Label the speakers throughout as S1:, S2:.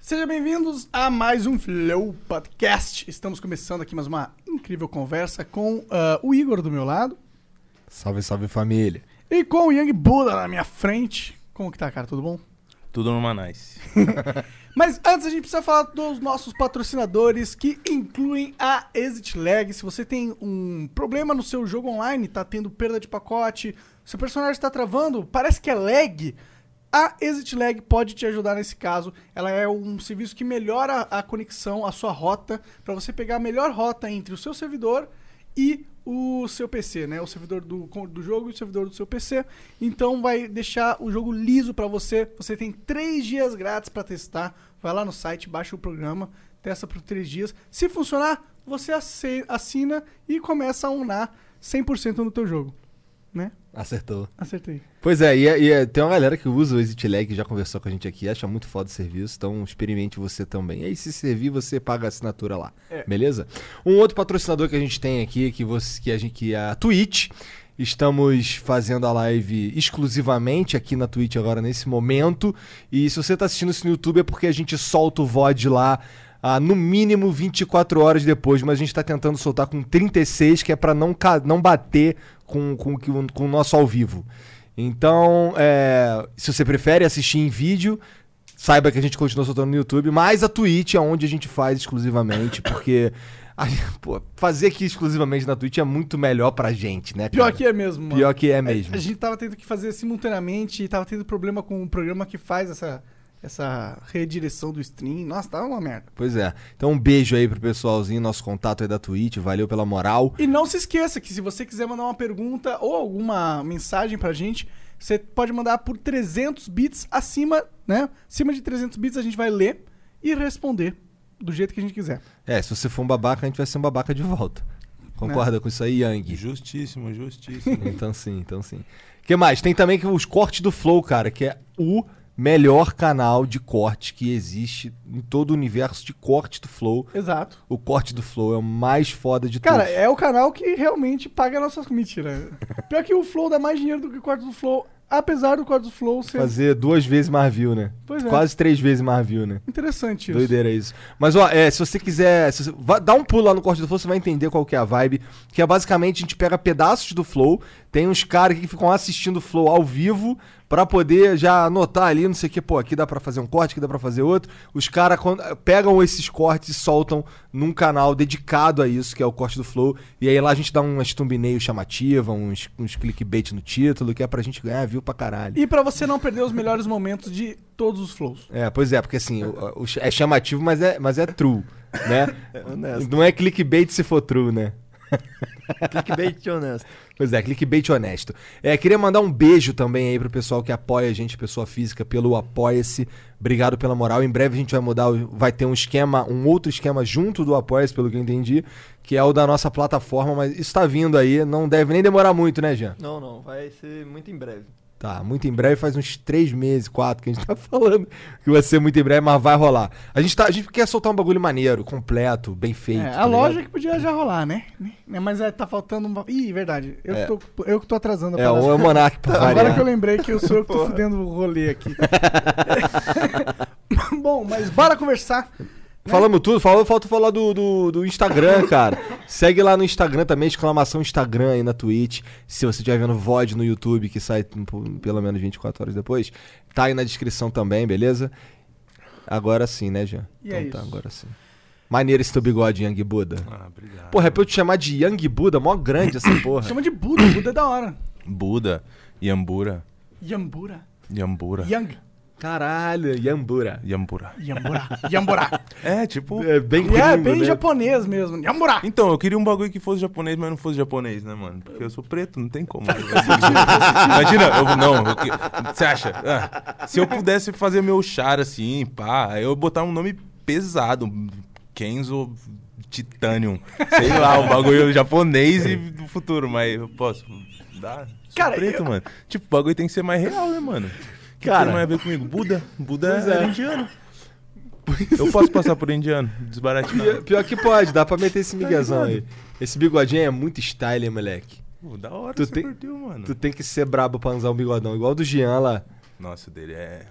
S1: Sejam bem-vindos a mais um Flow Podcast. Estamos começando aqui mais uma incrível conversa com ah, o Igor do meu lado
S2: Salve, salve família.
S1: e com o Young Buda na minha frente. Como que tá, cara? Tudo bom?
S3: Tudo no Manais.
S1: Mas antes a gente precisa falar dos nossos patrocinadores que incluem a Exit Lag. Se você tem um problema no seu jogo online, tá tendo perda de pacote, seu personagem tá travando, parece que é lag. A Exit Lag pode te ajudar nesse caso. Ela é um serviço que melhora a conexão, a sua rota, para você pegar a melhor rota entre o seu servidor e o seu PC, né? O servidor do, do jogo e o servidor do seu PC. Então vai deixar o jogo liso para você. Você tem três dias grátis para testar. Vai lá no site, baixa o programa, testa por três dias. Se funcionar, você asse- assina e começa a unar 100% no teu jogo, né?
S2: Acertou.
S1: Acertei.
S2: Pois é, e, é- e é- tem uma galera que usa o Exit Lag, já conversou com a gente aqui, acha muito foda o serviço, então experimente você também. E aí, se servir, você paga a assinatura lá,
S1: É.
S2: beleza? Um outro patrocinador que a gente tem aqui, que, você, que, a, gente, que é a Twitch. Estamos fazendo a live exclusivamente aqui na Twitch agora, nesse momento. E se você tá assistindo isso no YouTube, é porque a gente solta o VOD lá ah, no mínimo 24 horas depois, mas a gente tá tentando soltar com 36, que é pra não, ca- não bater com, com, o que- com o nosso ao vivo. Então, é, se você prefere assistir em vídeo, saiba que a gente continua soltando no YouTube, mas a Twitch é onde a gente faz exclusivamente, porque a gente- pô, fazer aqui exclusivamente na Twitch é muito melhor pra gente, né?
S1: Pior
S2: cara?
S1: que é mesmo, mano.
S2: Pior que é mesmo.
S1: A gente tava tendo que fazer simultaneamente e tava tendo problema com o programa que faz essa, essa redireção do stream. Nossa, tava uma merda.
S2: Pois é. Então um beijo aí pro pessoalzinho, nosso contato aí da Twitch, valeu pela moral.
S1: E não se esqueça que se você quiser mandar uma pergunta ou alguma mensagem pra gente, você pode mandar por 300 bits acima, né? Acima de 300 bits a gente vai ler e responder do jeito que a gente quiser.
S2: É, se você for um babaca, a gente vai ser um babaca de volta.
S1: É.
S2: Concorda com isso aí, Yang?
S3: Justíssimo, justíssimo.
S2: Então sim, então sim. O que mais? Tem também que os cortes do Flow, cara, que é o melhor canal de corte que existe em todo o universo de corte do Flow.
S1: Exato.
S2: O corte do Flow é o mais foda de
S1: Cara,
S2: todos.
S1: é o canal que realmente paga nossas mentira. Pior que o Flow dá mais dinheiro do que o Quarto do Flow, apesar do Quarto do Flow ser
S2: Fazer duas vezes mais view, né?
S1: Pois é.
S2: Quase três vezes mais view, né?
S1: interessante isso.
S2: Doideira isso. Mas, ó, é, se você quiser. Se você, vá- dá um pulo lá no corte do Flow, você vai entender qual que é a vibe. Que é basicamente a gente pega pedaços do Flow, tem uns caras que ficam assistindo o Flow ao vivo pra poder já anotar ali, não sei o que, pô, aqui dá pra fazer um corte, aqui dá pra fazer outro. Os caras quando- pegam esses cortes e soltam num canal dedicado a isso, que é o corte do Flow. E aí lá a gente dá umas thumbnail chamativa, uns, uns clickbait no título, que é pra gente ganhar view pra caralho.
S1: E pra você não perder os melhores momentos de todos os flows.
S2: É, pois é, porque assim, o- o- é chamativo, mas é, mas é true, né? Não é clickbait se for true, né?
S4: Clickbait honesto.
S2: Pois é, clickbait honesto. É, queria mandar um beijo também aí pro pessoal que apoia a gente, pessoa física, pelo Apoia-se. Obrigado pela moral. Em breve a gente vai mudar, o- vai ter um esquema, um outro esquema junto do Apoia-se, pelo que eu entendi, que é o da nossa plataforma, mas isso tá vindo aí, não deve nem demorar muito, né, Jean?
S4: Não, não, vai ser muito em breve.
S2: Tá, muito em breve, faz uns três meses, quatro, que a gente tá falando que vai ser muito em breve, mas vai rolar. A gente, tá, a gente quer soltar um bagulho maneiro, completo, bem feito.
S1: É,
S2: tá
S1: a
S2: ligado?
S1: loja que podia já rolar, né? Né, Mas é, tá faltando uma. Ih, verdade. Eu,
S2: É.
S1: que tô, eu que tô atrasando a
S2: É,
S1: palestra.
S2: o Monark pra
S1: Agora
S2: variar.
S1: que eu lembrei que eu sou eu que tô fudendo o rolê aqui. Bom, mas bora conversar.
S2: Falamos tudo, falou, falta falar do, do, do Instagram, cara. Segue lá no Instagram também, exclamação Instagram aí na Twitch. Se você estiver vendo VOD no YouTube, que sai p- pelo menos 24 horas depois, tá aí na descrição também, beleza? Agora sim, né, Jean?
S1: E é isso.
S2: tá, agora sim. Maneiro esse teu bigode, Yang Buda.
S3: Ah, obrigado.
S2: Porra, é pra eu te chamar de Yang Buda, mó grande essa porra.
S1: Chama de Buda, Buda é da hora.
S3: Buda, Yambura,
S1: Yambura.
S3: Yambura,
S1: Yang.
S2: Caralho, Yambura.
S3: Yambura.
S1: Yambura. Yambura.
S3: É, tipo...
S2: É bem
S1: E é bem
S2: né?
S1: japonês mesmo. Yambura.
S3: Então, eu queria um bagulho que fosse japonês, mas não fosse japonês, né, mano? Porque eu sou preto, não tem como. Imagina, eu, não, eu que- você acha? Ah, se eu pudesse fazer meu char assim, pá, aí eu botar um nome pesado, Kenzo Titanium, sei lá, um bagulho japonês e do futuro, mas eu posso dar? Sou
S1: Cara,
S3: preto,
S1: eu-
S3: mano. Tipo, o bagulho tem que ser mais real, né, mano? Que
S2: Cara.
S3: tem mais a ver comigo? Buda, Buda
S2: Pois é.
S3: era indiano. Eu posso passar por indiano, desbaratinho.
S2: Pior, pior que pode, dá pra meter
S1: Tá
S2: esse miguezão aí. Esse bigodinho é muito style, hein, moleque.
S3: Pô, da hora,
S2: Tu
S3: você
S2: tem-
S3: curtiu, mano.
S2: Tu tem que ser brabo pra usar um bigodão, igual do Jean lá.
S3: Nossa, o dele é.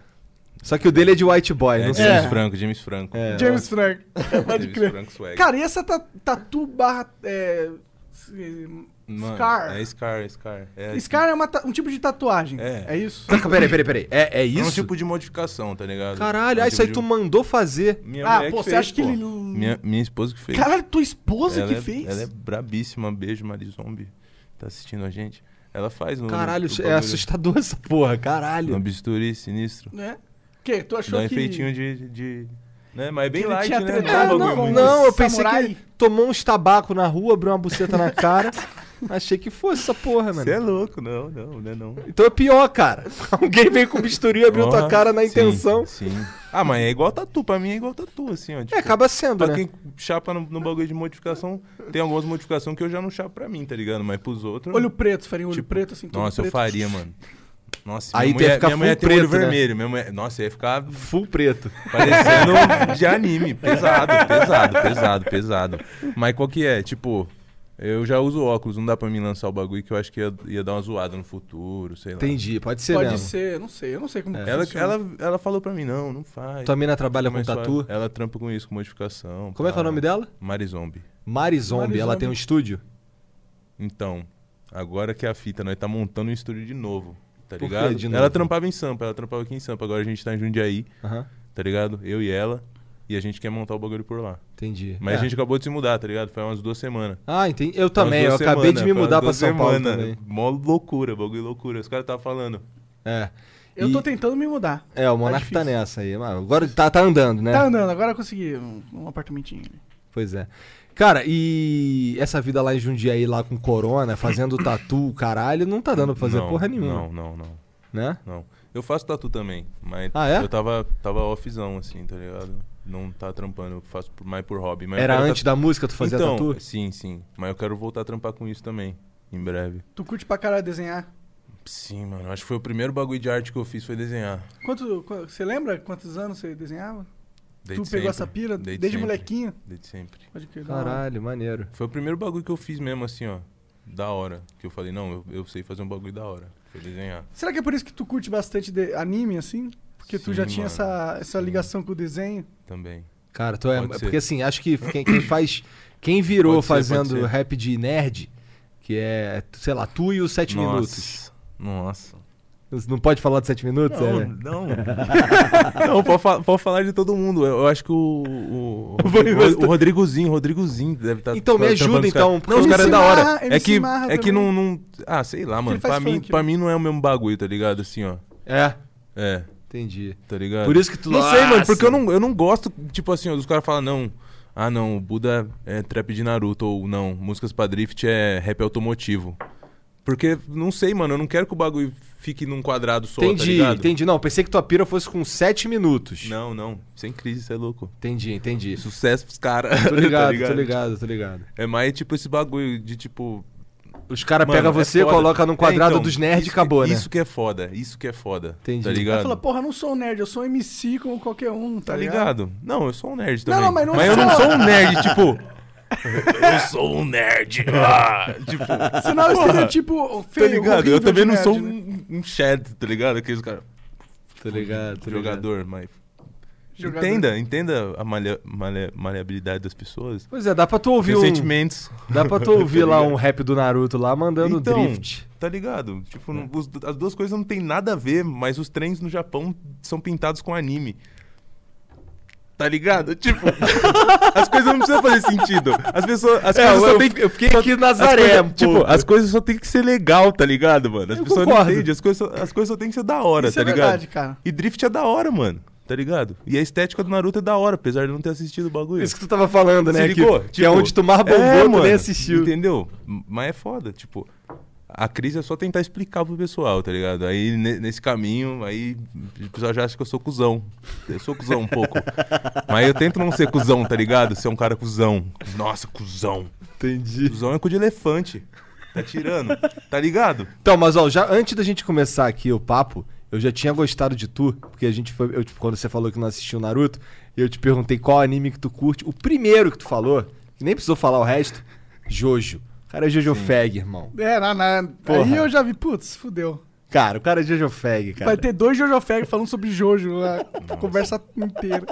S2: Só que o dele é de white boy,
S3: É,
S2: não sei.
S3: James
S1: É.
S3: Franco, James Franco.
S2: É.
S1: James Frank. Pode
S3: James
S1: crer.
S3: Franco swag.
S1: Cara, e essa ta- tatu barra. É, se-
S3: Mano,
S1: Scar.
S3: É Scar, Scar. É,
S1: Scar é uma ta- um tipo de tatuagem. É,
S3: É.
S1: isso?
S2: Não, peraí, peraí, peraí. É, é
S3: É um
S2: isso?
S3: tipo de modificação, tá ligado?
S2: Caralho,
S3: é um
S2: ah, isso aí
S3: tipo
S2: tu
S3: de-
S2: mandou fazer.
S3: Minha
S1: Ah,
S3: mulher
S1: pô, você
S3: fez,
S1: acha que
S3: pô.
S1: ele.
S3: Minha, minha esposa que fez.
S1: Caralho, tua esposa
S3: ela
S1: que
S3: é,
S1: fez?
S3: Ela é brabíssima. Beijo, Marizombi. Tá assistindo a gente. Ela faz no.
S2: Caralho,
S3: no
S2: é
S3: tipo um bagulho.
S2: assustador essa porra,
S3: No
S2: caralho.
S3: bisturi sinistro.
S1: Né? Que? Tu achou
S3: Dá um
S1: que.
S3: efeitinho de, de, de- Né? Mas é bem
S1: Que ele
S3: light,
S1: tinha
S3: né?
S1: tretado
S3: é um bagulho
S1: com
S2: não,
S3: muito-
S2: não, eu pensei
S1: Samurai.
S2: que ele tomou uns tabaco na rua, abriu uma buceta na cara. achei que fosse essa porra, mano.
S3: Você é louco, não, não, não é não.
S2: Então é pior, cara. Alguém veio com bisturi e abriu tua
S3: Porra,
S2: cara na
S3: sim,
S2: intenção.
S3: Sim. Ah, mas é igual tatu. Pra mim é igual tatu, assim, ó.
S2: É,
S3: tipo,
S2: acaba sendo,
S3: Pra
S2: né?
S3: quem chapa no, no bagulho de modificação, tem algumas modificações que eu já não chapo pra mim, tá ligado? Mas pros outros.
S1: Olho preto, faria um olho
S3: Tipo,
S1: preto assim, todo
S3: Nossa,
S1: preto.
S3: eu faria, mano. Nossa,
S2: Aí
S3: minha
S2: tu ia
S3: mulher,
S2: ficar
S3: minha mulher
S2: full
S3: tem olho
S2: preto, né?
S3: vermelho. Minha mulher, nossa, ia ficar
S2: Full preto.
S3: parecendo de anime. Pesado, pesado, pesado, pesado. Mas qual que é? Tipo, eu já uso óculos, não dá pra mim lançar o bagulho que eu acho que ia, ia dar uma zoada no futuro, sei lá.
S2: Entendi, pode ser
S1: Pode
S2: mesmo.
S1: ser, não sei, eu não sei como que
S3: É. Ela,
S1: funciona.
S3: ela, ela falou pra mim, não, não faz.
S2: Tua mina trabalha com
S3: Mas só-
S2: tatu.
S3: Ela trampa com isso, com modificação.
S2: Como é que é o nome dela?
S3: Marizombi.
S2: Mari Zombie, ela
S1: Zombie.
S2: tem um estúdio?
S3: Então, agora que é a fita, nós tá montando um estúdio de novo, tá
S2: Por quê?
S3: ligado?
S2: De
S3: Ela
S2: novo?
S3: trampava em Sampa, ela trampava aqui em Sampa. Agora a gente tá em Jundiaí,
S2: Aham,
S3: tá ligado? Eu e ela. E a gente quer montar o bagulho por lá.
S2: entendi.
S3: Mas
S2: É.
S3: a gente acabou de se mudar, tá ligado? Foi há umas duas semanas.
S2: Ah, entendi. Eu
S3: Foi
S2: também, eu
S3: umas duas
S2: acabei de
S3: semanas,
S2: me
S3: foi
S2: mudar pra
S3: umas duas
S2: São Paulo
S3: semanas.
S2: também.
S3: Mó loucura, bagulho loucura. Os caras estavam falando.
S2: É.
S1: Eu
S2: E-
S1: tô tentando me mudar.
S2: É, o Monark tá, nessa aí. mas Agora tá, tá andando,
S3: É.
S2: né?
S1: Tá andando, agora eu consegui um, um apartamentinho ali.
S2: Pois é. Cara, e essa vida lá em Jundiaí, lá com corona, fazendo tatu, caralho, não tá dando pra fazer
S3: não,
S2: porra nenhuma,
S3: Não, não, não,
S2: né?
S3: não. Eu faço tatu também, mas
S2: Ah, é?
S3: eu tava, tava offzão, assim, tá ligado? Não tá trampando, eu faço por- mais por hobby. Mas eu
S2: Era
S3: quero
S2: antes da música tu fazia
S3: então,
S2: tatu?
S3: Sim, sim. Mas eu quero voltar a trampar com isso também, em breve.
S1: Tu curte pra caralho desenhar?
S3: Sim, mano. Acho que foi o primeiro bagulho de arte que eu fiz foi desenhar.
S1: Quanto, qu- você lembra quantos anos você desenhava?
S3: Desde
S1: tu pegou essa
S3: sempre,
S1: pira desde,
S3: desde sempre,
S1: molequinho?
S3: Desde sempre.
S1: Pode crer, da hora.
S2: Caralho, maneiro.
S3: Foi o primeiro bagulho que eu fiz mesmo, assim, ó. Da hora. Que eu falei, não, eu, eu sei fazer um bagulho da hora. Foi desenhar.
S1: Será que é por isso que tu curte bastante de- anime, assim? Porque tu
S3: Sim,
S1: já tinha
S3: mano.
S1: essa, essa
S3: Sim.
S1: ligação com o desenho?
S3: Também.
S2: Cara, tu é.
S3: Pode ser.
S2: Porque assim, acho que quem, quem faz. Quem virou
S3: Pode ser, pode
S2: fazendo
S3: ser.
S2: rap de nerd, que é, sei lá, tu e os 7 minutos.
S3: Nossa.
S2: Não pode falar de 7 minutos?
S3: Não,
S2: é, né?
S3: não. não, pode, fa- pode falar de todo mundo. Eu, eu acho que o. O,
S2: Vou
S3: o,
S2: investir.
S3: o Rodrigozinho, Rodrigozinho deve tá estar.
S2: Então, me ajuda, então, Ah, porque
S3: Não, os
S1: MC
S3: caras é da hora.
S1: Marra,
S3: É que,
S1: Marra
S3: é que
S1: também.
S3: não, não. Ah, sei lá, mano.
S1: ele faz
S3: Pra mim,
S1: funk,
S3: pra
S1: né?
S3: mim não é o mesmo bagulho, tá ligado? Assim, ó.
S2: é,
S3: É,
S2: entendi.
S3: tá ligado?
S2: Por isso que tu. Ah,
S3: Não sei, mano,
S2: Nossa!
S3: porque eu não, eu não gosto, tipo assim, ó, os caras falam, não. Ah, não, o Buda é trap de Naruto, ou não, músicas pra drift é rap automotivo. Porque, não sei, mano, eu não quero que o bagulho fique num quadrado só, tá
S2: Entendi,
S3: ligado?
S2: entendi. Não, pensei que tua pira fosse com 7 minutos.
S3: Não, não, sem crise, você é louco.
S2: Entendi, entendi.
S3: Sucesso pros caras.
S2: Tô ligado, tô ligado, tô ligado.
S3: É mais tipo esse bagulho de tipo.
S2: Os caras
S3: mano,
S2: pegam
S3: é
S2: você,
S3: foda.
S2: coloca num
S3: É,
S2: quadrado
S3: então,
S2: dos nerds e
S3: isso que-
S2: acabou, né?
S3: Isso que é foda, isso que é foda.
S2: Entendi.
S3: Tá
S2: Aí
S1: Ela
S3: ligado?
S1: fala, porra, eu não sou um nerd, eu sou um MC como qualquer um, tá,
S3: Tá ligado? Não, eu sou um nerd
S1: Não,
S3: também.
S1: não, mas não
S3: eu
S1: sou.
S3: não sou um nerd, tipo. eu sou um nerd. ah, tipo, tá
S1: Você não é um estereotipo feio,
S3: ligado?
S1: horrível
S3: Eu também
S1: de
S3: não
S1: nerd,
S3: sou
S1: né?
S3: um, um Chad, tá ligado? Aqueles caras.
S2: Tô ligado, tô ligado.
S3: Jogador, mas.
S1: Jogador.
S3: Entenda, entenda a malha- malha- maleabilidade das pessoas.
S2: Pois é, dá pra tu ouvir um.
S3: Sentimentos.
S2: Dá pra tu ouvir lá um rap do Naruto lá mandando
S3: Tá Então,
S2: drift.
S3: Tá ligado? Tipo,
S1: É.
S3: não- os- as duas coisas não tem nada a ver, mas os trens no Japão são pintados com anime. Tá ligado? Tipo, as coisas não precisam fazer sentido. As pessoas,
S1: É,
S3: as coisas só tem que
S2: fiquei aqui
S3: as coisas- tipo, as coisas só tem que ser legal, tá ligado, mano? As
S2: um Eu
S3: pessoas
S2: concordo.
S3: não entendem, as coisas, só- as coisas só tem que ser da hora,
S1: Isso
S3: tá
S1: é
S3: ligado?
S1: verdade, cara.
S3: E drift é da hora, mano. Tá ligado? E a estética do Naruto é da hora, apesar de eu não ter assistido o bagulho.
S2: Isso que tu tava falando, né?
S3: Se
S2: Que,
S3: ligou?
S2: que é
S3: Tipo,
S2: onde tu mais bombou,
S3: é,
S2: tu nem
S3: mano,
S2: assistiu.
S3: Entendeu? M- Mas é foda, tipo. A crise é só tentar explicar pro pessoal, tá ligado? Aí, ne- nesse caminho, aí o pessoal já acha que eu sou cuzão. Eu sou cuzão um pouco. Mas eu tento não ser cuzão, tá ligado? Ser um cara cuzão. Nossa, cuzão.
S2: Entendi.
S3: Cuzão é cu de elefante. Tá tirando, tá ligado?
S2: Então, mas ó, já antes da gente começar aqui o papo, eu já tinha gostado de tu, porque a gente foi. Eu, tipo, quando você falou que não assistiu Naruto, eu te perguntei qual anime que tu curte. O primeiro que tu falou, que nem precisou falar o resto, Jojo. O cara é Jojo Fag, irmão.
S1: É, na, na-
S2: Porra.
S1: aí eu já vi, putz, fudeu.
S2: Cara, o cara é Jojo Fag, cara.
S1: Vai ter dois Jojo Fag falando sobre Jojo lá, a conversa inteira.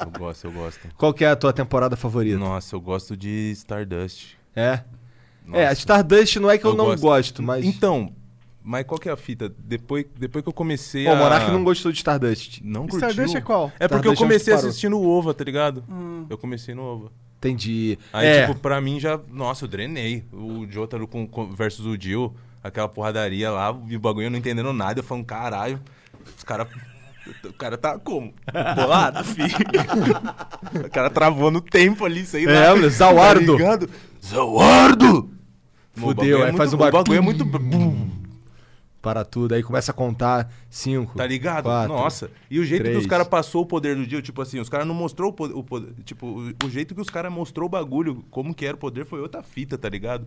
S3: Eu gosto, eu gosto.
S2: Qual que é a tua temporada favorita?
S3: Nossa, eu gosto de Stardust.
S2: É?
S3: Nossa.
S2: É, a Stardust não é que eu,
S3: Eu
S2: não gosto,
S3: gosto.
S2: mas...
S3: Então, mas qual que é a fita? Depois, depois que eu comecei
S2: Pô,
S3: a...
S2: o Monark não gostou de Stardust.
S3: Não curtiu?
S1: Stardust é qual? Hum.
S3: É porque eu
S2: Stardust é onde
S3: comecei
S2: parou.
S3: assistindo o OVA, tá ligado? Eu comecei no OVA.
S2: Entendi.
S3: Aí,
S2: é,
S3: tipo, pra mim já... Nossa, eu drenei. O Jotaro com, com- versus o Jill, aquela porradaria lá, e o bagulho eu não entendendo nada. Eu falando, caralho, os caras... O cara tá como? Bolado, filho. o cara travou no tempo ali, sei lá.
S2: É, olha, Zawardo.
S3: Tá ligado? Zawardo!
S2: Fudeu,
S3: O bagulho
S2: aí
S3: muito-
S2: faz um
S3: O bagulho é
S2: bar-
S3: muito... bum.
S2: para tudo. Aí começa a contar cinco.
S3: Tá ligado?
S2: quatro,
S3: Nossa. E o jeito que
S2: três.
S3: os caras passou o poder do Jill, tipo assim, os caras não mostrou o poder, o poder- Tipo, o, o jeito que os caras mostrou o bagulho, como que era o poder, foi outra fita, tá ligado?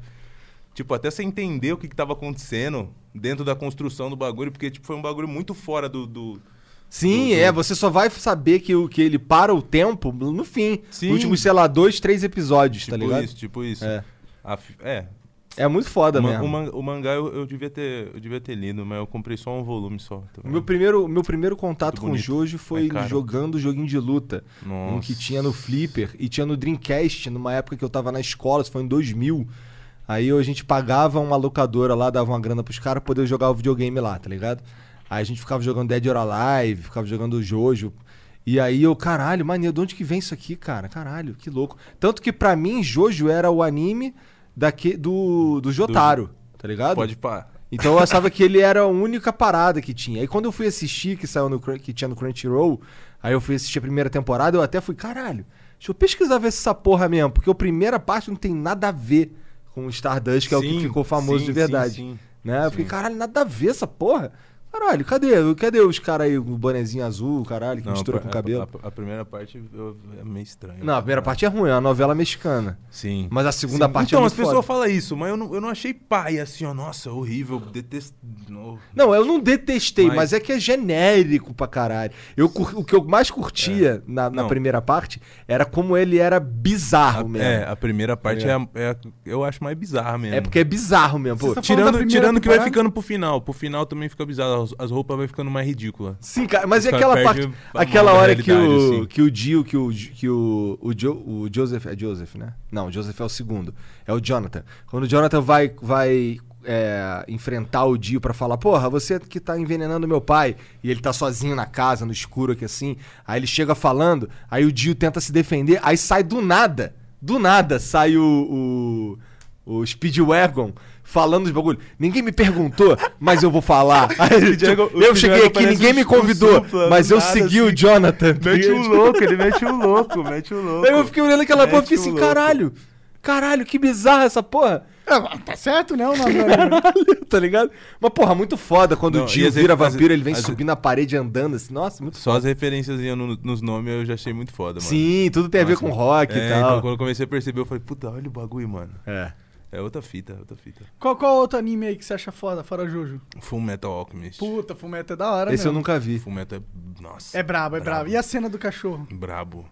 S3: Tipo, até você entender o que, que tava acontecendo dentro da construção do bagulho, porque tipo, foi um bagulho muito fora do. do-
S2: Sim,
S3: Do- do-
S2: é. Você só vai saber que, o- que ele para o tempo no fim.
S3: Sim.
S2: Nos últimos, sei lá, dois, três episódios,
S3: tipo
S2: tá ligado?
S3: isso, tipo isso.
S2: É.
S3: A fi- é.
S2: É muito foda
S3: O, man-
S2: mesmo.
S3: o man- o mangá eu, eu devia ter, eu devia ter lido, mas eu comprei só um volume só. tá
S2: O Meu
S3: ligado?
S2: primeiro, o meu primeiro contato
S3: Muito
S2: com o
S3: bonito.
S2: Jojo foi
S3: É caro.
S2: jogando joguinho de luta. Um que
S3: Nossa.
S2: tinha no Flipper e tinha no Dreamcast, numa época que eu tava na escola, isso foi em 2000. Aí a gente pagava uma locadora lá, dava uma grana pros caras poder jogar o videogame lá, tá ligado? Aí a gente ficava jogando Dead or Alive, ficava jogando Jojo. E aí eu, caralho, maneiro, de onde que vem isso aqui, cara? Caralho, que louco. Tanto que pra mim, Jojo era o anime daque, do, do Jotaro, tá ligado?
S3: Pode pá.
S2: Então eu achava que ele era a única parada que tinha. Aí quando eu fui assistir, que saiu no, Crun- que tinha no Crunchyroll, aí eu fui assistir a primeira temporada, eu até fui, caralho, deixa eu pesquisar ver se essa porra mesmo, porque a primeira parte não tem nada a ver com o Stardust, que é o que
S3: Sim,
S2: ficou famoso
S3: sim,
S2: de verdade.
S3: sim, sim.
S2: né? Eu fiquei, caralho, nada a ver essa porra. Caralho, cadê? Cadê os caras aí com o bonezinho azul, caralho, que mistura
S3: a-
S2: com o
S3: a-
S2: cabelo?
S3: A, a primeira parte eu- é meio estranha.
S2: Não, a primeira parte é ruim, é uma novela mexicana.
S3: Sim.
S2: Mas a segunda
S3: Sim.
S2: parte
S3: então,
S2: é muito
S3: as pessoas
S2: foda.
S3: falam isso, mas eu não, eu não achei pai assim, ó, nossa, horrível, detesto. no-
S2: Não, eu não detestei, mas,
S3: Mas-
S2: é que é genérico pra caralho. Eu, cur- o que eu mais curtia na, na
S3: É. Não.
S2: primeira parte era como ele era bizarro
S3: A-
S2: mesmo.
S3: é,
S2: É,
S3: a primeira parte é, a- é a- eu acho mais bizarra mesmo.
S2: porque é bizarro mesmo. Pô.
S1: Vocês tão- falando da
S3: Tirando,
S1: primeira
S3: tirando que vai
S1: temporada?
S3: ficando pro final. Pro final também fica bizarro. As, as roupas vai ficando mais ridículas.
S2: Sim, cara, mas
S3: Os
S2: é
S3: caras
S2: aquela parte.
S3: perdem a mão
S2: Aquela
S3: da
S2: hora que
S3: realidade,
S2: o,
S3: assim.
S2: que o Dio, que o, que o, o, Jo- o Joseph. É Joseph, né? Não, o Joseph é o segundo. É o Jonathan. Quando o Jonathan vai, vai é, enfrentar o Dio pra falar, porra, você que tá envenenando meu pai. E ele tá sozinho na casa, no escuro aqui assim. Aí ele chega falando, aí o Dio tenta se defender, aí sai do nada. Do nada sai o. o, o Speedwagon. Falando os bagulho. Ninguém me perguntou, mas eu vou falar. Aí, ele,
S3: Speedwagon-
S2: tipo,
S3: o
S2: eu cheguei
S3: Speedwagon
S2: aqui,
S3: parece
S2: ninguém
S3: um
S2: me convidou,
S3: supla,
S2: mas
S3: do
S2: eu
S3: nada,
S2: segui o
S3: assim.
S2: Jonathan.
S3: Mete o louco, ele mete o louco, mete o louco.
S2: Aí eu fiquei olhando aquela porra e
S3: Mete
S2: fiquei
S3: o
S2: assim,
S3: louco.
S2: caralho, caralho, que bizarra essa porra.
S1: É, mas tá certo, né? O nome da-
S2: tá ligado? Mas porra, muito foda quando
S3: Não,
S2: o
S3: e
S2: Dio
S3: às vezes-
S2: vira
S3: às vezes-
S2: vampiro, ele vem
S3: às vezes-
S2: subindo na parede andando assim, nossa, muito
S3: Só as referências nos nomes eu já achei muito foda, mano.
S2: Sim, tudo tem a ver
S3: Nossa,
S2: com rock
S3: é,
S2: e
S3: então,
S2: tal.
S3: Quando eu comecei a perceber, eu falei, puta, olha o bagulho, mano.
S2: É.
S3: É outra fita, outra fita.
S1: Qual, qual outro anime aí que você acha foda, fora Jojo?
S3: Full Metal Alchemist.
S1: Puta, Fumeto é da hora,
S2: Esse eu
S1: mesmo.
S2: nunca vi.
S3: Full Metal é. Nossa.
S1: É brabo, é brabo. E a cena do cachorro?
S3: Brabo.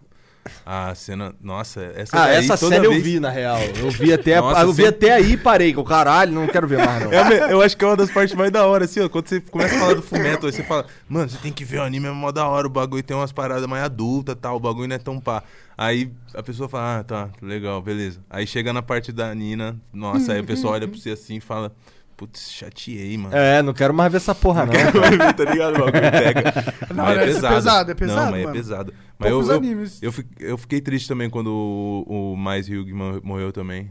S3: A cena. Nossa, essa
S2: Ah,
S3: daí
S2: essa
S3: toda
S2: cena eu
S3: vez-
S2: vi, na real. Eu vi até,
S3: Nossa,
S2: eu vi
S3: sempre-
S2: até aí e parei. que eu, Caralho, não quero ver mais, não.
S3: É a me- eu acho que é uma das partes mais da hora, assim, ó. Quando você começa a falar do fumetto, aí você fala, mano, você tem que ver o anime, é mó da hora, o bagulho tem umas paradas mais adultas tal, o bagulho não é tão pá. Aí a pessoa fala, ah, tá, legal, beleza. Aí chega na parte da Nina, nossa, aí a pessoa olha pra você assim e fala, putz, chateei, mano.
S2: É, não quero mais ver essa porra, não.
S3: tá ligado? O bagulho pega.
S1: Não,
S3: Mas
S1: é pesado, é pesado,
S3: Não, mas é
S1: mano.
S3: pesado. Mas eu,
S1: Poucos
S3: eu,
S1: animes.
S3: eu fi- eu fiquei triste também quando o, o Mais Hugman morreu também.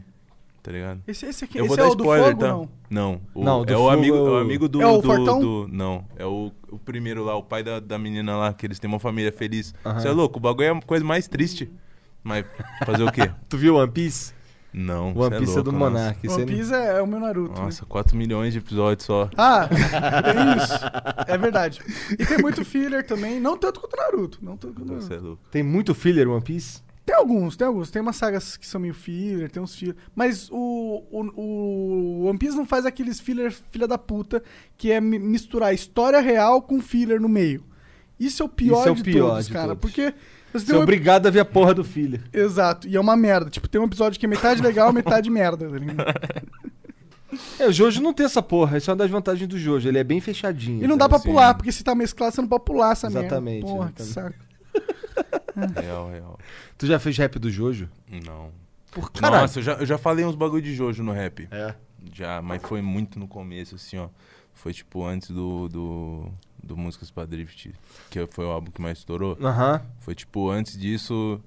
S3: Tá ligado?
S1: Esse, esse aqui,
S3: Eu vou
S1: esse é
S3: dar
S1: o
S3: spoiler,
S1: do fogo,
S3: tá?
S1: não?
S3: Não, o,
S2: Não, o do
S3: é,
S2: fogo
S3: o amigo,
S2: é o-
S3: é o amigo do.
S1: É o
S3: do-
S1: fortão?
S3: do- não, é o, o primeiro lá, o pai da, da menina lá, que eles têm uma família feliz.
S2: Aham.
S3: Você é louco, o bagulho é a coisa mais triste. Mas fazer o quê?
S2: Tu viu One Piece?
S3: Não. cê
S2: One
S3: é
S2: Piece é,
S3: louco,
S2: do
S3: nossa.
S2: Monark. isso aí
S1: One
S2: não-
S1: Piece é, é o meu Naruto. né?
S3: Nossa, 4 milhões de episódios só.
S1: Ah, é isso. É verdade. E tem muito filler também, não tanto quanto Naruto. Não tanto quanto
S3: Você
S1: Naruto.
S3: é louco.
S2: Tem muito filler One Piece?
S1: Tem alguns, tem alguns. Tem umas sagas que são meio filler, tem uns filler. Mas o, o, o One Piece não faz aqueles filler filha da puta, que é mi- misturar história real com filler no meio. Isso é o pior
S2: Isso é o
S1: de
S2: pior
S1: todos,
S2: de
S1: cara.
S2: todos.
S1: Porque você
S2: Você
S1: tem
S2: é
S1: um...
S2: obrigado a ver a porra do filler.
S1: Exato, e é uma merda. Tipo, tem um episódio que é metade legal, metade merda. tá ligado?
S2: É, o Jojo não tem essa porra, isso é uma das vantagens do Jojo, ele é bem fechadinho.
S1: E não dá
S2: sabe?
S1: pra
S3: assim.
S1: pular, porque se tá mesclado, você não pode pular essa merda.
S2: Exatamente,
S1: Porra, que
S2: exatamente.
S1: saco.
S3: Real, real.
S2: Tu já fez rap do Jojo?
S3: Não.
S2: Por
S3: Nossa, eu já, eu já falei uns bagulho de Jojo no rap.
S2: É.
S3: Já, mas foi muito no começo, assim, ó. Foi tipo antes do. do, do Músicas pra Drift, que foi o álbum que mais estourou.
S2: Aham.
S3: Foi tipo antes disso.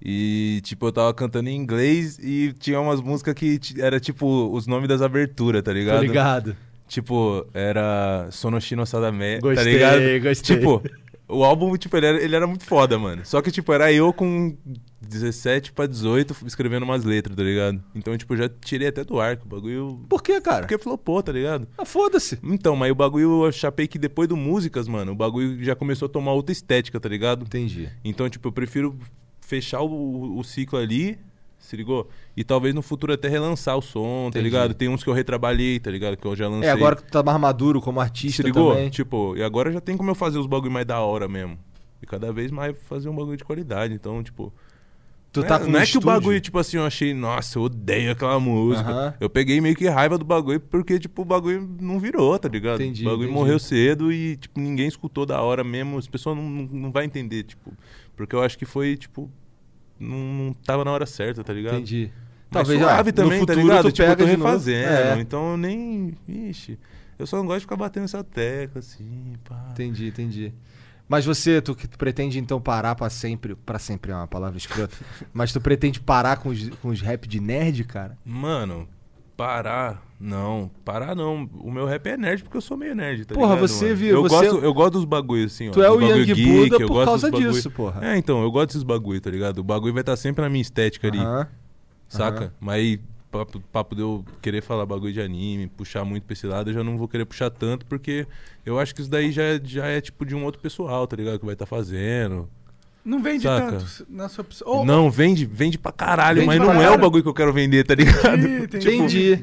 S3: E tipo, eu tava cantando em inglês e tinha umas músicas que ti- era tipo os nomes das aberturas, tá
S2: Tá
S3: ligado?
S2: ligado?
S3: Tipo, era Sonoshino Sadame, tá
S2: Gostei,
S3: ligado?
S2: gostei.
S3: Tipo, o álbum, tipo, ele era, ele era muito foda, mano. Só que, tipo, era eu com 17 pra 18 escrevendo umas letras, tá ligado? Então, tipo, eu já tirei até do arco o bagulho.
S2: Por que, cara?
S3: Porque flopou, tá ligado?
S2: Ah, foda-se.
S3: Então, mas o bagulho eu chapei que depois do Músicas, mano, o bagulho já começou a tomar outra estética, tá ligado?
S2: Entendi.
S3: Então, tipo, eu prefiro fechar o, o ciclo ali, se ligou? E talvez no futuro até relançar o som, tá
S2: Entendi.
S3: ligado? Tem uns que eu retrabalhei, tá ligado? Que eu já lancei.
S2: É, agora que tu tá mais maduro como
S3: se
S2: artista
S3: ligou?
S2: também.
S3: Tipo, e agora já tem como eu fazer os bagulho mais da hora mesmo. E cada vez mais fazer um bagulho de qualidade. Então, tipo.
S2: Tu
S3: não
S2: tá
S3: é,
S2: com
S3: Não
S2: um
S3: é que o
S2: estúdio.
S3: bagulho, tipo assim, eu achei, nossa, eu odeio aquela música.
S2: Aham.
S3: Eu peguei meio que raiva do bagulho, porque, tipo, o bagulho não virou, tá ligado?
S2: Entendi,
S3: o bagulho
S2: entendi.
S3: morreu cedo e, tipo, ninguém escutou da hora mesmo. As pessoas não, não, não vai entender, tipo. Porque eu acho que foi, tipo. Não, não tava na hora certa, tá ligado?
S2: Entendi.
S3: Mas
S2: Talvez
S3: suave
S2: ah,
S3: também,
S2: no futuro
S3: tá ligado?
S2: tu
S3: tipo, eu
S2: pega
S3: tô
S2: de novo.
S3: refazendo,
S2: É,
S3: então eu nem... Ixi, eu só não gosto de ficar batendo essa tecla, assim, pá.
S2: Entendi, entendi. Mas você, tu que pretende então parar pra sempre, pra sempre é uma palavra escrota, mas tu pretende parar com os, com os rap de nerd, cara?
S3: Mano, parar... Não, parar não. O meu rap é nerd porque eu sou meio nerd, tá
S2: Porra,
S3: ligado,
S2: você,
S3: mano?
S2: viu,
S3: Eu,
S2: você-
S3: gosto, eu gosto dos bagulhos, assim, ó.
S2: Tu é
S3: dos
S2: o
S3: bagulho
S2: Young
S3: geek,
S2: Buda
S3: eu
S2: por
S3: gosto
S2: causa
S3: dos bagulho-
S2: disso, porra.
S3: É, então, eu gosto desses bagulho, tá ligado? O bagulho vai estar sempre na minha estética ali,
S2: Aham.
S3: saca?
S2: aham.
S3: Mas papo, papo de eu querer falar bagulho de anime, puxar muito pra esse lado, eu já não vou querer puxar tanto, porque eu acho que isso daí já, é- já é, tipo, de um outro pessoal, tá ligado? Que vai estar fazendo...
S1: Não vende
S3: Saca.
S1: tanto na sua opção. Ou-
S3: Não, vende, vende pra caralho,
S1: Vende
S3: mas
S1: pra
S3: não é
S1: caralho.
S3: o bagulho que eu quero vender, tá ligado?
S1: Ih,
S2: Tipo,
S1: entendi.
S2: Entendi.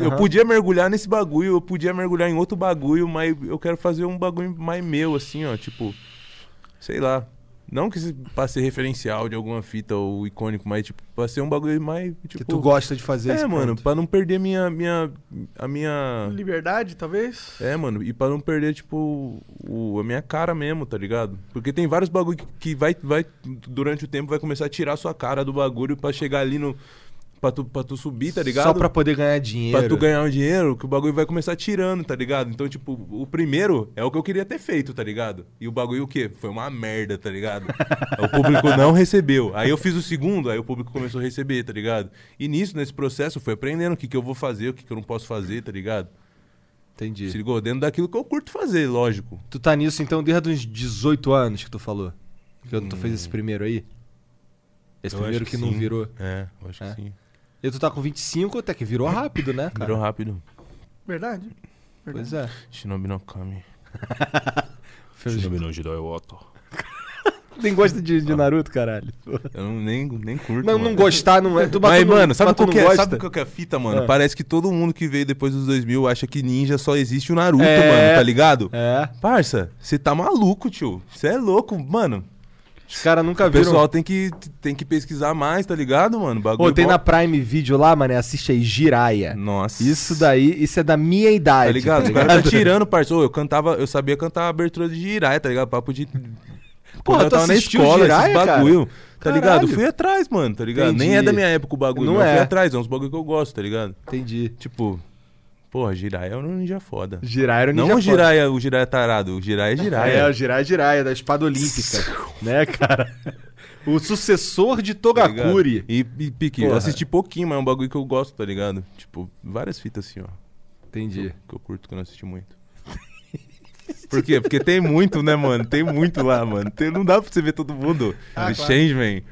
S3: Eu
S2: Aham.
S3: podia mergulhar nesse bagulho, eu podia mergulhar em outro bagulho, mas eu quero fazer um bagulho mais meu, assim, ó, tipo, sei lá. Não que se- pra ser referencial de alguma fita ou icônico, mas tipo, pra ser um bagulho mais. Tipo,
S2: que tu gosta de fazer
S3: É,
S2: isso.
S3: mano,
S2: pronto.
S3: pra não perder minha. minha a minha.
S1: Liberdade, talvez?
S3: É, mano, e pra não perder, tipo, o- a minha cara mesmo, tá ligado? Porque tem vários bagulho que, que vai, vai, durante o tempo, vai começar a tirar a sua cara do bagulho pra chegar ali no. Pra tu, pra tu subir, tá ligado?
S2: Só pra poder ganhar dinheiro.
S3: Pra tu ganhar um dinheiro, que o bagulho vai começar tirando, tá ligado? Então, tipo, o primeiro é o que eu queria ter feito, tá ligado? E o bagulho o quê? Foi uma merda, tá ligado? o público não recebeu. Aí eu fiz o segundo, aí o público começou a receber, tá ligado? E nisso, nesse processo, eu fui aprendendo o que, que eu vou fazer, o que, que eu não posso fazer, tá ligado?
S2: Entendi.
S3: Se ligou? Dentro daquilo que eu curto fazer, lógico.
S2: Tu tá nisso então desde uns 18 anos que tu falou. Que tu fez esse primeiro aí? Esse
S3: Eu
S2: primeiro
S3: acho
S2: Hum. que, não
S3: sim.
S2: virou.
S3: É, eu acho
S2: É.
S3: que sim.
S2: E tu tá com 25, até que virou rápido, né, cara?
S3: Virou rápido.
S1: Verdade.
S2: Pois é.
S3: Shinobi no Kami.
S2: Fez-
S3: no Jidoi Wato.
S2: Nem gosta de, de Naruto, caralho.
S3: Eu não, nem, nem curto.
S2: Não, não
S3: mano.
S2: gostar não é. Tu
S3: Mas,
S2: bateu no-
S3: mano, sabe
S2: bateu
S3: qual,
S2: no
S3: que é,
S2: gosta?
S3: sabe qual que é a fita, mano?
S2: Ah.
S3: Parece que todo mundo que veio depois dos 2000 acha que ninja só existe o Naruto,
S2: É.
S3: mano, tá ligado?
S2: É.
S3: Parça, você tá maluco, tio. Você é louco, mano.
S2: Os caras nunca
S3: O
S2: viram.
S3: pessoal tem que, tem que pesquisar mais, tá ligado, mano? Bagulho
S2: Pô, tem
S3: bom.
S2: na Prime Video lá, mano, assiste aí, Jiraya.
S3: Nossa.
S2: Isso daí, isso é da minha idade.
S3: Tá ligado? Os caras tá tirando, parça. Ô, Eu cantava, eu sabia cantar a abertura de Jiraiya, tá ligado? Papo de. Quando eu
S2: tu
S3: tava na
S2: assistiu
S3: escola,
S2: Jiraiya,
S3: esses
S2: cara?
S3: bagulho. Tá
S2: Caralho.
S3: ligado? Fui atrás, mano, tá ligado? Nem é
S2: Entendi.
S3: da minha época o bagulho,
S2: Não
S3: mas eu
S2: é.
S3: fui atrás, é uns bagulho que eu gosto, tá ligado?
S2: Entendi.
S3: Tipo, porra, Jiraiya é um ninja foda.
S2: Jiraya era o
S3: Não
S2: ninja
S3: o
S2: foda.
S3: Jiraiya, o Jiraiya tarado, o Jiraiya é Jiraiya.
S2: É, o Jiraiya Jiraiya, da espada olímpica. né, cara? O sucessor de
S3: tá ligado?
S2: Togakuri.
S3: E, e Pique, eu
S2: Porra.
S3: assisti pouquinho, mas é um bagulho que eu gosto, tá ligado? Tipo, várias fitas assim, ó.
S2: Entendi.
S3: Que eu curto, que eu não assisti muito. Por quê? Porque tem muito, né, mano? Tem muito lá, mano. Tem- não dá pra você ver todo mundo.
S1: Ah,
S3: Ah,
S1: claro.
S3: Changeman.
S2: Tem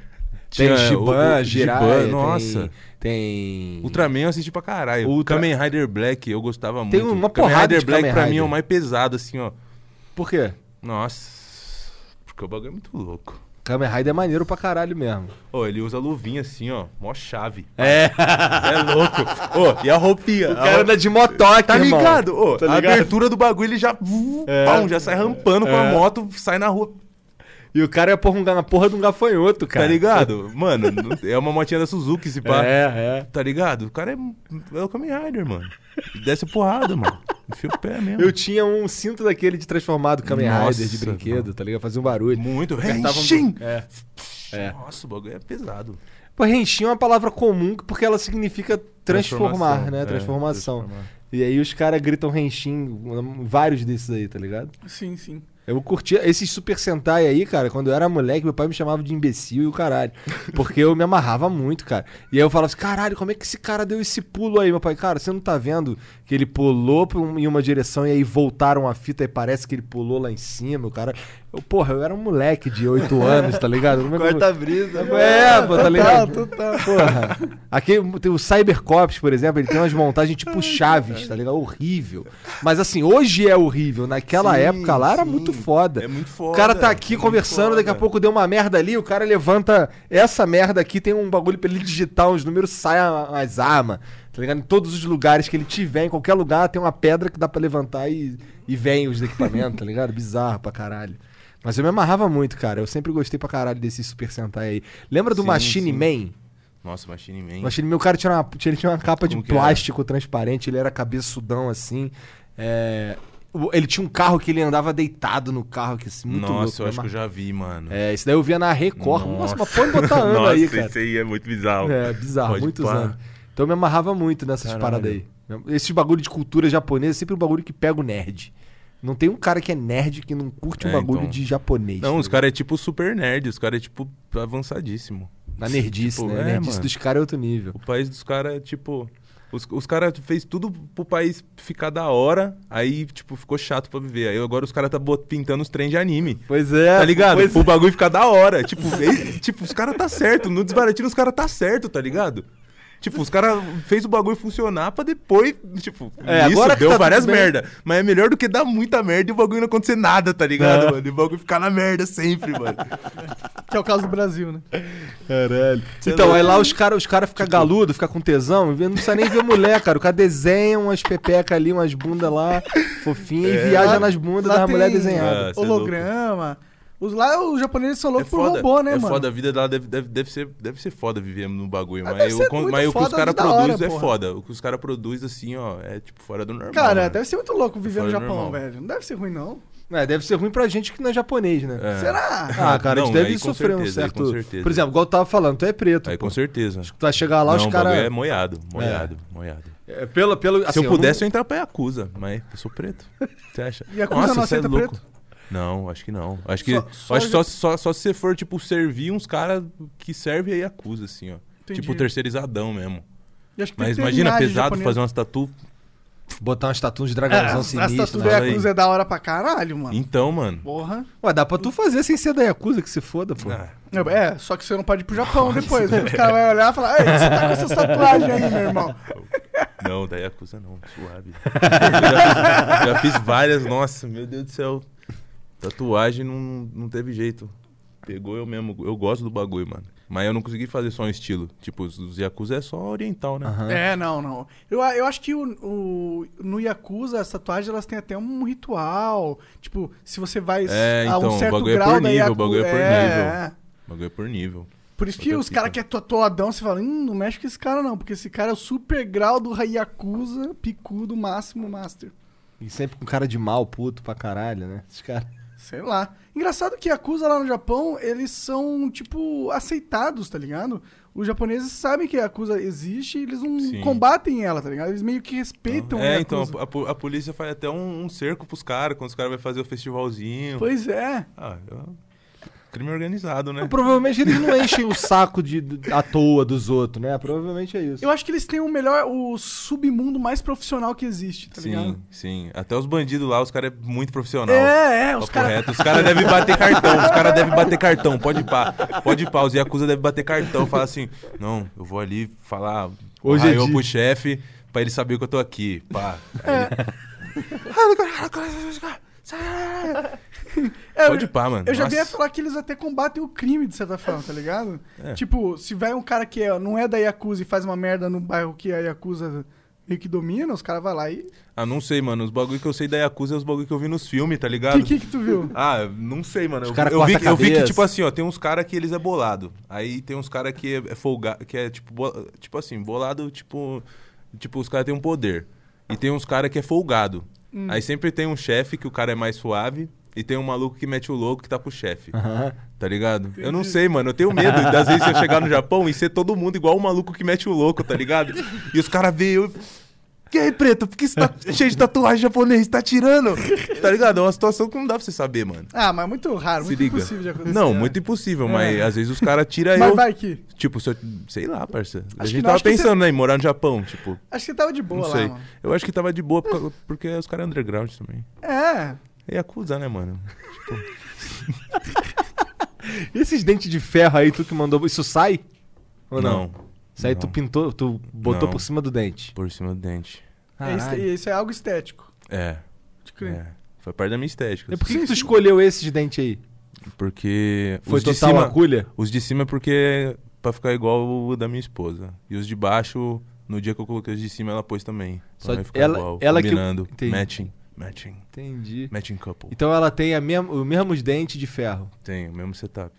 S3: tinha o-
S2: Shiban,
S3: o-
S2: Jiraiya, tem-
S3: nossa.
S2: Tem...
S3: Ultraman eu assisti pra caralho. O
S2: Ultra-
S3: Kamen Rider Black eu gostava muito.
S2: Tem uma
S3: Kamen
S2: porrada
S3: Rider
S2: de
S3: Black
S2: Kamen
S3: pra mim é o
S2: Rider.
S3: mais pesado, assim, ó.
S2: Por quê?
S3: Nossa. Porque o bagulho é muito louco.
S2: Kamen Rider é maneiro pra caralho mesmo.
S3: Ô, ele usa luvinha assim, ó. Mó chave.
S2: É,
S3: É louco. Ô, e a roupinha?
S2: o
S3: A
S2: cara
S3: roupa-
S2: anda de motoque,
S3: Tá
S2: irmão.
S3: ligado? Ô,
S2: Tá
S3: a
S2: ligado?
S3: abertura do bagulho ele já.
S2: É.
S3: Pum, já sai rampando com a
S2: É.
S3: moto, sai na rua.
S2: E o cara ia pôr um, ga- na porra de um gafanhoto, cara.
S3: Tá ligado? Mano, não- é uma motinha da Suzuki, se pá.
S2: É, é.
S3: Tá ligado? O cara é, é o Kamen Rider, mano. Desce a porrada, mano. Enfia o pé mesmo.
S2: Eu tinha um cinto daquele de transformado Kamen
S3: Nossa,
S2: Rider de brinquedo,
S3: mano.
S2: tá ligado? Fazia um barulho.
S3: Muito.
S2: Apertava um-
S3: Henshin!
S2: É. É.
S3: Nossa, o bagulho é pesado.
S2: Pô, renchim é uma palavra comum porque ela significa transformar,
S3: Transformação,
S2: né?
S3: é,
S2: Transformação.
S3: transformar.
S2: E aí os caras gritam renchim, vários desses aí, tá ligado?
S1: Sim, sim.
S2: Eu curtia esses Super Sentai aí, cara. Quando eu era moleque, meu pai me chamava de imbecil e o caralho. Porque eu me amarrava muito, cara. E aí eu falava assim: caralho, como é que esse cara deu esse pulo aí, meu pai? Cara, você não tá vendo que ele pulou pra um- em uma direção e aí voltaram a fita e parece que ele pulou lá em cima, o cara. Eu, porra, eu era um moleque de 8 anos, tá ligado? Como é que eu-
S4: Corta a brisa.
S2: É, pô, tá ligado?
S1: Total,
S2: Porra. Aquele, tem o Cybercops, por exemplo, ele tem umas montagens tipo Chaves, tá ligado? Horrível. Mas assim, hoje é horrível. Naquela
S3: Sim,
S2: época lá era
S3: sim.
S2: muito foda.
S3: É muito foda.
S2: O cara tá aqui
S3: é muito
S2: conversando, daqui a
S3: foda.
S2: pouco deu uma merda ali, o cara levanta essa merda aqui, tem um bagulho pra ele digitar uns números, sai a- as armas, tá ligado? Em todos os lugares que ele tiver, em qualquer lugar, tem uma pedra que dá pra levantar e, e vem os equipamentos, tá ligado? Bizarro pra caralho. Mas eu me amarrava muito, cara. Eu sempre gostei pra caralho desse Super Sentai aí. Lembra do
S3: Sim,
S2: Machine
S3: sim.
S2: Man?
S3: Nossa, Machine Man.
S2: O Machine Man, o cara tinha uma, tinha- ele tinha uma capa
S3: Como
S2: de
S3: que era?
S2: plástico transparente, ele era cabeçudão assim. é, o- Ele tinha um carro que ele andava deitado no carro, que assim, muito
S3: Nossa,
S2: louco.
S3: eu
S2: me
S3: acho que eu já vi, mano.
S2: é, isso daí eu via na Record. Nossa, mas pode botar ano
S3: Nossa,
S2: aí, cara.
S3: Isso aí é muito bizarro.
S2: É, bizarro,
S3: Pode
S2: muitos
S3: pá.
S2: anos. Então eu me amarrava muito nessas
S3: Caralho.
S2: paradas aí. Esse bagulho de cultura japonesa é sempre um bagulho que pega o nerd. Não tem um cara que é nerd que não curte um
S3: É,
S2: bagulho
S3: então.
S2: de japonês.
S3: Não,
S2: tá
S3: os caras é tipo super nerd, os caras é tipo avançadíssimo.
S2: ligado? Na nerdice,
S3: Tipo,
S2: né?
S3: é,
S2: A nerdice
S3: mano.
S2: dos caras é outro nível.
S3: O país dos caras é tipo. Os, os caras fez tudo pro país ficar da hora, aí, tipo, ficou chato pra viver. Aí agora os caras tá bot- pintando os trens de anime.
S2: Pois é.
S3: Tá ligado?
S2: Pois...
S3: O bagulho ficar da hora. Tipo, e- tipo os caras tá certo. No desbaratino, os caras tá certo, tá ligado? Tipo, os caras fez o bagulho funcionar pra depois, tipo,
S2: É,
S3: isso
S2: agora que
S3: deu
S2: tá tudo
S3: várias
S2: bem.
S3: merda. Mas é melhor do que dar muita merda e o bagulho não acontecer nada, tá ligado,
S2: É.
S3: mano? E o bagulho ficar na merda sempre, mano.
S1: Que é o caso do Brasil, né?
S2: Caralho. Então, aí lá os caras os cara ficam
S3: Tipo-
S2: galudo, ficam com tesão, não precisa nem ver mulher, cara. O cara desenha umas pepecas ali, umas bundas lá, fofinha,
S3: É.
S2: e viaja
S1: Lá-
S2: nas bundas
S1: lá
S2: da
S1: tem
S2: mulher desenhada.
S3: Ah, cê é
S1: holograma. Os lá, os japoneses são loucos por robô, né,
S3: é
S1: mano?
S3: foda, a vida lá deve, deve, deve ser, deve ser foda viver no bagulho,
S1: Ah,
S3: mas,
S1: deve ser
S3: o, con-
S1: muito
S3: mas o que os
S1: foda,
S3: caras
S1: vida da hora,
S3: produzem é
S1: porra.
S3: foda. O que os caras produzem, assim, ó, é tipo fora do normal.
S1: Cara,
S3: mano. É
S1: deve ser muito louco viver no
S3: Fora do
S1: Japão,
S3: normal.
S1: velho. Não deve ser ruim, não.
S2: É, deve ser ruim pra gente que não é japonês, né?
S3: É.
S1: Será?
S2: Ah, cara, a
S3: Não,
S2: gente deve
S3: aí com
S2: sofrer um
S3: certeza, aí
S2: certo.
S3: com certeza.
S2: Por exemplo, igual eu tava falando, tu é preto.
S3: Aí
S2: pô.
S3: com certeza.
S2: Tu vai chegar lá,
S3: não,
S2: os
S3: o bagulho é
S2: caras.
S3: moiado, moiado, moiado.
S2: É, pelo, pelo,
S3: Se
S2: assim,
S3: eu pudesse, eu, entrava pra Yakuza, mas eu sou preto. Você acha?
S1: Yakuza não
S3: cê
S1: aceita
S3: Não, acho que não. Acho que
S1: Só-
S3: só,
S1: só
S3: só, acho
S1: ja-
S3: só, só, só se você for, tipo, servir uns caras que servem a Yakuza, assim, ó.
S1: Entendi.
S3: Tipo, terceirizadão mesmo.
S1: E acho que tem
S3: Mas
S1: que ter
S3: imagina,
S1: linhagem
S3: pesado,
S1: japonesa.
S3: fazer umas tatu.
S2: não- botar umas tatuas de
S1: É,
S2: dragãozão
S1: essa
S2: sinistro.
S1: tatu
S2: Né?
S1: da
S3: né?
S1: Yakuza é da hora pra caralho, mano.
S3: Então, mano.
S1: Porra.
S2: Ué, dá pra tu fazer sem ser da Yakuza, que se foda, pô.
S3: Ah,
S1: É, só que você não pode ir pro Japão depois. né? Os caras vão olhar e falar, ei, você tá com essas tatuagens aí, meu irmão.
S3: Não, da Yakuza não, suave. já, fiz, já fiz várias, nossa, meu Deus do céu. Tatuagem não, não teve jeito. Pegou eu mesmo, eu gosto do bagulho, mano. Mas eu não consegui fazer só um estilo. Tipo, os, os Yakuza é só oriental, né?
S2: Aham.
S1: É, não, não. Eu, eu acho que o, o- no Yakuza, as tatuagens, elas têm até um ritual. Tipo, se você vai
S3: É,
S1: a
S3: então,
S1: um
S3: o
S1: certo
S3: bagulho é
S1: grau...
S3: por
S1: da
S3: nível, o
S1: Yaku-
S3: bagulho é por
S1: é,
S3: nível. O bagulho é por nível.
S1: Por isso que
S3: Outra
S1: os
S3: fita.
S1: caras que é tatuadão, você fala, hum, não mexe com esse cara não, porque esse cara é o super grau do Yakuza, picudo, máximo, master.
S2: E sempre com cara de mal, puto pra caralho, né? Esses caras.
S1: Sei lá. Engraçado que Yakuza lá no Japão, eles são, tipo, aceitados, tá ligado? Os japoneses sabem que a Yakuza existe e eles não
S3: Sim.
S1: combatem ela, tá ligado? Eles meio que respeitam a
S3: é, então,
S1: Yakuza.
S3: a, po- a polícia faz até um, um cerco pros caras, quando os caras vão fazer o festivalzinho.
S1: Pois é.
S3: Ah, eu- crime organizado, né?
S2: Não, Provavelmente eles não enchem o saco de, à toa dos outros, né? Provavelmente é isso.
S1: Eu acho que eles têm o melhor, o submundo mais profissional que existe, tá ligado?
S3: Sim, sim. Até os bandidos lá, os caras é muito profissional.
S1: É, é, os
S3: Papo
S1: caras...
S3: reto. Os caras devem bater cartão. Os caras devem bater cartão. Pode ir pá. Pode ir pá. Os Yakuza devem bater cartão. Falar assim: Não, eu vou ali falar.
S2: Hoje é
S3: raiô
S2: dia."
S3: pro chefe pra ele saber que eu tô aqui. Pá.
S1: Ah, É,
S3: Pode ir pá, mano.
S1: Eu já vi
S3: Nossa.
S1: falar que eles até combatem o crime, de certa forma, tá ligado?
S3: É.
S1: Tipo, se vai um cara que é- não é da Yakuza e faz uma merda no bairro que a Yakuza meio que domina, os caras vão lá e.
S3: Ah, não sei, mano. Os bagulho que eu sei da Yakuza é os bagulho que eu vi nos filmes, tá
S1: O que,
S3: ligado?
S1: que que tu viu?
S3: Ah, não sei, mano.
S2: Os
S3: Eu,
S2: cara
S3: eu,
S2: corta
S3: vi,
S2: a
S3: eu vi que,
S2: cabeça.
S3: tipo assim, ó, tem uns caras que eles é bolado. Aí tem uns caras que é, é folgado, que é tipo, bo- tipo assim, bolado, tipo. Tipo, os caras têm um poder. E tem uns caras que é folgado. Aí sempre tem um chefe que o cara é mais suave. E tem um maluco que mete o louco que tá pro chefe. Tá ligado? Eu não sei, mano. Eu tenho medo das vezes eu chegar no Japão e ser todo mundo igual o maluco que mete o louco, tá ligado? E os caras veem eu. Que aí, preto? Por que você tá cheio de tatuagem japonês? Tá tirando? Tá ligado? É uma situação que não dá pra você saber, mano.
S1: Ah, mas muito raro,
S3: Se
S1: muito
S3: liga.
S1: impossível de acontecer.
S3: Não,
S1: né?
S3: muito impossível,
S1: É.
S3: mas às vezes os caras tiram
S1: Mas
S3: eu.
S1: vai que.
S3: Tipo, se eu, sei lá, parça. A
S1: Acho que
S3: gente
S1: não,
S3: tava
S1: acho que
S3: pensando, né, em morar no Japão, tipo.
S1: Acho que tava de boa
S3: não
S1: lá,
S3: sei.
S1: mano.
S3: Eu acho que tava de boa por causa- porque os caras é underground também.
S1: É.
S3: E acusar, né, mano?
S2: E esses dentes de ferro aí, tu que mandou. Isso sai? Ou não? Isso aí tu
S3: Não.
S2: pintou, tu botou
S3: Não.
S2: por cima do dente.
S3: Por cima do dente.
S1: É isso,
S2: Caralho.
S1: isso é algo estético.
S3: É.
S1: Pode crer.
S3: é. Foi parte da minha estética.
S1: É
S3: assim.
S2: E por que, que tu escolheu esses dentes aí?
S3: Porque.
S2: Foi
S3: os de
S2: total
S3: cima,
S2: agulha?
S3: Os de cima é porque. Pra ficar igual o da minha esposa. E os de baixo, no dia que eu coloquei os de cima, ela pôs também.
S2: Só
S3: pra ficar
S2: ela-
S3: igual.
S2: ela que-
S3: combinando.
S2: Entendi.
S3: Matching. Matching.
S2: Entendi.
S3: Matching couple.
S2: Então ela tem a mesma, os mesmos dentes de ferro.
S3: Tem o mesmo setup.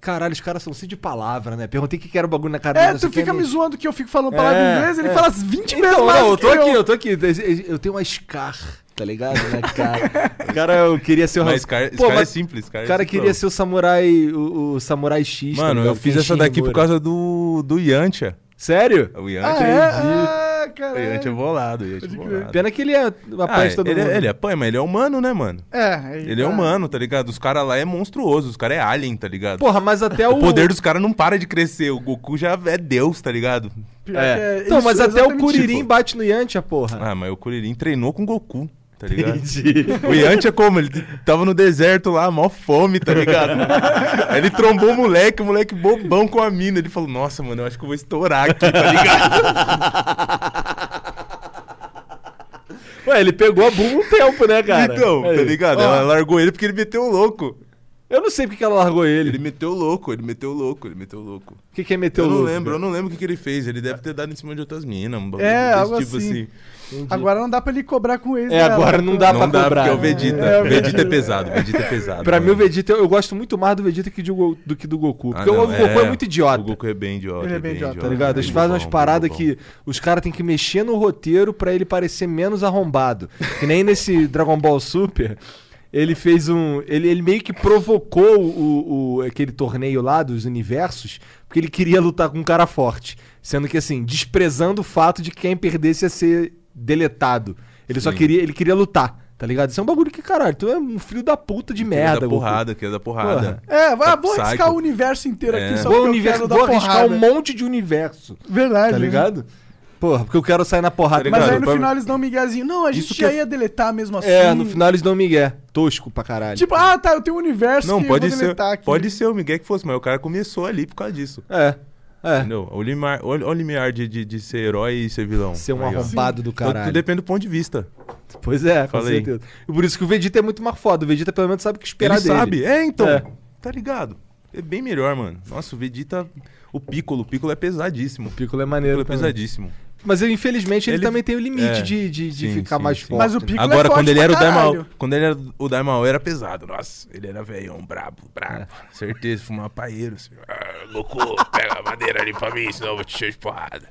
S2: Caralho, os caras são assim de palavra, né? Perguntei o que que era o bagulho na cara
S1: É,
S2: dele,
S1: tu
S2: não sei o que,
S1: fica
S2: não-
S1: me zoando que eu fico falando palavra
S2: É,
S1: em inglês, ele
S2: é.
S1: fala as 20 vezes
S2: Então,
S1: mais
S2: não, eu
S1: do
S2: tô
S1: que
S2: aqui, eu. tô aqui. Eu tenho uma Scar, tá ligado? Na cara. o cara eu queria ser o
S3: Mas cara,
S2: Pô,
S3: cara é
S2: mas
S3: simples, cara. então.
S2: O cara queria ser o samurai. O, o samurai X. tá
S3: Mano, eu
S2: ligado?
S3: fiz
S2: Kenshin
S3: essa daqui por
S2: Himura.
S3: causa do, do Yantia.
S2: Sério?
S3: O
S1: Ah,
S3: Yantia.
S1: é? Ah,
S3: O Yantia é
S1: caralho.
S3: bolado, o Yantia é
S1: Pode crer.
S3: bolado.
S2: Pena que ele é
S3: Ah,
S2: apanha de todo
S3: ele,
S2: mundo. Ah.
S3: é- ele apanha, mas ele é humano, né, mano?
S1: É, aí
S3: Ele é
S1: tá.
S3: humano, tá ligado? Os caras lá é monstruoso, os caras é alien, tá ligado?
S2: Porra, mas até é o.
S3: O poder dos caras não para de crescer. O Goku já é Deus, tá ligado?
S1: Pior que
S2: É.
S1: é
S2: Então,
S1: isso,
S2: mas até o
S1: exatamente
S2: Kuririn
S1: isso.
S2: bate no Yantia, porra.
S3: Ah, mas o Kuririn treinou com o Goku, tá ligado?
S2: Entendi.
S3: O Yantia como? Ele tava no deserto lá, mó fome, tá ligado? Aí ele trombou o moleque, o moleque bobão com a mina. Ele falou, nossa, mano, eu acho que eu vou estourar aqui, tá ligado?
S2: Ué, ele pegou a bumba um tempo, né, cara?
S3: então, tá
S2: Aí.
S3: ligado?
S2: Ó,
S3: Ela largou ele porque ele meteu o louco.
S2: Eu não sei porque ela largou
S3: Ele
S2: ele.
S3: meteu o louco, ele meteu o louco, ele meteu o louco.
S2: O que, que é meter
S3: eu
S2: o
S3: não
S2: louco,
S3: lembro, eu
S2: cara?
S3: não lembro o que, que ele fez. Ele deve ter dado em cima de outras minas, um bagulho
S1: É,
S3: desse
S1: algo assim.
S2: Entendi.
S1: Agora não dá pra ele cobrar com o ex
S2: É,
S1: dela,
S2: agora
S1: né?
S2: não dá pra
S3: não dá,
S2: cobrar. né?
S3: porque é o Vegeta.
S1: É, é o
S3: o Vegeta é
S1: Vegeta.
S3: pesado, o Vegeta é pesado.
S2: Pra mim, o
S3: mano.
S2: Vegeta, eu, eu gosto muito mais do Vegeta que do, Go- do que do Goku.
S3: Ah,
S2: Porque
S3: não,
S2: o Goku é, muito idiota.
S3: O Goku é bem idiota.
S1: Ele é bem idiota,
S2: Tá ligado? Eles fazem umas paradas que os caras têm que mexer no roteiro pra ele parecer menos arrombado. Que nem nesse Dragon Ball Super, ele fez um. Ele, ele meio que provocou o, o- aquele torneio lá dos universos, porque ele queria lutar com um cara forte. Sendo que assim, desprezando o fato de que quem perdesse ia ser deletado. Ele só
S3: Sim.
S2: queria. Ele queria lutar, tá ligado? Isso é um bagulho que, caralho, tu é um filho da puta de merda,
S3: da
S2: Goku.
S3: porrada, que é da porrada.
S2: Porra.
S1: É, vai, vou
S3: Psycho.
S1: arriscar o universo inteiro aqui
S3: É.
S1: só
S2: Vou,
S1: porque
S2: universo-
S1: eu quero
S2: vou
S1: dar
S2: arriscar
S1: porrada.
S2: um monte de universo.
S1: Verdade.
S2: Tá
S1: né?
S2: ligado? Porra, porque eu quero sair na porrada.
S3: Tá
S1: Mas
S3: ligado?
S1: aí no
S3: Pra-
S1: final eles dão um miguezinho. Não, a gente
S3: Isso que
S1: já
S3: é-
S1: ia deletar mesmo assim.
S2: É, no final eles dão migué. Tosco pra caralho.
S1: Tipo, ah, tá, eu tenho um universo
S3: Não,
S1: que eu
S3: pode
S1: vou
S3: ser,
S1: deletar aqui.
S3: pode ser o Miguel que fosse, mas o cara começou ali por causa disso.
S2: É. É.
S3: Entendeu? Olha o limiar, olha, olha o limiar de, de, de ser herói e ser vilão.
S2: Ser um
S3: Aí, ó.
S2: arrombado do
S3: Então,
S2: caralho.
S3: Tudo depende do ponto de vista.
S2: Pois é, com
S3: Fala aí.
S2: certeza. E por isso que o Vegeta é muito mais foda. O Vegeta pelo menos sabe o que esperar
S3: ele
S2: dele.
S3: sabe. É, então.
S2: É.
S3: Tá ligado? É bem melhor, mano. Nossa, o Vegeta... O Piccolo. O Piccolo é pesadíssimo. O
S2: Piccolo é
S3: Piccolo
S2: maneiro.
S3: é
S2: também.
S3: pesadíssimo.
S2: Mas ele, infelizmente ele,
S3: Ele-
S2: também tem o limite
S3: é.
S2: de, de, de
S3: Sim,
S2: ficar
S3: sim,
S2: mais
S3: sim.
S2: forte.
S1: Mas o
S2: né?
S1: Piccolo é
S3: Agora,
S1: forte
S3: quando ele
S1: pra
S3: era o Daimao,
S1: caralho.
S3: quando ele era o Daimao era pesado, nossa, ele era velhão, brabo,
S1: É.
S3: brabo, certeza, fumava paeiro, assim, "Ah, Goku, pega a madeira ali pra mim, senão eu vou te encher de porrada.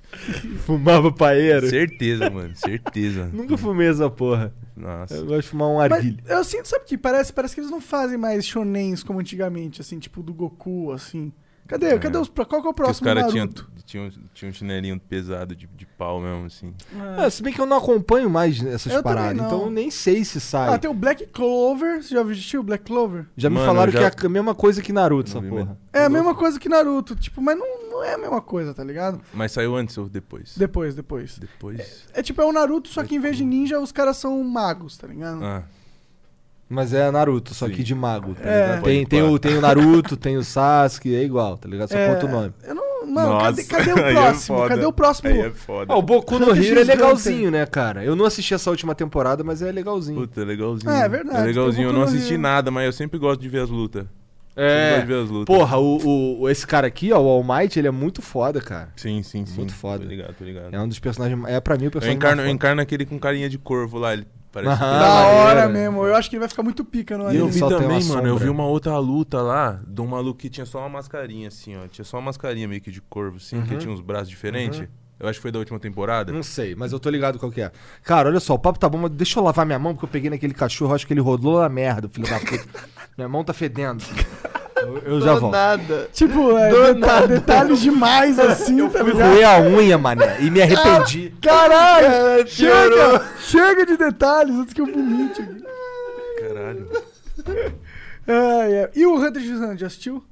S2: Fumava paeiro.
S3: Certeza, mano, certeza.
S2: Nunca fumei essa porra. Eu
S1: É,
S3: Nossa.
S2: gosto de fumar um
S1: Mas
S2: arguilho.
S1: eu sinto, sabe o que? Parece, parece que eles não fazem mais shonens como antigamente, assim, tipo do Goku, assim. Cadê?
S3: É.
S1: Cadê os. Qual que é o
S3: Porque os
S1: próximo?
S3: caras tinham
S1: Naruto?
S3: tinha, tinha um chinelinho pesado de, de pau mesmo, assim.
S2: Ah, se bem que eu não acompanho mais essas
S1: Eu também
S2: paradas,
S1: não.
S2: então eu nem sei se sai.
S1: Ah, tem o Black Clover. Você já assistiu o Black Clover?
S2: Já me
S3: Mano,
S2: falaram
S3: eu já-
S2: que é a mesma coisa que Naruto,
S3: Eu
S2: essa
S3: não vi
S2: porra.
S3: mesmo.
S1: É a mesma coisa que Naruto, tipo, mas não, não é a mesma coisa, tá ligado?
S3: Mas saiu antes ou depois?
S1: Depois, depois.
S3: Depois.
S1: É tipo, é o Naruto, só que em vez de ninja, os caras são magos, tá ligado?
S3: Ah,
S2: Mas é Naruto, só
S3: Sim.
S2: que de mago, tá
S1: É.
S2: ligado? Tem,
S3: Pode
S2: tem,
S3: parar.
S2: o, tem o Naruto, tem o Sasuke, é igual, tá ligado? Só
S1: É,
S2: conta o nome.
S1: Eu não. Mano, cadê,
S3: nossa.
S1: cadê o
S3: Aí é
S1: próximo?
S3: foda.
S1: cadê o próximo?
S3: Aí é foda.
S2: Ah, o Boku no
S1: Hunter x
S2: Hero é
S1: Hunter.
S2: legalzinho, né, cara? Eu não assisti essa última temporada, mas é legalzinho.
S3: Puta, é legalzinho.
S1: É, é verdade,
S3: É legalzinho, eu
S1: tem um
S3: não
S1: Boku no
S3: assisti
S1: Hero.
S3: nada, mas eu sempre gosto de ver as lutas. Você
S2: É.
S3: pode ver as lutas.
S2: Porra, o, o- o- esse cara aqui, ó, o All Might, ele é muito foda, cara.
S3: Sim, sim, sim.
S2: Muito foda.
S3: Tô ligado, tô ligado.
S2: É um dos personagens. É pra mim o
S3: Eu
S2: personagem.
S3: encarno, eu
S2: mais foda.
S3: encarno aquele com carinha de corvo lá, ele parece.
S2: Aham.
S3: que-
S2: Ah,
S1: da hora
S2: maneiro.
S1: mesmo. Eu acho que ele vai ficar muito pica no
S3: E eu
S2: Ele
S1: anime.
S3: vi
S2: só tem uma
S3: também, mano, eu
S2: sombra.
S3: vi uma outra luta lá de um maluco que tinha só uma mascarinha, assim, ó. Tinha só uma mascarinha meio que de corvo, assim,
S2: Uhum.
S3: que tinha uns braços diferentes. Eu acho que foi da última temporada.
S2: Não sei, mas eu tô ligado qual que é. Cara, olha só, o papo tá bom, mas deixa eu lavar minha mão, porque eu peguei naquele cachorro, acho que ele rodou na merda, filho da puta. minha mão tá fedendo. Eu, eu já
S4: Do
S2: volto.
S4: nada.
S1: Tipo, é,
S4: Do
S1: deta- detalhes demais assim, tá
S2: Fui
S1: ligado?
S2: roer a unha, mané, e me arrependi.
S3: É,
S1: Caralho!
S4: piorou.
S1: Chega! Chega de detalhes antes que eu vomite aqui.
S3: Caralho.
S1: Ai, ai. E o Hunter x Hunter, já assistiu?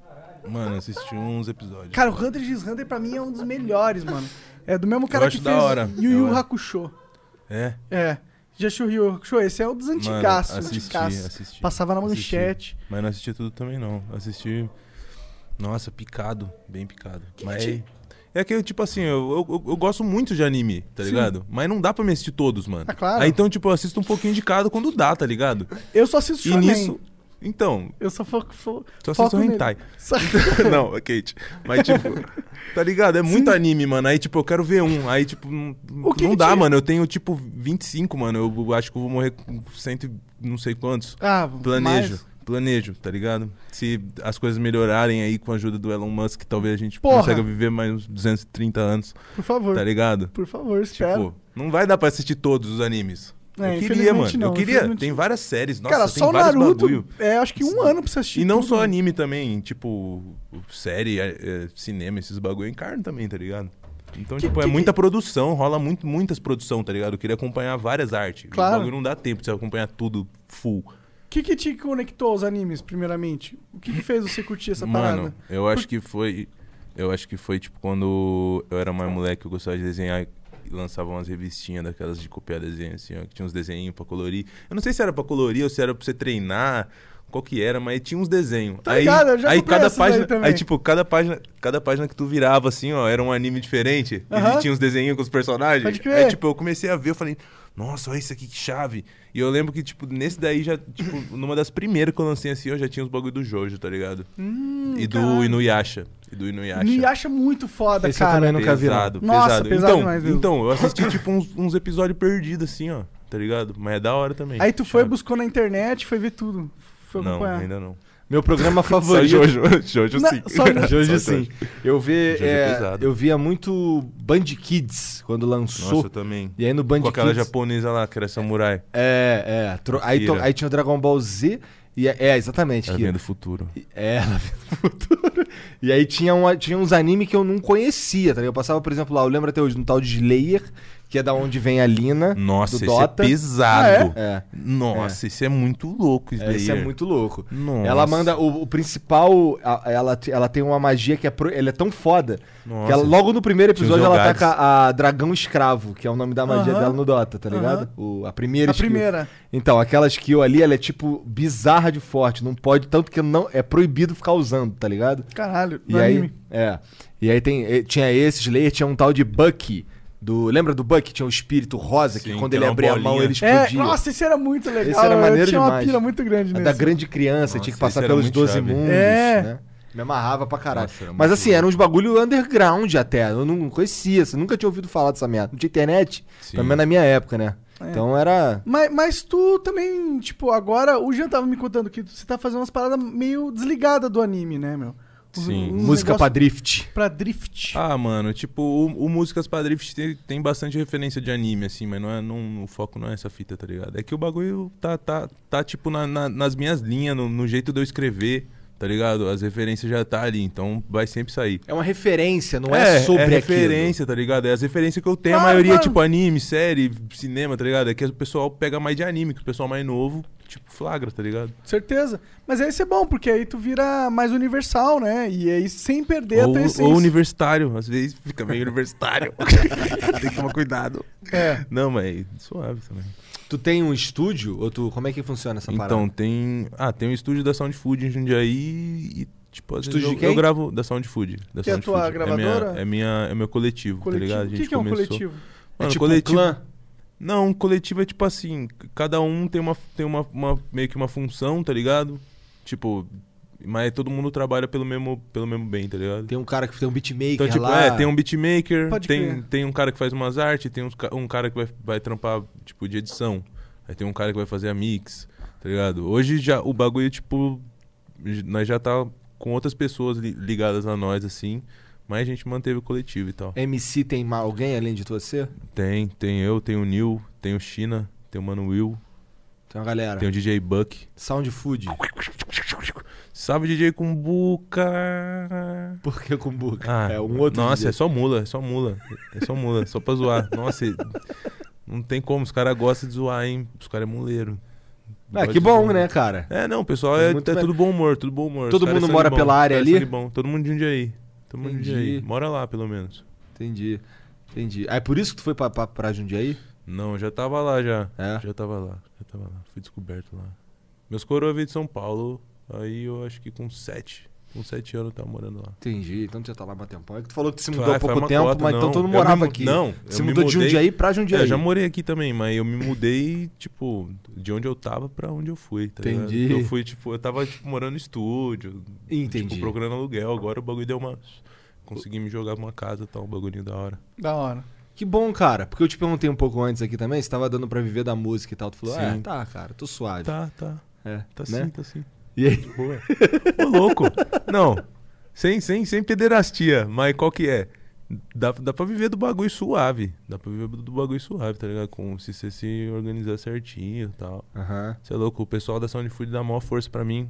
S3: Mano, assisti uns episódios.
S1: Cara, o Hunter x Hunter pra mim é um dos melhores, mano. É do mesmo cara
S3: acho
S1: que
S3: da
S1: fez
S3: hora,
S1: Yu
S3: da
S1: Yu
S3: hora.
S1: Hakusho.
S3: É.
S1: É. Já assistiu Yu Yu Hakusho? Esse é um dos antigaços,
S3: assisti,
S1: antigaços.
S3: assisti,
S1: Passava na
S3: assisti.
S1: manchete.
S3: Mas não assisti tudo também, não. Assisti. Nossa, picado. Bem picado. Mas.
S1: ti-
S3: É que, tipo assim, eu, eu, eu gosto muito de anime, tá
S1: Sim.
S3: ligado? Mas não dá pra me assistir todos, mano.
S1: Ah, claro.
S3: Aí, então, tipo, eu assisto um pouquinho de cada quando dá, tá ligado?
S1: Eu só assisto
S3: E
S1: Shonen.
S3: nisso. Então,
S1: Eu só foco. fo-
S3: só
S1: foco
S3: assisto
S1: nele.
S3: hentai.
S1: Só-
S3: não, Kate. Mas, tipo, tá ligado? É muito anime, mano. Aí, tipo, eu quero ver um. Aí, tipo, não,
S1: O que
S3: não
S1: que
S3: dá,
S1: te-
S3: mano. Eu tenho, tipo, 25, mano. Eu acho que eu vou morrer com cento e não sei quantos.
S1: Ah,
S3: Planejo.
S1: mas-
S3: Planejo, tá ligado? Se as coisas melhorarem aí com a ajuda do Elon Musk, talvez a gente
S1: Porra.
S3: consiga viver mais uns 230 anos,
S1: Por favor.
S3: tá ligado?
S1: Por favor, espero.
S3: Tipo, não vai dar pra assistir todos os animes.
S1: É,
S3: eu queria,
S1: infelizmente
S3: mano.
S1: não,
S3: eu queria.
S1: infelizmente
S3: Tem
S1: não.
S3: várias séries. Nossa,
S1: Cara,
S3: tem
S1: só o
S3: vários
S1: Naruto.
S3: bagulho.
S1: É, acho que um ano pra você assistir.
S3: E não
S1: tudo,
S3: só
S1: mano.
S3: anime também, tipo, série, é, é, cinema, esses bagulho eu encarno também, tá ligado? Então,
S1: Que-
S3: tipo, é
S1: que-
S3: muita produção, rola muito, muitas produção, tá ligado? Eu queria acompanhar várias artes.
S1: Claro.
S3: O bagulho não dá tempo de você acompanhar tudo full.
S1: O que, que te conectou aos animes, primeiramente? O que, que fez você curtir essa
S3: Mano,
S1: parada?
S3: eu acho que foi. Eu acho que foi, tipo, quando eu era mais moleque, eu gostava de desenhar e lançavam umas revistinhas daquelas de copiar desenho, assim, ó, que tinha uns desenhinhos pra colorir. Eu não sei se era pra colorir ou se era pra você treinar, qual que era, mas tinha uns desenhos.
S1: Tá
S3: aí,
S1: ligado, eu já
S3: aí
S1: comprei
S3: cada
S1: essas daí
S3: página,
S1: também.
S3: aí tipo, cada página, cada página que tu virava assim, ó, era um anime diferente
S1: Aham.
S3: e tinha uns desenhinhos com os personagens.
S1: Pode crer.
S3: Aí tipo, eu comecei a ver, eu falei, nossa, olha isso aqui que chave. E eu lembro que tipo, nesse daí já, tipo, numa das primeiras que eu lancei assim, eu já tinha os bagulho do Jojo, tá ligado?
S1: Hum,
S3: E do
S1: caralho.
S3: Inuyasha. E do Inuyasha.
S1: Inuyasha é muito foda,
S2: Esse eu
S1: cara.
S2: também não- nunca vi,
S3: pesado,
S1: não. Nossa,
S3: pesado.
S1: pesado
S3: então,
S1: demais mesmo.
S3: então, eu assisti tipo uns, uns episódios perdidos assim, ó. Tá ligado? Mas é da hora também.
S1: Aí tu foi,
S3: Chave.
S1: buscou na internet, foi ver tudo. Foi
S3: Não,
S1: acompanhar.
S3: ainda não.
S2: Meu programa
S3: Só
S2: favorito.
S3: Jojo. Jojo
S1: Não,
S3: sim.
S1: só Jojo.
S2: Jojo
S3: Só
S2: sim. Eu, vi,
S3: Jojo
S2: é,
S3: pesado.
S2: eu via muito Band Kids quando lançou.
S3: Nossa, eu também.
S2: E aí no Band
S3: Com aquela
S2: Kids.
S3: japonesa lá, que era samurai.
S2: É, é. tro- Aí, to-
S3: Akira.
S2: aí tinha o Dragon Ball Z. E é, é, exatamente.
S3: Ela
S2: que-
S3: vinha do futuro.
S2: É, ela veio do futuro. E aí tinha, um, tinha uns anime que eu não conhecia, tá ligado? Eu passava, por exemplo, lá, eu lembro até hoje, um tal de Slayer, que é da onde vem a Lina,
S3: Nossa,
S2: do
S3: esse
S2: Dota.
S3: é pesado.
S1: Ah,
S2: É,
S3: Nossa, esse é muito louco,
S2: é, isso é
S3: Slayer.
S2: muito louco.
S3: Nossa.
S2: Ela manda, o, o principal, a- ela, te- ela tem uma magia que é, pro- ela é tão foda, que
S3: Nossa.
S2: ela, logo no primeiro
S3: Tinha
S2: episódio
S3: os
S2: ela
S3: Elgares.
S2: ataca a Dragão Escravo, que é o nome da magia
S1: Aham.
S2: dela no Dota, tá
S1: Aham.
S2: ligado? O- a primeira
S1: a
S2: skill.
S1: primeira.
S2: Então, aquela skill ali, ela é tipo bizarra de forte, não pode, tanto que não é proibido ficar usando, tá ligado?
S1: Caralho,
S2: E
S1: no
S2: aí,
S1: anime.
S2: é. E aí tem, eh, tinha esse Slayer, tinha um tal de Bucky. Do, lembra do Bucky? Tinha um espírito rosa que
S3: Sim,
S2: quando
S3: que
S2: ele
S3: era uma
S2: abria a mão
S3: bolinha.
S2: ele
S1: É,
S2: explodia.
S1: nossa, esse era muito legal.
S2: Esse era maneiro
S1: eu tinha uma
S2: demais.
S1: pila muito grande
S2: A
S1: nesse.
S2: da grande criança,
S3: Nossa,
S2: tinha que passar
S3: esse era
S2: pelos
S3: muito
S2: 12
S3: chave.
S2: mundos,
S1: É.
S2: né? Me amarrava pra caralho.
S3: Nossa, era
S2: Mas
S3: muito
S2: assim, era uns bagulho underground até. Eu não conhecia, assim, nunca tinha ouvido falar dessa merda. Não tinha internet,
S3: Sim.
S2: também na minha época, né?
S1: É.
S2: Então era.
S1: Mas, mas tu também, tipo, agora o Jean tava me contando que você tá fazendo umas paradas meio desligada do anime, né, meu? Uns-
S3: Sim.
S1: uns
S2: música
S1: negócio
S2: pra drift.
S1: pra drift.
S3: Ah, mano, tipo, o, o Músicas pra Drift tem, tem bastante referência de anime, assim, mas não é, não, o foco não é essa fita, tá ligado? É que o bagulho tá, tá, tá tipo, na- na- nas minhas linhas, no, no jeito de eu escrever, tá ligado? As referências já tá ali, então vai sempre sair.
S2: É uma referência, Ah, não é, sobre
S3: é
S2: aquilo.
S3: referência, tá ligado? É as referências que eu tenho,
S1: Claro,
S3: a maioria,
S1: claro.
S3: tipo, anime, série, cinema, tá ligado? É que o pessoal pega mais de anime, que o pessoal mais novo, tipo, flagra, tá ligado?
S1: Certeza. Mas aí isso é bom, porque aí tu vira mais universal, né? E aí sem perder a
S3: Ou,
S1: tua
S3: ou
S1: essência.
S3: universitário, às vezes fica meio universitário. tem que tomar cuidado.
S1: É.
S3: Não, mas suave também.
S2: Tu tem um estúdio? Ou tu. Como é que funciona essa parada?
S3: Então, tem. Ah, tem o estúdio da Sound Food em Jundiaí e, tipo, às
S2: Estúdio
S3: vezes
S2: de
S3: eu,
S2: quem?
S3: eu gravo da Sound Food. Da
S1: Que é a
S3: Sound
S1: tua
S3: Food.
S1: gravadora?
S3: É, minha, é, minha, é meu coletivo,
S1: Coletivo. o
S3: tá ligado?
S1: que, que é um coletivo?
S2: É
S3: Mano,
S2: tipo
S3: coletivo-
S2: um clã.
S3: Não, coletivo é tipo assim, cada um tem uma, tem uma, uma- meio que uma função, tá ligado? Tipo, Mas todo mundo trabalha pelo mesmo, pelo mesmo bem, tá ligado?
S2: Tem um cara que tem um beatmaker
S3: Então, tipo,
S2: lá.
S3: é, tem um beatmaker,
S1: Pode
S3: tem,
S1: crer.
S3: tem um cara que faz umas artes, tem uns ca- um cara que vai, vai trampar, tipo, de edição. Aí tem um cara que vai fazer a mix, tá ligado? Hoje já o bagulho, tipo, j- nós já tá com outras pessoas li- ligadas a nós, assim, mas a gente manteve o coletivo e
S1: É.
S3: tal.
S2: MC tem ma- alguém além de você?
S3: Tem, tem eu, tem o Neil, tem o China, tem o Mano Will,
S2: Tem uma galera.
S3: tem um- o DJ Buck.
S2: Sound Food.
S3: Salve DJ Cumbuca!
S2: Por que com buca?
S3: Ah,
S2: é um outro.
S3: Nossa,
S2: DJ.
S3: é só mula, é só mula. É só mula, só pra zoar. Nossa, e- não tem como, os caras gostam de zoar, hein? Os caras é muleiro.
S2: Ah,
S3: Gosta
S2: que
S3: de
S2: bom,
S3: zoar.
S2: né, cara?
S3: É, não, o pessoal
S2: Mas
S3: é,
S2: muito
S3: é
S2: bem.
S3: tudo bom humor, tudo bom humor. Os
S2: Todo
S3: caras
S2: mundo
S3: são
S2: mora
S3: de
S2: pela
S3: bom, os
S2: área
S3: caras
S2: ali?
S3: são de bom. Todo mundo de um dia aí. Todo mundo de um dia aí.
S2: Entendi.
S3: Mora lá, pelo menos.
S2: Entendi. Entendi. Ah, é por isso que tu foi pra, pra, pra Jundiaí?
S3: Não, já tava lá já.
S2: É?
S3: Já tava lá, já tava lá. Fui descoberto lá. Meus coroa veio de São Paulo, aí eu acho que com sete. Com sete anos eu tava morando lá.
S2: Entendi. Então tu já tá lá há um tempão. É que tu falou que se
S3: Ah,
S2: mudou há
S3: foi
S2: pouco
S3: uma
S2: tempo,
S3: cota,
S2: mas então
S3: não.
S2: tu não
S3: Eu me
S2: morava
S3: mu-
S2: aqui.
S3: não,
S2: Se
S3: eu me
S2: mudou de
S3: mudei-
S2: Jundiaí pra
S3: É,
S2: Jundiaí.
S3: eu já morei aqui também, mas eu me mudei, tipo, de onde eu tava pra onde eu fui, tá ligado?
S2: Entendi.
S3: Eu fui, tipo, eu tava tipo, morando no estúdio,
S2: Entendi.
S3: tipo, procurando aluguel. Agora o bagulho deu uma. Consegui me jogar pra uma casa e tal, um bagulhinho da hora.
S1: Da hora.
S2: Que bom, cara. Porque eu te perguntei um pouco antes aqui também, se tava dando pra viver da música e tal. Tu falou,
S3: Sim.
S2: ah, tá, cara, tô suave.
S3: Tá, tá.
S2: É,
S3: Tá
S2: né?
S3: sim, tá sim.
S2: E aí?
S3: Boa. Ô, louco. Não. Sem, sem, sem pederastia, mas qual que é? Dá, dá pra viver do bagulho suave. Dá pra viver do bagulho suave, tá ligado? Com, se você se organizar certinho e tal.
S2: Aham.
S3: Você é louco, o pessoal da Sound Food dá a maior força pra mim.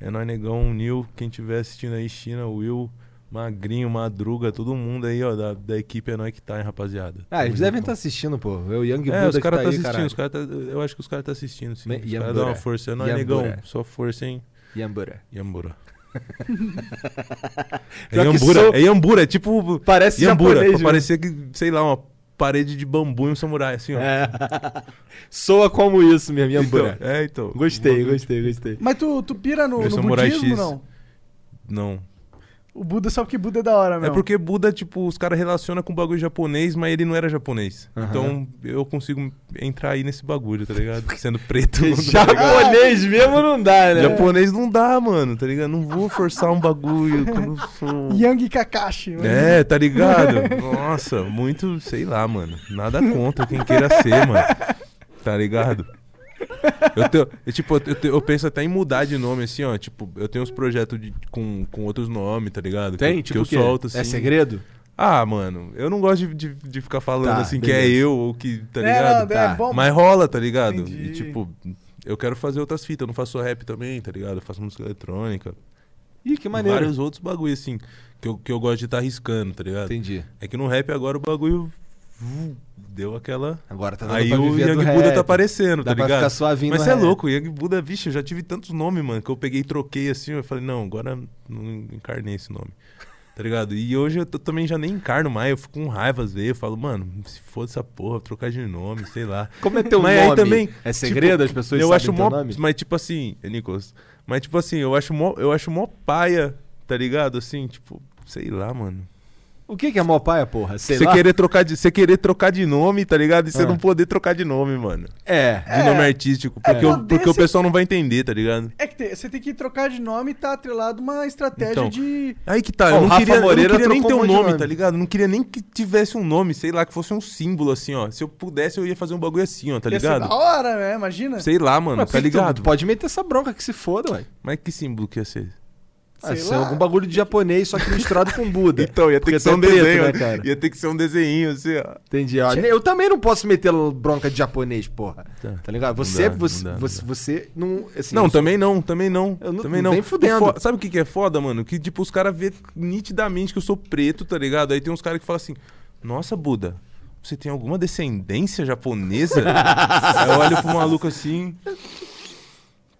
S3: É nóis, negão, Nil, quem tiver assistindo aí, China, Will, Magrinho, Madruga, todo mundo aí, ó, da, da equipe é nóis que tá, hein, rapaziada.
S2: Ah, eles
S3: Tamo
S2: devem
S3: junto.
S2: estar assistindo, pô. É o Young Buda
S3: É, os
S2: que
S3: caras
S2: tá aí,
S3: tá assistindo,
S2: caralho.
S3: os cara tá, eu acho que os caras tá assistindo, sim.
S2: Bem,
S3: Os caras dão
S2: Yambura.
S3: uma força, é nóis, negão,
S2: Yambura.
S3: só força, hein.
S2: Yambura.
S3: Yambura. é
S2: Pior que
S3: Yambura,
S2: sou-
S3: é Yambura, é tipo
S2: Parece
S3: Yambura,
S2: japonês, né?
S3: pra parecer que, sei lá, uma parede de bambu e um samurai, assim, ó.
S2: É. Soa como isso mesmo, Yambura.
S3: então, é, então.
S2: Gostei, gostei, gostei.
S1: Mas tu, tu pira no,
S3: Meu
S1: no
S3: Samurai
S1: budismo,
S3: X.
S1: não?
S3: Não,
S1: O Buda só porque Buda é da hora,
S3: É
S1: mesmo.
S3: porque Buda, tipo, os caras relacionam com o bagulho japonês, mas ele não era japonês.
S2: Aham.
S3: Então eu consigo entrar aí nesse bagulho, tá ligado? Sendo preto. não dá, tá ligado?
S2: Japonês mesmo não dá, né?
S3: Japonês não dá, mano, tá ligado? Não vou forçar um bagulho que eu não sou.
S1: Yang Kakashi. mano.
S3: É, tá ligado? Nossa, muito, sei lá, mano. Nada contra quem queira ser, mano. Tá ligado? Eu, tenho, eu, tipo, eu, tenho- eu penso até em mudar de nome, assim, ó. Tipo, eu tenho uns projetos de- com, com outros nomes, tá ligado? Que-
S2: Tem?
S3: que,
S2: Tipo
S3: eu
S2: o quê?
S3: solto, assim.
S2: É segredo?
S3: Ah, mano, eu não gosto de, de, de ficar falando
S2: Tá,
S3: assim que é
S2: beleza.
S3: eu ou que, tá
S1: É,
S3: ligado?
S1: não,
S2: Tá.
S1: é bom.
S3: Mas rola, tá ligado?
S1: Entendi.
S3: E tipo, eu quero fazer outras fitas, eu não faço só rap também, tá ligado? Eu faço música eletrônica.
S2: Ih, que maneiro.
S3: Vários outros bagulho, assim, que eu, que eu gosto de estar arriscando, tá ligado?
S2: Entendi.
S3: É que no rap agora o bagulho vu, deu aquela.
S2: Agora tá dando
S3: Aí
S2: pra
S3: o
S2: viver do
S3: Young
S2: rap.
S3: Buda tá aparecendo,
S2: Dá
S3: tá
S2: pra
S3: ligado?
S2: ficar suavinho
S3: Mas
S2: no
S3: você é
S2: rap.
S3: louco, Young Buda, vixe, eu já tive tantos nomes, mano, que eu peguei e troquei assim, eu falei, não, agora não encarnei esse nome. Tá ligado? E hoje eu t- também já nem encarno mais, eu fico com raiva às vezes, eu falo, mano, se for essa porra, trocar de nome, sei lá.
S2: Como é teu
S3: Mas aí
S2: nome?
S3: também,
S2: é segredo?
S3: tipo,
S2: As pessoas
S3: eu
S2: sabem
S3: acho
S2: teu
S3: mó,
S2: nome?
S3: Mas tipo assim, eh, Nicolas, mas tipo assim, eu acho mó, eu acho mó paia, tá ligado? Assim, tipo, sei lá, mano.
S2: O que que é mó paia, porra? Sei
S3: Você
S2: lá.
S3: querer, trocar de- você querer trocar de nome, tá ligado? E você
S2: Ah.
S3: não poder trocar de nome, mano.
S2: É.
S3: De nome artístico. Porque, o,
S1: Poder
S3: porque o
S1: você-
S3: pessoal não vai entender, tá ligado?
S1: É que tem- você tem que trocar de nome e tá atrelado uma estratégia
S3: Então.
S1: de.
S3: Aí que tá,
S2: Ó, o
S3: eu não
S2: Rafa
S3: queria, eu não
S2: Moreira
S3: queria nem
S2: trocou
S3: ter
S2: um
S3: um
S2: monte de
S3: nome,
S2: nome.
S3: tá ligado? Eu Não queria nem que tivesse um nome, sei lá, que fosse um símbolo assim, ó. Se eu pudesse, eu ia fazer um bagulho assim, ó, tá
S1: Ia ser da
S3: ligado?
S1: hora, né? Imagina.
S3: Sei lá, mano,
S2: Mas
S3: tá
S2: tu-
S3: ligado?
S2: Então, tu Pode meter essa bronca que se foda, ué.
S3: Mas que símbolo que ia ser?
S2: Ah,
S1: Sei
S2: isso é
S1: lá.
S2: algum bagulho de japonês, só que misturado com Buda.
S3: Então,
S2: Porque
S3: tá
S2: tu é preto, né, cara?
S3: um Ia ter que ser um desenho, assim, ó.
S2: Entendi. ó. Eu também não posso meter bronca de japonês, porra. Tá,
S3: Tá.
S2: ligado?
S3: Não
S2: Você,
S3: dá,
S2: você,
S3: não dá, não
S2: você, você não. assim,
S3: não,
S2: eu sou-
S3: também não, também não.
S2: Eu não-
S3: também
S2: não
S3: não.
S2: tem fudendo.
S3: O fo- Sabe o que, que é foda, mano? Que, tipo, os caras vê nitidamente que eu sou preto, tá ligado? Aí tem uns caras que falam assim: Nossa, Buda, você tem alguma descendência japonesa? Aí eu olho pro maluco assim.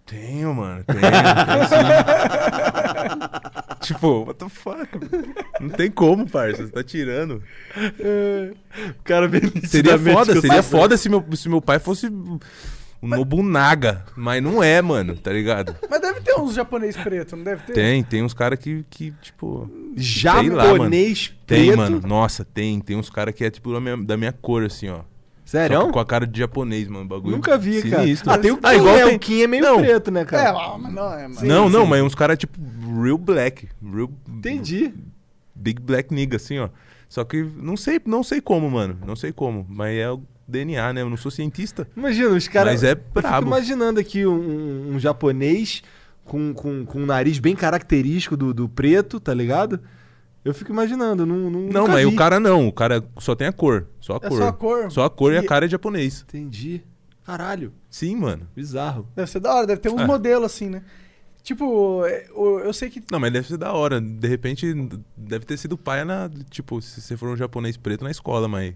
S3: Tenho, mano, tenho. tenho sim." tipo, what the fuck? mano? Não tem como, parça, você tá tirando.
S2: O cara vem
S3: Seria
S2: nitidamente que
S3: foda,
S2: eu
S3: seria
S2: sou-
S3: foda se meu, se meu pai fosse o Nobunaga. Mas não é, mano, tá ligado?
S1: Mas deve ter uns japonês preto, não deve ter?
S3: Tem, tem uns caras que, que, tipo.
S2: Japonês
S3: Tem,
S2: preto.
S3: mano. Nossa, tem. Tem uns caras que é, tipo, da minha, da minha cor, assim, ó. Só que
S2: Sério?
S3: com a cara de japonês, mano, o bagulho.
S2: Nunca vi, cara.
S3: sinistro.
S2: Ah, tem o
S3: Ah, igual
S2: Kim, né?
S3: tem-
S2: O Kim é meio
S3: Não.
S2: preto, né,
S1: É,
S2: cara?
S1: ó, mas não, é, mas...
S3: não, não,
S2: sim.
S3: mas uns caras tipo real black, real
S2: Entendi.
S3: big black nigga assim, ó. Só que não sei, não sei como, mano, não sei como, mas é o DNA, né? Eu não sou cientista.
S2: Imagina, os caras.
S3: Mas é
S2: Eu fico
S3: brabo.
S2: imaginando aqui um, um japonês com, com, com um nariz bem característico do, do preto, tá ligado? Eu fico imaginando, não. Não,
S3: Não,
S2: nunca
S3: mas
S2: vi.
S3: o cara não, o cara só tem a cor, só a
S1: É
S3: cor.
S1: só a cor.
S3: Só a cor e a
S1: E-
S3: cara é japonês.
S2: Entendi. Caralho,
S3: Sim, mano.
S2: bizarro.
S1: Deve ser da hora, deve ter uns
S3: É.
S1: modelos assim, né? Tipo, é, o- eu sei que.
S3: Não, mas deve ser da hora. De repente, deve ter sido paia na. Tipo, se você for um japonês preto na escola, mas.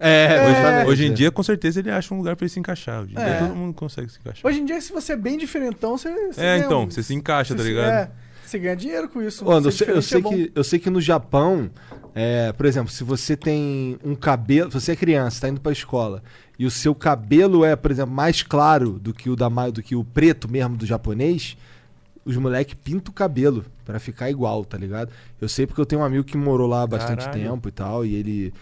S2: É,
S3: Hoje, hoje em dia, com certeza, ele acha um lugar pra ele se encaixar. Hoje em
S1: É.
S3: dia, todo mundo consegue se encaixar.
S1: Hoje em dia, se você é bem diferentão, você. você
S3: é,
S1: ganha
S3: então,
S1: um-
S3: você se encaixa, tá
S1: você-
S3: ligado?
S1: É, você ganha dinheiro com isso.
S2: Ô, Anderson,
S1: ser
S2: eu, sei, eu
S1: diferente
S2: sei
S1: é bom.
S2: que, eu sei que no Japão, é, por exemplo, se você tem um cabelo. Você é criança, tá indo pra escola, e o seu cabelo é, por exemplo, mais claro do que o da ma- do que o preto mesmo do japonês, os moleques pintam o cabelo pra ficar igual, tá ligado? Eu sei porque eu tenho um amigo que morou lá há bastante
S3: Caralho.
S2: tempo e tal, e ele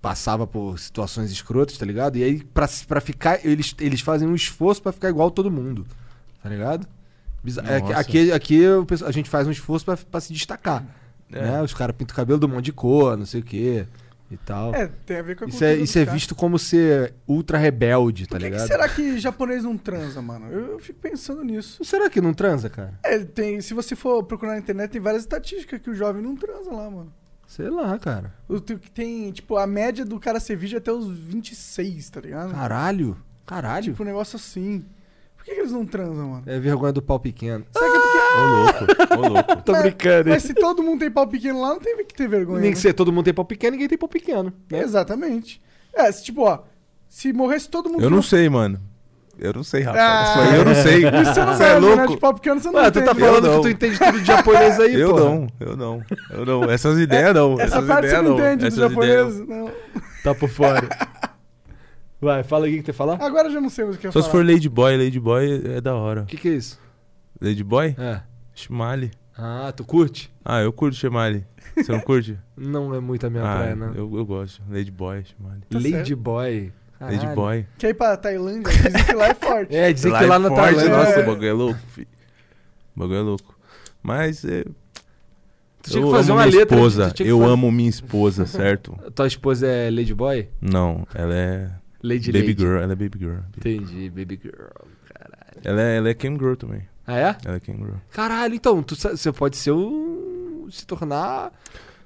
S2: passava por situações escrotas, tá ligado? E aí, pra, pra ficar. Eles, eles fazem um esforço pra ficar igual a todo mundo, tá ligado? Bizar- é que-
S3: Nossa.
S2: Aqui, aqui o pessoal- a gente faz um esforço pra, pra se destacar.
S3: É.
S2: Né? Os caras pintam o cabelo do monte de cor, não sei o quê e tal.
S1: É, tem a ver com a
S2: isso
S1: cultura
S2: é,
S1: dos
S2: isso é
S1: caras.
S2: visto como ser ultra rebelde, tá
S1: Por que, que
S2: ligado?
S1: será que japonês não transa, mano? Eu, eu fico pensando nisso.
S2: Será que não transa, cara?
S1: É, ele tem, se você for procurar na internet, tem várias estatísticas que o jovem não transa lá, mano.
S2: Sei lá, cara.
S1: O teu que tem, tipo, a média do cara ser virgem é até os 26, tá ligado?
S2: Caralho. Caralho.
S1: Tipo, um negócio assim. Por que, que eles não transam, mano?
S2: É vergonha do pau pequeno.
S1: Será que é porque.
S3: Ô, louco, ô, louco.
S2: Tô
S1: Mas-
S2: brincando, hein?
S1: Mas se todo mundo tem pau pequeno lá, não tem que ter vergonha.
S2: Nem
S1: né?
S2: que ser todo mundo tem pau pequeno, ninguém tem pau pequeno. Né?
S1: Exatamente. É, se, tipo, ó, se morresse todo mundo.
S3: Eu não
S1: que
S3: sei, mano. Eu não sei, rapaz.
S1: Ah.
S3: Isso aí eu não sei.
S1: Isso você não
S3: Você é
S1: sabe, né?
S3: louco?
S1: De pau pequeno você não
S2: Ué, tu
S1: entende.
S2: tá falando
S3: Eu
S2: que
S3: não.
S2: tu entende tudo de japonês aí,
S3: Eu
S2: porra.
S3: não, eu não, eu não. Essas ideias não.
S1: Essa
S3: essas
S1: parte você
S3: ideias
S1: não entende do
S3: essas ideias
S1: japonês. né?
S3: não.
S1: Não.
S2: Tá por fora. Vai, fala aí o que que tu ia falar.
S1: Agora eu já não sei mais o que eu
S3: Só
S1: ia
S3: se
S1: falar.
S3: for Ladyboy, Ladyboy é da hora.
S2: O que que é isso?
S3: Ladyboy?
S2: É.
S3: Shimali.
S2: Ah, tu curte?
S3: Ah, eu curto Shimali. Você não curte?
S2: Não é muito a minha
S3: ah,
S2: praia, não.
S3: Eu, eu gosto. Ladyboy, Shimali.
S1: Tá
S2: Lady
S1: certo.
S2: Boy. Caralho.
S3: Ladyboy.
S1: Quer ir pra Tailândia? Dizem que lá é forte.
S2: É, dizem que lá na
S3: forte,
S2: Tailândia.
S3: Nossa,
S1: É.
S3: o bagulho é louco, filho. O bagulho é louco. Mas é,
S2: Tu tinha
S3: eu
S2: que fazer
S3: amo
S2: uma
S3: minha
S2: letra.
S3: esposa.
S2: tu tinha que
S3: Eu
S2: fazer-
S3: amo minha esposa, certo?
S2: Tua esposa é Lady Boy?
S3: Não, ela é
S2: Lady
S3: baby
S2: Lady.
S3: girl. Ela é baby girl.
S2: Entendi, Baby Girl. Caralho.
S3: Ela é, ela é cam girl também.
S2: Ah, é?
S3: Ela é cam girl.
S2: Caralho, então, tu, sa- você pode ser um. se tornar.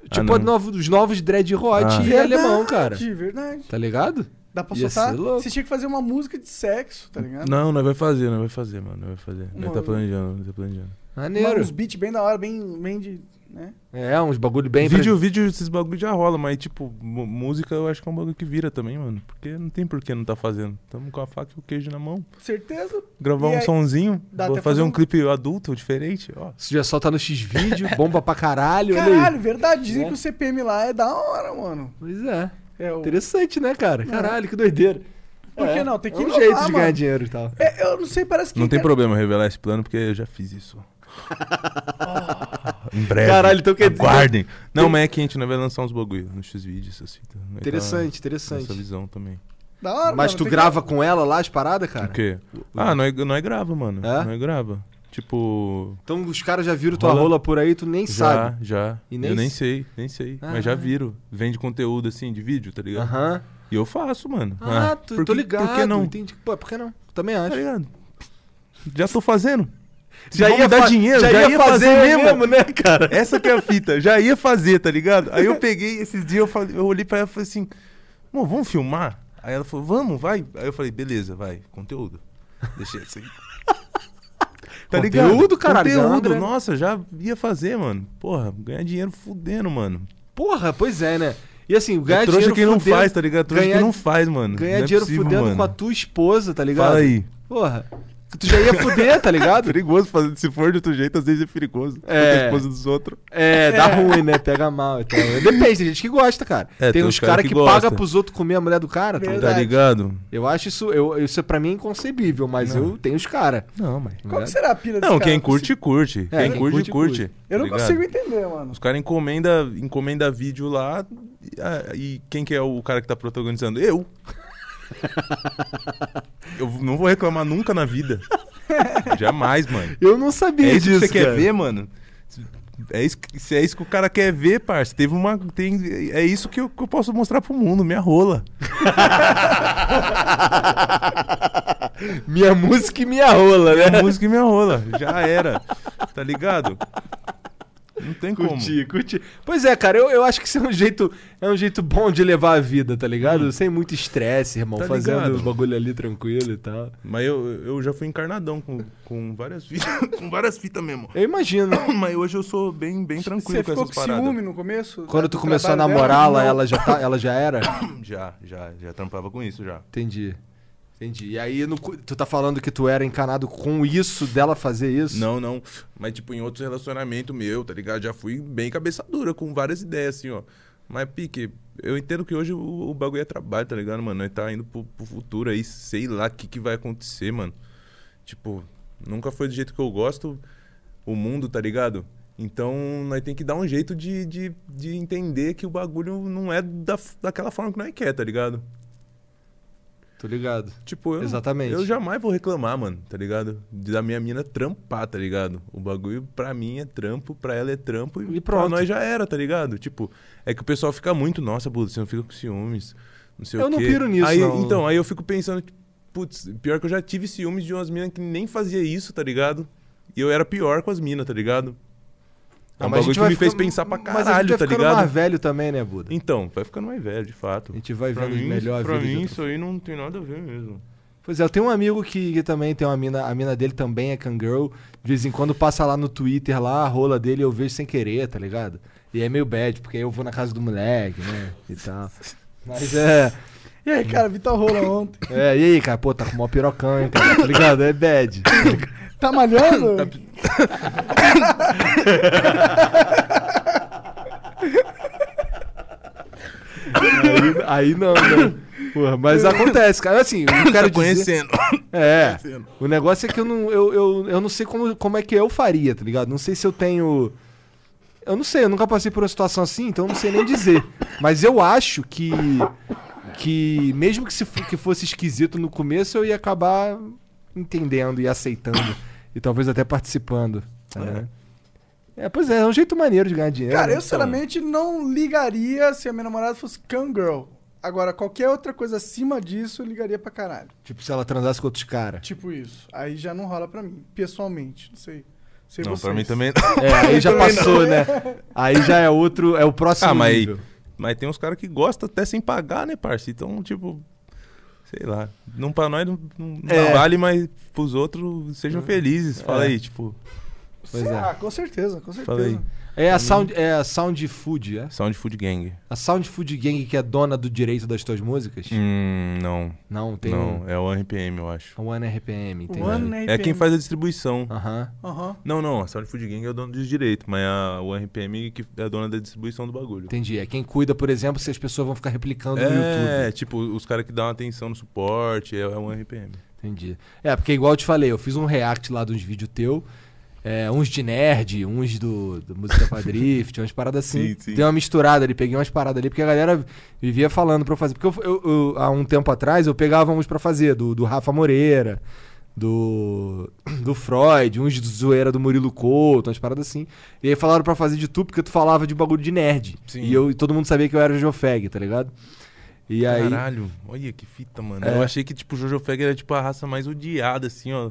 S2: Tipo,
S3: Ah, não.
S2: a novo- os novos Dread Hot
S3: Ah.
S2: e é alemão, cara.
S1: De verdade.
S2: Tá ligado?
S1: Dá pra
S2: Ia
S1: soltar.
S2: ser louco.
S1: Você tinha que fazer uma música de sexo, tá ligado?
S3: Não, nós vai fazer, nós vai fazer, mano. Nós vai fazer. Nós
S1: Mano.
S3: tá planejando, nós tá planejando.
S1: Mano,
S2: Maneiro.
S1: uns beats bem da hora, bem, bem de. Né?
S2: É, uns bagulho bem. pra-
S3: vídeo, vídeo, esses bagulho já rola, mas tipo, mu- música eu acho que é um bagulho que vira também, mano. Porque não tem por que não tá fazendo. Tamo com a faca e o queijo na mão.
S1: Certeza?
S3: Gravar
S1: E
S3: um
S1: aí-
S3: sonzinho,
S1: Dá
S3: vou
S1: até
S3: fazer
S1: fazer
S3: um
S1: um-
S3: clipe adulto, diferente, ó.
S2: Isso já solta no X-Vídeo, bomba pra caralho, olha aí.
S1: Caralho, verdade. Dizem
S2: Né?
S1: que o CPM lá é da hora, mano.
S2: Pois é.
S1: É o.
S2: Interessante, né, cara? Caralho, que doideira.
S1: Por que
S2: É,
S1: não? Tem que
S2: é um
S1: inovar,
S2: jeito de ganhar
S1: mano.
S2: dinheiro e tal.
S1: É, eu não sei, parece que.
S3: Não tem
S1: cara,
S3: problema revelar esse plano, porque eu já fiz isso. em breve.
S2: Caralho, então quer dizer-
S3: Aguardem. Não, mas é que a gente não vai lançar uns bagulho nos X-Vídeos, essas fitas. Vai tá
S2: Então, Interessante,
S3: Essa
S2: interessante.
S3: visão também.
S1: Da hora,
S2: Mas
S1: mano,
S2: tu
S1: tem
S2: grava com ela lá as paradas, cara?
S3: O quê? Ah, nós, nós grava, mano.
S2: É?
S3: Nós grava. Tipo,
S2: Então os caras já viram tua
S3: Rola.
S2: rola por aí, tu nem
S3: Já,
S2: sabe.
S3: já.
S2: E nem
S3: eu nem
S2: se-
S3: sei, nem sei.
S2: Ah.
S3: Mas já viram. Vende conteúdo assim de vídeo, tá ligado?
S2: Aham.
S3: E eu faço, mano.
S2: Ah, tu,
S3: por
S2: tô
S3: que-
S2: ligado.
S3: Por que não?
S2: Entendi. Pô, por que não? Também acho.
S3: Tá ligado? Já tô fazendo. Se
S2: Já
S3: vão
S2: ia
S3: me dar
S2: fa-
S3: dinheiro,
S2: já
S3: já,
S2: ia
S3: ia, fazer,
S2: fazer
S3: mesmo.
S2: mesmo, né, cara?
S3: Essa que é a fita. Já ia fazer, tá ligado? Aí eu peguei esses dias, eu, falei, eu olhei pra ela e falei assim: Mô, vamos filmar? Aí ela falou: Vamos, vai. Aí eu falei: Beleza, vai. Conteúdo. Deixei assim. Tá ligado?
S2: Conteúdo, caralho, dá uma
S3: Conteúdo,
S2: grana.
S3: nossa, já ia fazer, mano. Porra, ganhar dinheiro fudendo, mano.
S2: Porra, pois é, né? E assim, ganhar
S3: É trouxa
S2: dinheiro
S3: quem não
S2: fudendo-
S3: faz, tá ligado? Trouxa
S2: ganhar-
S3: quem não faz, mano.
S2: Ganhar
S3: Não é
S2: dinheiro
S3: possível,
S2: fudendo
S3: mano.
S2: com a tua esposa, tá ligado?
S3: Fala aí.
S2: Porra. Tu já ia fuder, tá ligado?
S3: Perigoso fazer. Se for de outro jeito, às vezes é perigoso.
S2: É.
S3: É. A esposa dos outros.
S2: É, dá ruim, né? Pega mal e tal. Depende, tem gente que gosta, cara.
S3: É,
S2: tem
S3: tem
S2: uns
S3: uns cara
S2: caras
S3: que
S2: que, paga
S3: gosta.
S2: pros outros comer a mulher do cara, tá ligado?
S1: Verdade.
S3: Tá ligado?
S2: Eu acho isso, eu, isso pra mim é inconcebível, mas eu tenho os caras.
S3: Não, mas.
S1: Qual
S2: né?
S1: que será a pira desse
S3: Não,
S1: cara?
S3: quem curte, curte.
S2: É,
S3: quem curte, curte.
S1: Eu não
S3: Tá ligado?
S1: consigo entender, mano.
S3: Os caras encomenda, encomenda vídeo lá ah, e quem que é o cara que tá protagonizando? Eu. eu não vou reclamar nunca na vida. Jamais, mano.
S2: Eu não sabia
S3: É isso que
S2: disso.
S3: você quer
S2: cara.
S3: ver, mano? É isso, que- se é isso que o cara quer ver, parça. Teve uma. Tem, é isso que eu, que eu posso mostrar pro mundo, minha rola.
S2: Minha música e minha rola, né?
S3: Minha música e minha rola. Já era. Tá ligado? Não tem como.
S2: Curti, curti. Pois é, cara, eu, eu acho que isso é um jeito é um jeito bom de levar a vida, tá ligado? Sem muito estresse, irmão,
S3: Hum. Tá
S2: fazendo
S3: ligado.
S2: o bagulho ali tranquilo e tal.
S3: Mas eu, eu já fui encarnadão com, com várias fitas. com várias fitas mesmo.
S2: Eu imagino.
S3: Mas hoje eu sou bem, bem
S1: Você
S3: tranquilo com
S1: ficou
S3: essas
S1: com
S3: paradas.
S1: ciúme no começo?
S2: Quando tu
S1: do
S2: começou a
S1: trabalho dela?
S2: namorá-la,
S1: Não.
S2: ela já tá, ela já era?
S3: Já, já, já trampava com isso já.
S2: Entendi. Entendi. E aí no cu- tu tá falando que tu era encanado com isso dela fazer isso?
S3: Não, não. Mas, tipo, em outros relacionamentos meu, tá ligado? Já fui bem cabeça dura, com várias ideias, assim, ó. Mas, Pique, eu entendo que hoje o, o bagulho é trabalho, tá ligado, mano? Nós tá indo pro, pro futuro aí, sei lá o que, que vai acontecer, mano. Tipo, nunca foi do jeito que eu gosto o mundo, tá ligado? Então, nós tem que dar um jeito de, de, de entender que o bagulho não é da, daquela forma que nós quer, tá ligado?
S2: Tô ligado.
S3: Tipo, eu,
S2: Exatamente.
S3: eu jamais vou reclamar, mano, tá ligado? De- Da minha mina trampar, tá ligado? O bagulho pra mim é trampo, pra ela é trampo e,
S2: E
S3: pra
S2: pronto.
S3: nós já era, tá ligado? Tipo, é que o pessoal fica muito, nossa, Buda, você não fica com ciúmes, não sei
S2: Eu
S3: o quê.
S2: não piro nisso,
S3: aí,
S2: não.
S3: Então, aí eu fico pensando, tipo, putz, pior que eu já tive ciúmes de umas minas que nem fazia isso, tá ligado? E eu era pior com as minas, tá ligado? É um
S2: Ah, mas a gente
S3: bagulho que
S2: vai
S3: me fez
S2: ficando-
S3: pensar pra
S2: Mas a gente
S3: caralho,
S2: vai
S3: tá
S2: ficando
S3: ligado?
S2: mais velho também, né, Buda?
S3: Então, vai ficando mais velho, de fato.
S2: A gente vai
S3: Pra
S2: vendo
S3: mim,
S2: melhor a
S3: pra
S2: vida de
S3: mim
S2: outra
S3: isso aí não tem nada a ver mesmo.
S2: Pois é, eu tenho um amigo que, que também tem uma mina, a mina dele também é cangirl. De vez em quando passa lá no Twitter, lá a rola dele eu vejo sem querer, tá ligado? E é meio bad, porque aí eu vou na casa do moleque, né? E tal. Mas é.
S1: E aí, cara, Vitor Rola ontem.
S2: É, e aí, cara? Pô, tá com mó pirocão, hein, cara? Tá ligado? É bad.
S1: Tá malhando?
S2: Aí, aí não, né? Porra, mas acontece, cara. Assim, eu não quero dizer... É. O negócio é que eu não, eu, eu, eu não sei como, como é que eu faria, tá ligado? Não sei se eu tenho. Eu não sei, eu nunca passei por uma situação assim, então eu não sei nem dizer. Mas eu acho que. Que mesmo que, se, fo- que fosse esquisito no começo, eu ia acabar entendendo e aceitando. E talvez até participando. né? É, pois é, é um jeito maneiro de ganhar dinheiro.
S1: Cara,
S2: né?
S1: eu sinceramente não ligaria se a minha namorada fosse Girl. Agora, qualquer outra coisa acima disso, eu ligaria pra caralho.
S2: Tipo, se ela transasse com outros caras.
S1: Tipo isso. Aí já não rola pra mim, pessoalmente. Não sei. sei
S3: Não,
S1: vocês.
S3: pra mim também.
S2: É, aí já
S1: Também não.
S2: passou, né? Aí já é outro, é o próximo
S3: Ah, mas,
S2: nível.
S3: mas tem uns caras que gostam até sem pagar, né, parça? Então, tipo, sei lá. Não pra nós não, não- não
S2: É.
S3: vale, mas pros outros sejam felizes. Fala
S2: É.
S3: aí, tipo,
S2: Pois é.
S1: Ah, com certeza, com certeza.
S3: Falei.
S2: É a Sound, é a sound Food, é?
S3: Sound Food Gang.
S2: A Sound Food Gang que é dona do direito das tuas músicas?
S3: Hum, não.
S2: Não, tem
S3: não,
S2: um.
S3: é o RPM, eu acho.
S2: A One RPM, entendi.
S1: One Nation.
S3: É quem faz a distribuição.
S2: Aham.
S1: Aham.
S3: Não, não, a Sound Food Gang é o dono dos direitos, mas a, o RPM que é a dona da distribuição do bagulho.
S2: Entendi. É quem cuida, por exemplo, se as pessoas vão ficar replicando no
S3: É,
S2: YouTube.
S3: tipo, os caras que dão atenção no suporte, é, é um RPM.
S2: Entendi. É, porque igual eu te falei, eu fiz um react lá de uns vídeos teu. é, uns de nerd, uns do, do Música pra Drift, umas paradas assim.
S3: Sim, sim.
S2: Dei uma misturada ali, peguei umas paradas ali, porque a galera vivia falando pra eu fazer. Porque eu, eu- eu- há um tempo atrás eu pegava uns pra fazer, do, do Rafa Moreira, do, do Freud, uns de zoeira do Murilo Couto, umas paradas assim. E aí falaram pra fazer de tu, porque tu falava de bagulho de nerd.
S3: Sim.
S2: E, eu, e todo mundo sabia que eu era Jofeg, tá ligado? E aí.
S3: Caralho, olha que fita, mano.
S2: É.
S3: Eu achei que, tipo, o Jojo Feg era, tipo, a raça mais odiada, assim, ó.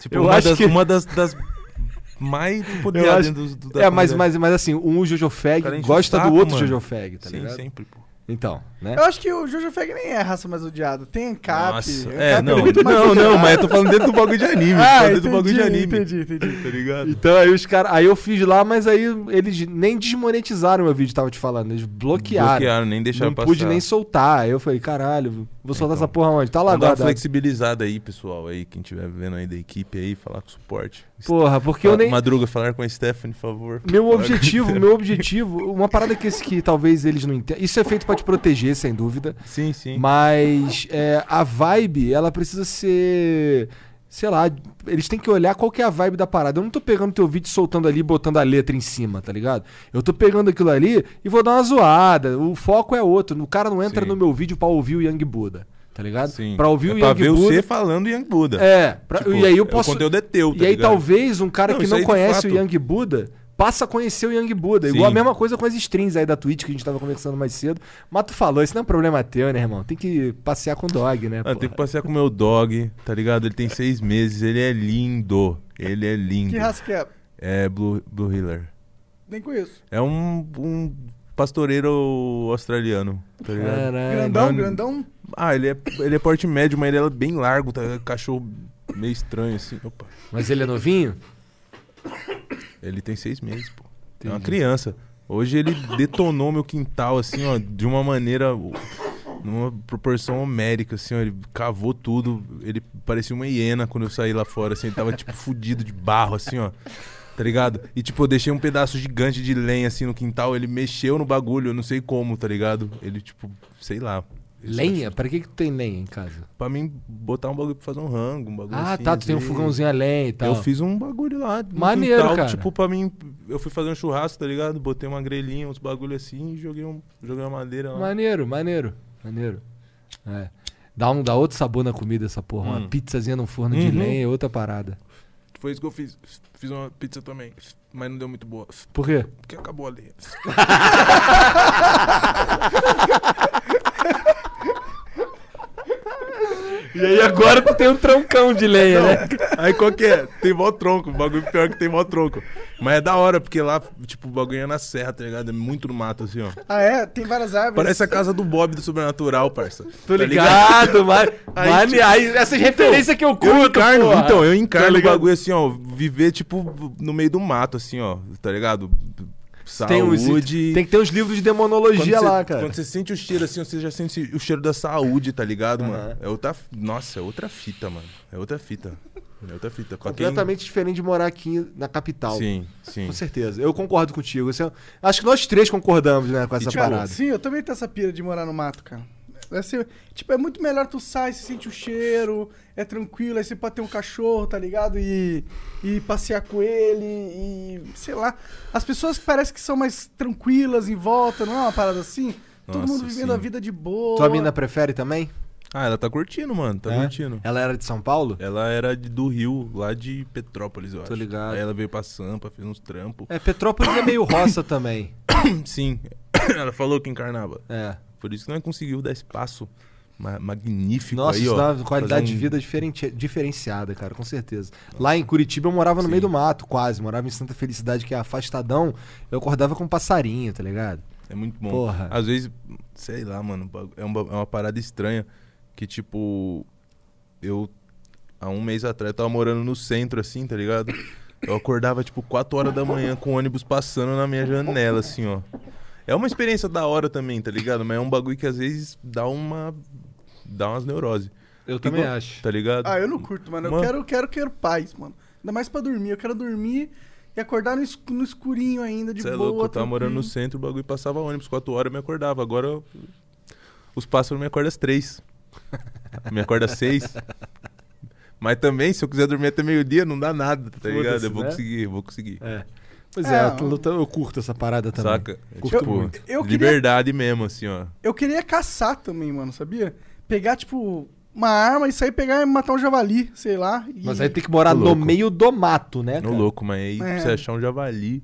S3: Tipo,
S2: Eu
S3: uma,
S2: acho
S3: das,
S2: que-
S3: uma das, das mais tipo, odiadas
S2: acho-
S3: dentro do, do, da
S2: É, mas,
S3: comunidade.
S2: mas, mas assim, um Jojo Fag
S3: Cara, enche
S2: gosta
S3: o saco,
S2: do outro
S3: mano.
S2: Jojo Fag, tá
S3: Sim, Ah,
S2: ligado?
S3: sempre, pô.
S2: Então, né?
S1: Eu acho que o Jojo Feg nem é a raça mais odiada. Tem Ancap.
S3: Nossa,
S1: Ancap
S3: é, não.
S1: muito mais
S3: Não, não,
S1: odiado.
S3: mas eu tô falando dentro do bagulho de anime.
S1: Ah,
S3: tô falando dentro
S1: entendi,
S3: do bagulho de anime.
S1: entendi, entendi.
S3: Tá ligado?
S2: Então aí os caras. Aí eu fiz lá, mas aí eles nem desmonetizaram meu vídeo, tava te falando. Eles bloquearam.
S3: Bloquearam, nem deixaram
S2: não
S3: passar.
S2: pude nem soltar. Aí eu falei, caralho, vou soltar
S3: Então.
S2: essa porra onde? Tá lá
S3: Vamos dar uma
S2: guardado.
S3: flexibilizada aí, pessoal, aí, quem estiver vendo aí da equipe aí, falar com o suporte.
S2: Porra, porque eu
S3: Fa-
S2: nem.
S3: Madruga, falar com a Stephanie, por favor.
S2: Meu
S3: Falar com-
S2: objetivo, meu objetivo, uma parada que, esse, que talvez eles não entendam. Isso é feito pra te proteger, sem dúvida.
S3: Sim, sim.
S2: Mas é, a vibe, ela precisa ser sei lá, eles têm que olhar qual que é a vibe da parada. Eu não tô pegando teu vídeo soltando ali e botando a letra em cima, tá ligado? Eu tô pegando aquilo ali e vou dar uma zoada. O foco é outro. O cara não entra
S3: Sim.
S2: no meu vídeo pra ouvir o Young Buda, tá ligado?
S3: Sim.
S2: Pra ouvir
S3: é
S2: o
S3: pra
S2: Young
S3: ver
S2: Buda.
S3: você falando Young Buda.
S2: É, pra-
S3: Tipo,
S2: e aí
S3: é
S2: eu
S3: o
S2: posso.
S3: conteúdo é teu, tá
S2: e aí
S3: ligado?
S2: talvez um cara
S3: Não,
S2: que
S3: isso
S2: não
S3: aí de
S2: conhece
S3: fato.
S2: o Young Buda passa a conhecer o Young Buda. Igual a
S3: Sim.
S2: mesma coisa com as strings aí da Twitch que a gente tava conversando mais cedo. Mas tu falou, isso não é um problema teu, né, irmão? Tem que passear com o dog, né?
S3: Ah, tem
S2: porra?
S3: que passear com o meu dog, tá ligado? Ele tem seis meses, ele é lindo. Ele é lindo.
S1: Que raça que é?
S3: É Blue, Blue Healer.
S1: Nem conheço.
S3: É um, um pastoreiro australiano, tá ligado?
S2: Caralho.
S1: Grandão,
S3: não-
S1: grandão.
S3: Ah, ele é, ele é porte médio, mas ele é bem largo, tá? ligado? Cachorro meio estranho, assim. Opa.
S2: Mas ele é novinho?
S3: Ele tem seis meses, pô. É uma
S2: Entendi.
S3: criança. Hoje ele detonou meu quintal, assim, ó, de uma maneira. numa proporção homérica, assim, ó. Ele cavou tudo. Ele parecia uma hiena quando eu saí lá fora, assim. Ele tava, tipo, fudido de barro, assim, ó. Tá ligado? E, tipo, eu deixei um pedaço gigante de lenha, assim, no quintal. Ele mexeu no bagulho, eu não sei como, tá ligado? Ele, tipo, sei lá.
S2: Lenha? Pra que, que tu tem lenha em casa?
S3: Pra mim, botar um bagulho pra fazer um rango, um bagulho
S2: Ah,
S3: assim,
S2: tá, tu tem um
S3: assim.
S2: fogãozinho a lenha e tal.
S3: Eu fiz um bagulho lá. no
S2: Maneiro, cara.
S3: Tipo, pra mim, eu fui fazer um churrasco, tá ligado? Botei uma grelhinha, uns bagulho assim e joguei, um, joguei uma madeira lá.
S2: Maneiro, maneiro, maneiro. É. Dá, um, dá outro sabor na comida essa porra. Uma
S3: Hum.
S2: pizzazinha num forno de
S3: Uhum.
S2: lenha é outra parada.
S3: Foi isso que eu fiz. Fiz uma pizza também, mas não deu muito boa.
S2: Por quê?
S3: Porque acabou a lenha.
S2: E aí agora tu tem um troncão de lenha, né?
S3: Aí qual que é? Tem mó tronco. O bagulho pior que tem mó tronco. Mas é da hora, porque lá, tipo, o bagulho é na serra, tá ligado? É muito no mato, assim, ó.
S1: Ah, é? Tem várias árvores.
S3: Parece a casa do Bob do Sobrenatural, parça. Tá
S2: Tô Tá ligado, mas.
S3: Aí,
S2: mane-
S3: tipo,
S2: aí, essas referências que eu curto,
S3: eu encarno,
S2: porra. um Tá
S3: então, eu encarno o
S2: ligado?
S3: bagulho assim, ó, viver, tipo, no meio do mato, assim, ó, tá ligado?
S2: Tem, uns,
S3: Saúde.
S2: tem que ter uns livros de
S3: Quando
S2: demonologia
S3: você-
S2: lá, cara.
S3: Quando você sente o cheiro assim, você já sente o cheiro da saúde, tá ligado, mano?
S4: Aham.
S3: É outra. Nossa, é outra fita, mano. É outra fita. É outra fita. Pra quem-
S2: Completamente diferente de morar aqui na capital.
S3: Sim, sim.
S2: Com certeza. Eu concordo contigo. Você- Acho que nós três concordamos, né, com essa
S1: Tipo,
S2: parada.
S1: Sim, eu também tenho essa pira de morar no mato, cara. Deve ser- tipo, é muito melhor tu sai, você sente o cheiro, é tranquilo, aí você pode ter um cachorro, tá ligado? E, e passear com ele, e sei lá. As pessoas parecem que são mais tranquilas em volta, não é uma parada assim? Todo
S3: Nossa,
S1: mundo vivendo
S3: sim. é
S1: a vida de boa.
S2: Tua mina prefere também?
S3: Ah, ela tá curtindo, mano. Tá
S2: É?
S3: curtindo.
S2: Ela era de São Paulo?
S3: Ela era de- do Rio, lá de Petrópolis, eu acho.
S2: ligado.
S3: Aí ela veio pra Sampa, fez uns trampos.
S2: É, Petrópolis é meio roça também.
S3: Sim. Ela falou que encarnava.
S2: É.
S3: Por isso que nós conseguiu dar espaço ma- magnífico
S2: Nossa,
S3: aí,
S2: isso
S3: ó.
S2: dá uma qualidade
S3: Fazer
S2: de
S3: um-
S2: vida diferente- diferenciada, cara, com certeza. Lá em Curitiba eu morava no meio do mato, quase. Morava em Santa Felicidade, que é afastadão. Eu acordava com um passarinho, tá ligado?
S3: É muito bom.
S2: Porra.
S3: Às vezes, sei lá, mano, bagu- é uma, é uma parada estranha que, tipo, eu, há um mês atrás, eu tava morando no centro, assim, tá ligado? Eu acordava, tipo, 4 horas da manhã com o ônibus passando na minha janela, assim, ó. É uma experiência da hora também, tá ligado? Mas é um bagulho que às vezes dá uma. dá umas neuroses.
S2: Eu
S3: também
S2: acho.
S3: Tá ligado?
S1: Ah, eu não curto, mano. Eu
S3: Mano.
S1: quero, quero, quero paz, mano. Ainda mais pra dormir. Eu quero dormir e acordar no, escu- no escurinho ainda, de
S3: Você é
S1: boa.
S3: louco, eu tava morando no
S1: tranquilo.
S3: centro, o bagulho passava ônibus, 4 horas eu me acordava. Agora eu- os pássaros me acordam às 3. me acorda às 6. Mas também, se eu quiser dormir até meio-dia, não dá nada, tá
S2: Foda-se,
S3: ligado? Eu vou
S2: né?
S3: conseguir, eu vou conseguir.
S2: É. Pois é,
S1: É,
S2: eu, luta- eu curto essa parada também.
S3: Saca? É,
S2: Curto
S3: tipo,
S2: muito.
S1: Eu queria-
S3: liberdade mesmo, assim, ó.
S1: Eu queria caçar também, mano, sabia? Pegar, tipo, uma arma e sair pegar e matar um javali, sei lá. e-
S2: Mas aí tem que morar
S3: Tô
S2: no
S3: louco.
S2: meio do mato, né?
S3: Ô
S2: cara?
S3: louco, mas aí pra
S1: É.
S3: você achar um javali.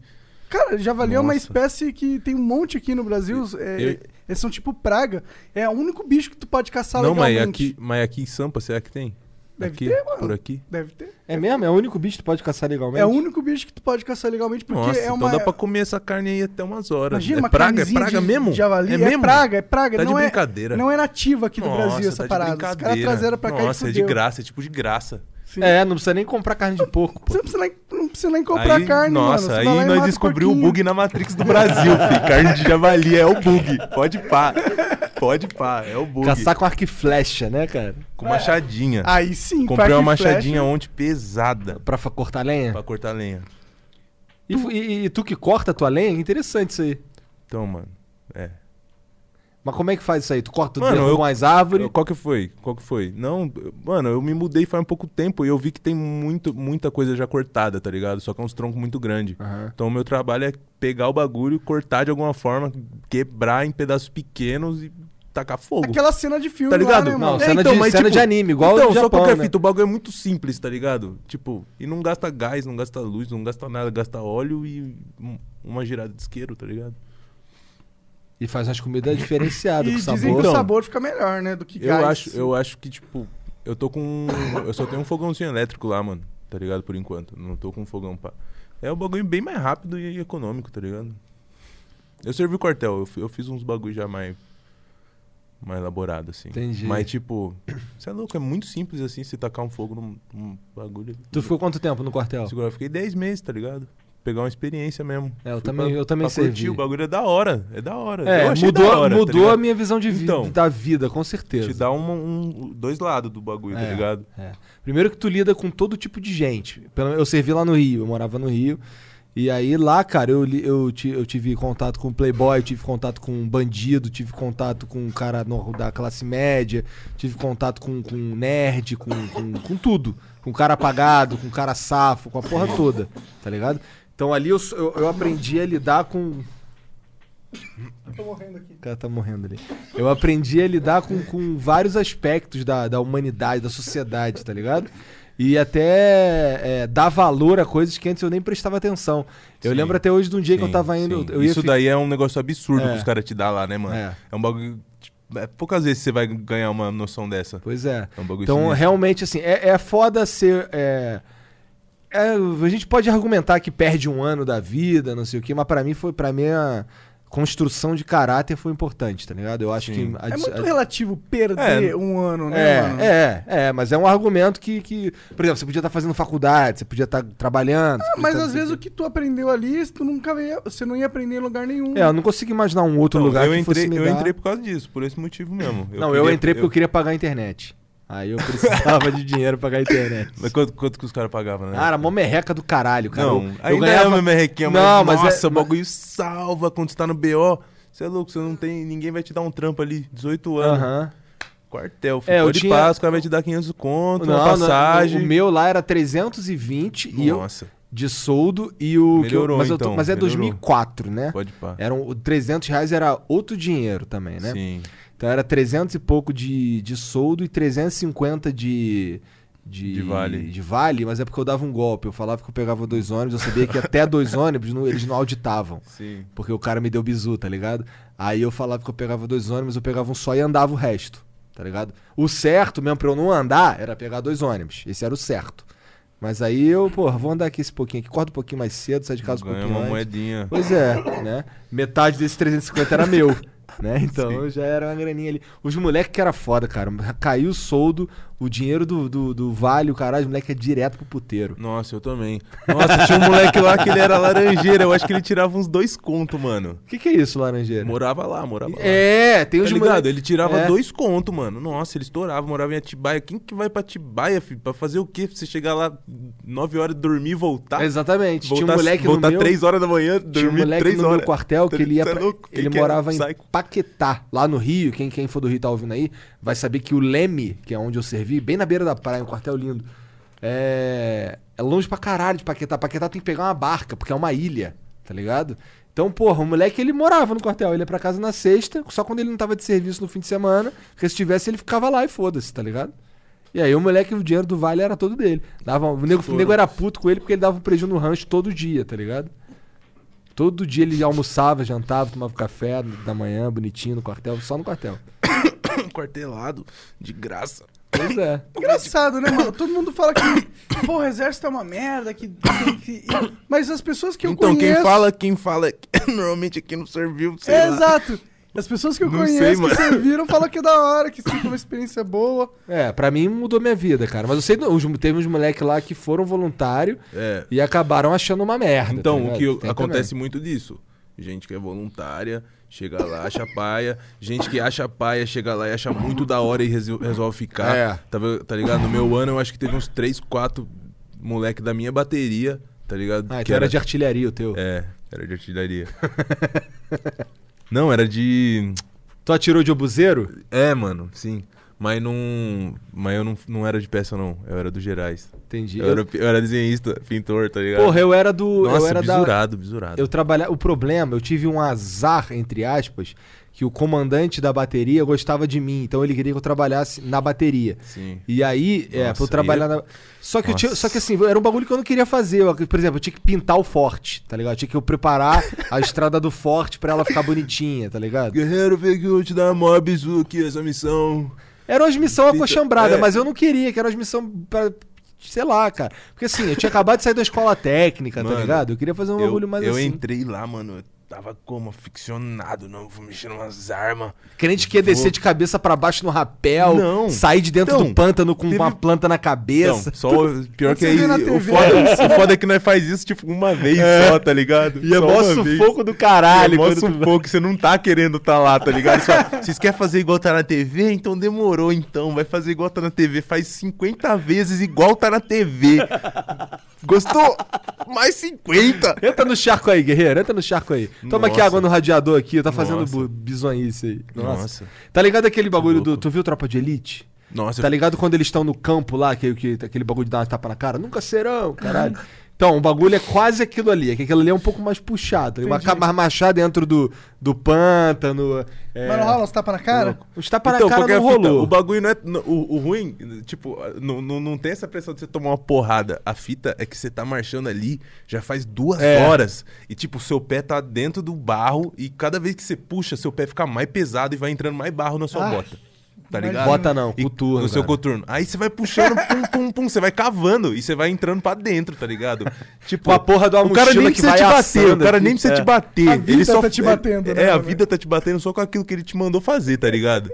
S1: Cara, javali é uma
S3: Nossa.
S1: espécie que tem um monte aqui no Brasil. é-
S3: eu-
S1: Eles são tipo praga. É o único bicho que tu pode caçar
S3: não, mas
S1: Tá
S3: é
S1: legalmente.
S3: aqui, mas aqui em Sampa, será que tem?
S1: Deve
S3: aqui,
S1: ter, mano.
S3: Por aqui?
S1: Deve ter.
S2: É mesmo? É o único bicho que tu pode caçar legalmente?
S1: É o único bicho que tu pode caçar legalmente, porque
S3: Nossa,
S1: é uma.
S3: então dá pra comer essa carne aí até umas horas.
S1: Imagina
S3: é
S1: uma
S3: praga? É
S1: carnezinha
S3: praga
S1: de
S3: mesmo?
S1: Javali. É,
S3: mesmo?
S1: praga, é praga.
S3: Tá de
S1: não é,
S3: brincadeira.
S1: Não é nativa aqui do
S3: Nossa,
S1: Brasil essa
S3: tá de
S1: parada. Os caras
S3: brincadeira.
S1: trazeram pra cá e
S3: Nossa, é de
S1: fudeu.
S3: graça, é tipo de graça.
S1: Sim.
S2: É, não precisa nem comprar carne de porco, pô.
S1: Você não precisa nem, não precisa nem comprar
S3: aí,
S1: carne, mano.
S3: nossa,
S1: Você vai lá
S3: aí
S1: e
S3: nós
S1: mata
S3: descobrimos o
S1: porquinho.
S3: bug na Matrix do Brasil, fi. Carne de javali é o bug. Pode pá. Pode pá, é o bug.
S2: Caçar com arco e flecha, né, cara?
S3: com machadinha.
S1: Aí sim,
S3: Comprei
S1: parque
S3: uma
S1: flash.
S3: machadinha ontem pesada
S2: Pra fa- cortar lenha?
S3: pra cortar lenha.
S2: E, e- e tu que corta a tua lenha? Interessante isso aí.
S3: Então, mano, é.
S2: Mas como é que faz isso aí? Tu corta o
S3: Mano,
S2: dedo
S3: eu-
S2: com as árvores?
S3: Eu- Qual que foi? Qual que foi? Não, eu- mano, eu me mudei faz um pouco tempo e eu vi que tem muito, muita coisa já cortada, tá ligado? Só que é uns troncos muito grandes.
S2: Aham.
S3: Então o meu trabalho é pegar o bagulho, cortar de alguma forma, quebrar em pedaços pequenos e tacar fogo.
S1: Aquela cena de filme
S3: Tá
S1: lá,
S3: ligado?
S1: né,
S2: Não,
S1: mano?
S3: É,
S2: cena,
S3: então,
S2: de,
S3: mas,
S2: cena
S3: tipo,
S2: de anime, igual
S3: então,
S2: o
S3: só
S2: Japão,
S3: porque,
S2: né?
S3: fita, o bagulho é muito simples, tá ligado? Tipo, e não gasta gás, não gasta luz, não gasta nada, gasta óleo e um- uma girada de isqueiro, tá ligado?
S2: E faz umas comidas diferenciadas,
S1: E
S2: com
S1: dizem
S2: sabor.
S1: que o
S3: Então,
S1: sabor fica melhor, né? Do que
S3: Eu
S1: gás.
S3: acho, eu acho que, tipo, eu tô com. Eu só tenho um fogãozinho elétrico lá, mano. Tá ligado? Por enquanto. Não tô com um fogão pá. É um bagulho bem mais rápido e econômico, tá ligado? Eu servi o quartel, eu, fi- eu fiz uns bagulho já mais. Mais elaborado, assim.
S2: Entendi.
S3: Mas, tipo, você é louco, é muito simples assim, você tacar um fogo num, num bagulho.
S2: Tu ficou quanto tempo no quartel?
S3: Segura, eu fiquei 10 meses, tá ligado? Pegar uma experiência mesmo.
S2: É, eu
S3: Fui
S2: também- eu também
S3: pra
S2: servi.
S3: Curtir, o bagulho é da hora. É da hora.
S2: É,
S3: Eu achei
S2: mudou,
S3: da hora, tá
S2: mudou
S3: ligado?
S2: a minha visão de vida,
S3: Então.
S2: da vida, com certeza.
S3: Te dá um, um- dois lados do bagulho, tá
S2: É.
S3: ligado?
S2: É. Primeiro que tu lida com todo tipo de gente. Pelo- Eu servi lá no Rio, eu morava no Rio. E aí lá, cara, eu, li- eu, ti- eu tive contato com playboy, tive contato com bandido, tive contato com um cara no- da classe média, tive contato com, com nerd, com, com, com tudo. Com cara apagado, com cara safo, com a porra toda, tá ligado? Então ali eu, s- eu, eu aprendi a lidar com...
S1: Tô morrendo aqui.
S2: O cara tá morrendo ali. Eu aprendi a lidar com, com vários aspectos da, da humanidade, da sociedade, tá ligado? E até é, dar valor a coisas que antes eu nem prestava atenção. Eu
S3: Sim,
S2: lembro até hoje de um dia que eu
S3: Sim,
S2: tava indo.
S3: sim.
S2: Eu ia
S3: Isso
S2: fi-
S3: daí é um negócio absurdo
S2: É.
S3: que os caras te dão lá, né, mano?
S2: É.
S3: É, um bagulho. tipo, é poucas vezes você vai ganhar uma noção dessa.
S2: Pois é.
S3: É um bagulho
S2: Então,
S3: sinistro.
S2: realmente, assim, é, é foda ser. é, é, a gente pode argumentar que perde um ano da vida, não sei o quê, mas pra mim foi. para minha construção de caráter foi importante, tá ligado? Eu acho
S3: Sim.
S2: que. a-
S1: É muito
S2: a-
S1: relativo perder
S3: É.
S1: um ano, né, mano?
S2: É, é, é, mas é um argumento que, que. Por exemplo, você podia estar fazendo faculdade, você podia estar trabalhando. você
S1: Ah, Mas
S3: Então,
S2: podia tá-
S1: às vezes
S3: é.
S1: o que tu aprendeu ali, tu nunca ia, você não ia aprender em lugar nenhum.
S2: É, eu não consigo imaginar um outro
S3: Então,
S2: lugar
S3: eu,
S2: que
S3: entrei,
S2: fosse me
S3: eu
S2: dar-
S3: entrei por causa disso, por esse motivo mesmo.
S2: não, eu
S3: queria-
S2: entrei porque eu... queria pagar a internet. Aí eu precisava de dinheiro pra pagar a internet.
S3: Mas quanto, quanto que os caras pagavam, né?
S2: Ah, era mó merreca do caralho, cara.
S3: não,
S2: eu,
S3: ainda
S2: eu ganhava...
S3: é uma merrequinha, mas,
S2: Não, mas é-
S3: nossa, o
S2: mas-
S3: bagulho salva quando você tá no BO. Você é louco, você não tem. Ninguém vai te dar um trampo ali, 18 anos.
S2: Aham.
S3: Quartel,
S2: É, eu
S3: ficou de
S2: tinha-
S3: paz, o cara vai te dar 500 conto,
S2: Não,
S3: uma
S2: não,
S3: passagem.
S2: o meu lá era 320 e eu,
S3: Nossa,
S2: de soldo e o. que eu-
S3: Melhorou,
S2: mas, eu
S3: então,
S2: mas é
S3: melhorou.
S2: 2004, né?
S3: pode pá.
S2: Eram, o 300 reais era outro dinheiro também, né?
S3: Sim.
S2: Então era 300 e pouco de, de soldo e 350 de. De,
S3: De vale.
S2: de vale, mas é porque eu dava um golpe. Eu falava que eu pegava dois ônibus, eu sabia que até dois ônibus não- eles não auditavam.
S3: Sim.
S2: Porque o cara me deu bizu, tá ligado? Aí eu falava que eu pegava dois ônibus, eu pegava um só e andava o resto, tá ligado? O certo mesmo pra eu não andar era pegar dois ônibus. Esse era o certo. Mas aí eu, pô, vou andar aqui esse pouquinho aqui, corta um pouquinho mais cedo, sai de casa um
S3: Ganha
S2: pouquinho
S3: uma
S2: antes.
S3: moedinha.
S2: Pois é, né? Metade desses 350 era meu, né? Então já era uma graninha ali. Os moleques que era foda, cara. Caiu o soldo, o dinheiro do, do, do vale, o caralho, o moleque é direto pro puteiro.
S3: Nossa, eu também. Nossa, tinha um moleque lá que ele era laranjeira. Eu acho que ele tirava uns dois contos, mano.
S2: O que, que é isso, Laranjeira?
S3: Morava lá, morava lá.
S2: É, tem
S3: Tá
S2: os
S3: ligado?
S2: moleque-
S3: Ele tirava
S2: É.
S3: dois contos, mano. Nossa, ele estourava, morava em Atibaia. Quem que vai pra Atibaia, filho? Pra fazer o quê? Pra você chegar lá nove horas, dormir e voltar?
S2: Exatamente.
S3: tá? Voltar,
S2: tinha um moleque
S3: voltar
S2: no meu...
S3: três horas da manhã,
S2: Tinha um
S3: dormir
S2: moleque
S3: três
S2: no
S3: horas.
S2: meu quartel que ele ia
S3: Cê é
S2: pra-
S3: louco? Quem
S2: ele
S3: que é?
S2: morava em
S3: Psycho.
S2: Paquetá, lá no Rio. Quem, quem for do Rio tá ouvindo aí, vai saber que o Leme, que é onde eu servi, bem na beira da praia, um quartel lindo, é, é longe pra caralho de Paquetá. Paquetá tem que pegar uma barca, porque é uma ilha, tá ligado? Então, porra, o moleque ele morava no quartel, ele ia pra casa na sexta, só quando ele não tava de serviço no fim de semana, porque se tivesse ele ficava lá e foda-se, tá ligado? E aí o moleque, o dinheiro do vale era todo dele. Dava, o, nego, o nego era puto com ele porque ele dava um prejuízo no rancho todo dia, tá ligado? Todo dia ele almoçava, jantava, tomava café da manhã, bonitinho, no quartel, só no quartel.
S3: um Quartelado, de graça.
S2: Pois é.
S1: Engraçado, né, mano? Todo mundo fala que, porra, o exército é uma merda, que... que- que- Mas as pessoas que eu
S3: então,
S1: conheço...
S3: quem fala, quem fala é normalmente aqui não serviu, sei
S1: É,
S3: lá.
S1: exato. As pessoas que eu
S3: Não sei,
S1: conheço que
S3: mano.
S1: serviram falam que é da hora, que sim, que é uma experiência boa.
S2: É, pra mim mudou minha vida, cara. Mas eu sei, os- teve uns moleques lá que foram voluntário
S3: É.
S2: e acabaram achando uma merda.
S3: Então,
S2: tá
S3: o
S2: ligado?
S3: que
S2: Tem
S3: acontece muito disso. Gente que é voluntária, chega lá, acha paia. Gente que acha paia, chega lá e acha muito da hora e resol- resolve ficar.
S2: É.
S3: Tá, ve- tá ligado? No meu ano, eu acho que teve uns 3, 4 moleque da minha bateria, tá ligado?
S2: Também. Ah, então era de artilharia o teu.
S3: É, era de artilharia. Não, era de...
S2: Tu atirou de obuseiro?
S3: É, mano, sim. Mas não. Mas eu não, não era de peça, não. Eu era do Gerais.
S2: Entendi.
S3: Eu, era, eu era desenhista, pintor, tá ligado?
S2: Porra, eu era do.
S3: Nossa,
S2: eu era da.
S3: bisurado, bisurado.
S2: Eu trabalhava. O problema, eu tive um azar, entre aspas, que o comandante da bateria gostava de mim. Então ele queria que eu trabalhasse na bateria.
S3: Sim.
S2: E aí, é, pra
S3: Nossa,
S2: eu trabalhar
S3: aí
S2: na. Só que, eu tinha,
S3: Nossa.
S2: só que assim, era um bagulho que eu não queria fazer. Eu, por exemplo, eu tinha que pintar o forte, tá ligado? Eu tinha que eu preparar a estrada do forte pra ela ficar bonitinha, tá ligado?
S3: Guerreiro, vem que eu vou te dar a maior bizu aqui, essa missão.
S2: Era uma missão
S3: Pinta-
S2: acochambrada,
S3: é.
S2: mas eu não queria, que era uma missão pra. Sei lá, cara. Porque assim, eu tinha acabado de sair da escola técnica, tá
S3: Mano,
S2: ligado? Eu queria fazer um
S3: eu
S2: bagulho mais
S3: eu
S2: assim.
S3: entrei lá, mano. Eu tava como aficionado, não. Fui mexendo umas armas.
S2: Crente que ia descer de cabeça pra baixo no rapel,
S3: Não.
S2: sair de dentro
S3: Então,
S2: do pântano com
S3: teve-
S2: uma planta na
S3: Não,
S2: cabeça.
S3: só o pior
S1: Quando
S3: que
S1: você
S3: aí.
S1: vê na
S3: O
S1: TV.
S3: foda, o foda é que nós faz isso, tipo, uma vez só, tá ligado?
S2: E né? é
S3: só
S2: mó
S3: uma vez.
S2: sufoco do caralho.
S3: É mó
S2: quando tu-
S3: sufoco, você não tá querendo tá lá, tá ligado? Você fala, Vocês querem fazer igual tá na TV? Então demorou, então. Vai fazer igual tá na TV. Faz 50 vezes igual tá na TV. Gostou? Mais 50.
S2: Entra no charco aí, guerreiro. Entra no charco aí. Toma aqui
S3: Nossa.
S2: água no radiador aqui. Tá fazendo
S3: Nossa.
S2: bu- bizonhice aí. Nossa.
S3: Nossa.
S2: Tá ligado aquele bagulho do...
S3: louco.
S2: Tu viu Tropa de Elite?
S3: Nossa,
S2: Tá ligado quando eles estão no campo lá, que, que aquele bagulho de dar uma tapa na cara? Nunca serão, caralho. Então, o bagulho é quase aquilo ali. É que aquilo ali é um pouco mais puxado. Tem uma
S1: Entendi.
S2: cama machada dentro do, do pântano. É...
S1: Mas não rola uns tapa na
S3: Tá
S1: cara?
S2: Os tapas
S3: então,
S2: na cara
S3: qualquer
S2: não
S3: fita,
S2: rolou.
S3: o bagulho não é. no- O, o ruim, tipo, não, não, não tem essa pressão de você tomar uma porrada. A fita é que você tá marchando ali já faz duas
S2: É.
S3: horas. E, tipo, o seu pé tá dentro do barro. E cada vez que você puxa, seu pé fica mais pesado e vai entrando mais barro na sua
S1: Ah,
S3: bota. Tá
S1: mas-
S3: ligado?
S2: Bota não,
S3: E-
S2: coturno,
S3: No seu
S2: cara.
S3: coturno. Aí você vai puxando, pum, pum, pum. Você vai cavando e você vai entrando pra dentro, tá ligado? Tipo,
S2: Com a porra de uma
S3: o cara nem
S2: mochila que
S3: precisa
S2: vai
S3: te bater. O
S2: assando
S3: cara
S2: aqui.
S3: nem precisa
S2: É.
S3: te bater.
S1: A vida
S3: ele só
S1: tá te batendo,
S3: É,
S1: né,
S3: a
S1: velho?
S3: vida tá te batendo só com aquilo que ele te mandou fazer, tá ligado?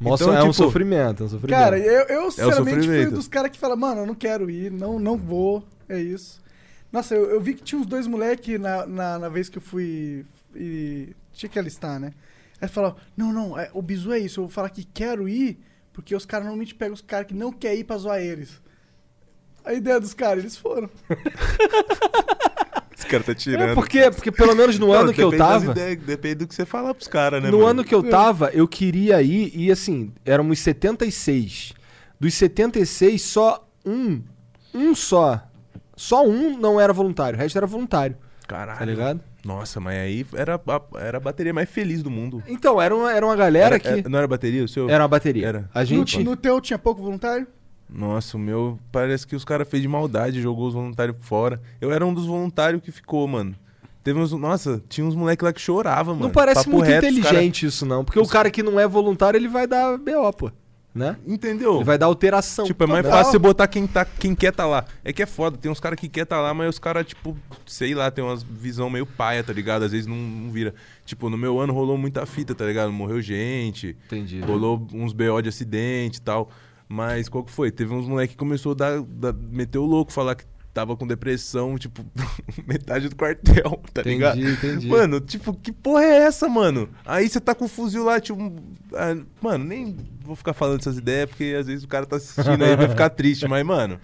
S2: Nossa,
S3: Então,
S2: é um
S3: tipo,
S2: sofrimento, é um sofrimento.
S1: Cara, eu, eu sinceramente fui
S3: sofrimento.
S1: um dos caras que fala, mano, eu não quero ir, não, não vou, é isso. Nossa, eu, eu vi que tinha uns dois moleque na, na, na vez que eu fui e tinha que alistar, né? Aí falaram, não, não, é, o bizu é isso, eu vou falar que quero ir, porque os caras normalmente pegam os caras que não querem ir pra zoar eles. A ideia dos caras, eles foram.
S3: Esse cara tá tirando.
S2: É porque, porque pelo menos no ano que eu
S3: depende das
S2: tava.
S3: ideias, depende do que você falar pros caras, né?
S2: No
S3: mano?
S2: ano que eu tava, eu queria ir e assim, éramos 76. Dos 76, só um. Um só. Só um não era voluntário, o resto era voluntário,
S3: Caralho.
S2: tá ligado?
S3: Nossa, mas aí era a, era a bateria mais feliz do mundo.
S2: Então, era uma, era uma galera que. Era,
S3: Não era bateria o seu?
S2: uma bateria.
S3: Era.
S2: A gente.
S1: No, no teu tinha pouco voluntário?
S3: Nossa, o meu parece que os caras fez de maldade, jogou os voluntários fora. Eu era um dos voluntários que ficou, mano. Teve uns. Nossa, tinha uns moleque lá que chorava, mano.
S2: não parece
S3: Papo
S2: muito
S3: reto, os cara-
S2: inteligente isso, não. Porque o cara que não é voluntário, ele vai dar BO, pô. Né?
S3: Entendeu?
S2: Ele vai dar alteração.
S3: Tipo, é mais
S1: Total.
S3: fácil você botar quem, tá, quem quer tá lá. É que é foda, tem uns caras que quer tá lá, mas os caras, tipo, sei lá, tem umas visão meio paia, tá ligado? Às vezes não, não vira. Tipo, no meu ano rolou muita fita, tá ligado? Morreu gente,
S2: Entendi.
S3: rolou uns BO de acidente e tal. Mas qual que foi? Teve uns moleque que começou a dar, dar- meter o louco, falar que tava com depressão, tipo, metade do quartel, tá
S2: Entendi,
S3: ligado?
S2: entendi.
S3: Mano, tipo, que porra é essa, mano? Aí você tá com o fuzil lá, tipo. um- ah, mano, nem vou ficar falando essas ideias, porque às vezes o cara tá assistindo aí e vai ficar triste, mas, mano.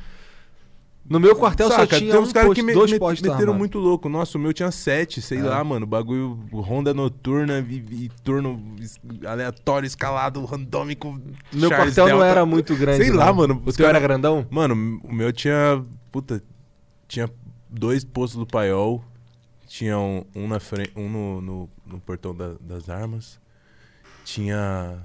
S2: No meu quartel
S3: saca,
S2: só tinha
S3: tem
S2: um
S3: uns caras
S2: posto,
S3: que me,
S2: dois
S3: me-
S2: postos
S3: meteram
S2: armados. É.
S3: muito louco. Nossa, o meu tinha sete, sei lá, mano. Bagulho, ronda noturna e, e turno es- aleatório, escalado, randômico.
S2: Meu
S3: Charles
S2: quartel não
S3: Delta.
S2: era muito grande.
S3: Sei lá,
S2: não.
S3: mano. um-
S2: O
S3: os
S2: teu
S3: cara-
S2: era grandão?
S3: Mano, o meu tinha. Puta, tinha dois postos do paiol. Tinha um, um na frente, um no, no, no portão da- das armas. Tinha.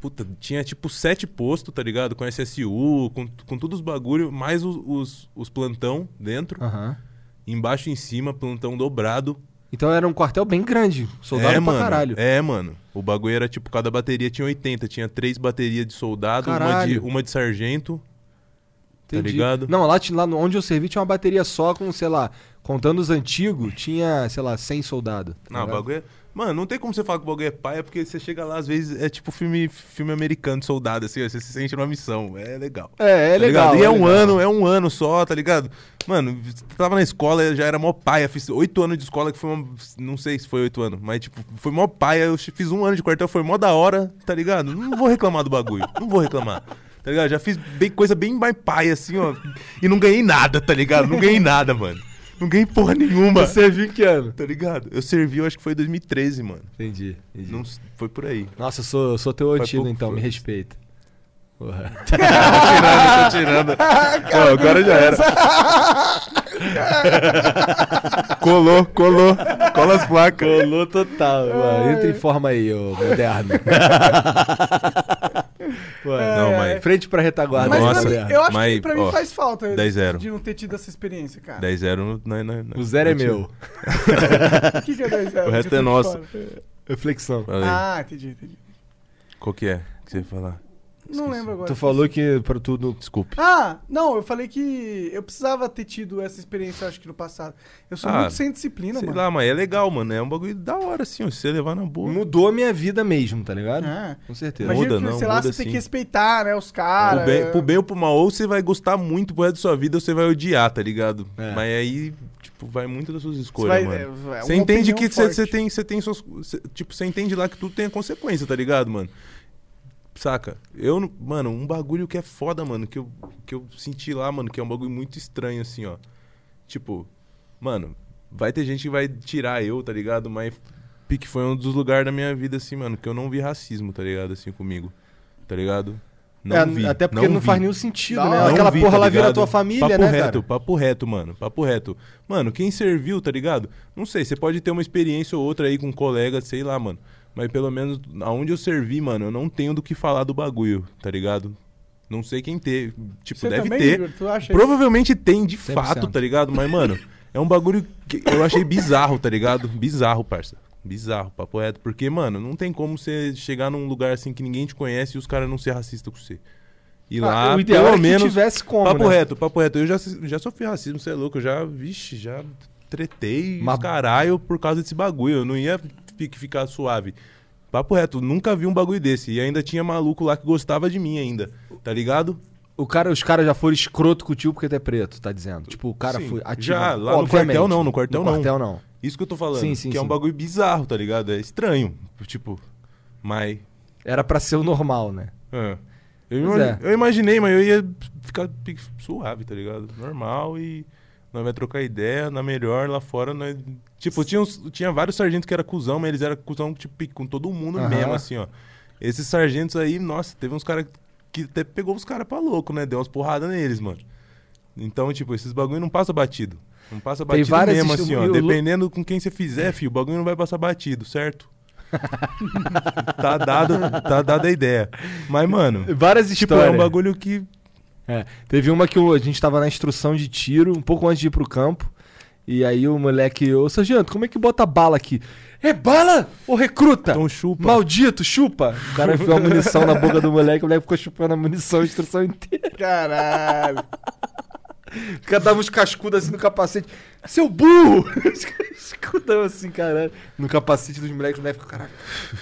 S3: Puta, tinha tipo sete postos, tá ligado? Com SSU, com, com todos os bagulho, mais os, os, os plantão dentro.
S2: Aham.
S3: Embaixo e em cima, plantão dobrado.
S2: Então era um quartel bem grande, soldado pra
S3: mano,
S2: caralho.
S3: É, mano. O bagulho era tipo, cada bateria tinha 80. Tinha três baterias de soldado, uma de,
S2: Caralho.
S3: uma de sargento.
S2: Entendi.
S3: tá ligado?
S2: Não, lá, ti- lá no- onde eu servi tinha uma bateria só com, sei lá, contando os antigos, tinha, sei lá, 100 soldados. tá
S3: Não, o
S2: ligado?
S3: bagulho é... Mano, não tem como você falar que o bagulho é paia, porque você chega lá, às vezes, é tipo filme, filme americano, de soldado, assim, ó, você se sente numa missão. É legal.
S2: É, é
S3: Tá
S2: legal.
S3: ligado? E é, um
S2: legal.
S3: ano, é um ano só, tá ligado? Mano, eu tava na escola, já era mó paia, fiz oito anos de escola, que foi uma... Não sei se foi oito anos, mas, tipo, foi mó paia, eu fiz um ano de quartel, foi mó da hora, tá ligado? Não vou reclamar do bagulho, não vou reclamar. Tá ligado? Já fiz bem, coisa bem mais paia, assim, ó, e não ganhei nada, tá ligado? Não ganhei nada, mano. Não ganhei porra nenhuma.
S2: Você viu que ano?
S3: Tá ligado? Eu servi, eu acho que foi em 2013, mano.
S2: Entendi. entendi.
S3: Não, s- foi por aí.
S2: Nossa, eu sou, eu sou teu antigo,
S3: pouco,
S2: então, me
S3: foi.
S2: respeita. Porra.
S3: Tá Tô tirando, tô tirando. Ó, agora já era. colou, colou. Cola as placas.
S2: Colou total. mano. Entra em forma aí, ô moderno. Ué,
S3: Não,
S1: É,
S3: mas
S2: Frente pra retaguarda.
S1: Mas
S3: Nossa,
S1: pra mim,
S2: moderno.
S1: eu acho que
S3: mas,
S1: pra mim
S3: ó,
S1: faz falta
S3: 10-0.
S1: de não ter tido essa experiência, cara.
S3: 10-0 na, na, na-
S2: O zero é
S3: na-
S2: meu.
S1: O que, que é 10
S3: O resto é nosso.
S2: Reflexão.
S3: Fala aí,
S1: Ah, entendi, entendi.
S3: Qual que é que você ia falar?
S1: Não lembro agora.
S2: Tu falou que pra tudo.
S3: Desculpe.
S1: Ah, não, eu falei que eu precisava ter tido essa experiência, acho que no passado. Eu sou
S3: Ah,
S1: muito sem disciplina,
S3: Sei
S1: mano.
S3: lá, mas é legal, mano. É um bagulho da hora, assim. ó, Se você levar na boa.
S2: Mudou a minha vida mesmo, tá ligado?
S1: É.
S2: Com certeza.
S1: Imagina
S3: Muda,
S1: que,
S3: não,
S1: sei lá,
S3: muda
S1: você tem
S3: sim.
S1: que respeitar, né, os
S3: Pro
S1: caras.
S3: bem, pro bem ou pro mal, ou você vai gostar muito pro resto da sua vida, ou você vai odiar, tá ligado?
S2: É.
S3: Mas aí, tipo, vai muito das suas
S1: Você vai-
S3: escolhas, mano.
S1: é, é
S3: Você
S1: uma
S3: entende
S1: opinião
S3: que você
S1: forte.
S3: você tem, você tem suas. cê- tipo, você entende lá que tudo tem a consequência, tá ligado, mano? Saca? Eu, não- mano, um bagulho que é foda, mano, que eu, que eu senti lá, mano, que é um bagulho muito estranho, assim, ó. Tipo, mano, vai ter gente que vai tirar eu, tá ligado? Mas Pique foi um dos lugares da minha vida, assim, mano, que eu não vi racismo, tá ligado? Assim, comigo. Tá ligado? Não
S2: É,
S3: vi.
S2: Até porque não,
S3: vi.
S2: faz nenhum sentido,
S1: Não,
S2: né?
S1: não
S2: Aquela
S3: vi,
S2: porra
S3: tá
S2: lá vira
S3: ligado?
S2: tua família,
S3: papo
S2: né,
S3: reto,
S2: cara?
S3: Papo reto, mano. Papo reto. Mano, quem serviu, tá ligado? Não sei, você pode ter uma experiência ou outra aí com um colega, sei lá, mano. Mas pelo menos aonde eu servi, mano, eu não tenho do que falar do bagulho, tá ligado? Não sei quem teve. Tipo,
S1: Você
S3: deve
S1: também,
S3: ter.
S1: Igor? Tu acha isso?
S3: Provavelmente tem de
S2: 100%.
S3: fato, tá ligado? Mas, mano, é um bagulho que eu achei bizarro, tá ligado? Bizarro, parça. Bizarro, papo reto. Porque, mano, não tem como você chegar num lugar assim que ninguém te conhece e os caras não ser racista com você. E
S2: Ah,
S3: lá,
S2: o ideal
S3: pelo
S2: é que
S3: menos.
S2: tivesse como,
S3: papo
S2: né?
S3: reto, papo reto. Eu já, já sofri racismo, você é louco. Eu já, vixe, já tretei
S2: Mas-
S3: os caralho por causa desse bagulho. Eu não ia fi- ficar suave. Papo reto, nunca vi um bagulho desse. E ainda tinha maluco lá que gostava de mim ainda. Tá ligado?
S2: O cara, os caras já foram escroto com o tio porque tu é preto, tá dizendo? Tipo, o cara
S3: Sim.
S2: foi ativo.
S3: Já, lá no
S2: obviamente.
S3: quartel não, no quartel não.
S2: quartel não.
S3: Isso que eu tô falando.
S2: Sim, sim,
S3: que é um
S2: sim.
S3: bagulho bizarro, tá ligado? É estranho. Tipo, mas.
S2: Era pra ser o normal, né?
S3: é. Eu,
S2: Pois
S3: imagi- eu imaginei, mas eu ia ficar pi- suave, tá ligado? Normal e. Nós vai trocar ideia, na melhor, lá fora, nós... Tipo, tinha, uns- tinha vários sargentos que era cuzão, mas eles eram cuzão, tipo, com todo mundo
S2: Aham.
S3: mesmo, assim, ó. Esses sargentos aí, nossa, teve uns caras que até pegou os caras pra louco, né? Deu umas porradas neles, mano. Então, tipo, esses bagulho não passa batido. Não passa
S2: Tem
S3: batido
S2: várias
S3: mesmo,
S2: histórias-
S3: assim, ó.
S2: e o Lu-
S3: Dependendo com quem você fizer, filho, o bagulho não vai passar batido, certo? tá dado, tá dada a ideia. Mas, mano,
S2: Várias
S3: tipo,
S2: histórias.
S3: é um bagulho que.
S2: É, teve uma que o- a gente tava na instrução de tiro, um pouco antes de ir pro campo. E aí o moleque, ô sargento, como é que bota bala aqui? É bala ou recruta?
S3: Então chupa.
S2: Maldito, chupa! O cara enfiou a munição na boca do moleque, o moleque ficou chupando a munição a instrução inteira.
S1: Caralho.
S2: O cara dava uns cascudos assim no capacete. Seu burro! Os caras Escudão assim, caralho. No capacete dos moleques, o moleque ficou, caralho,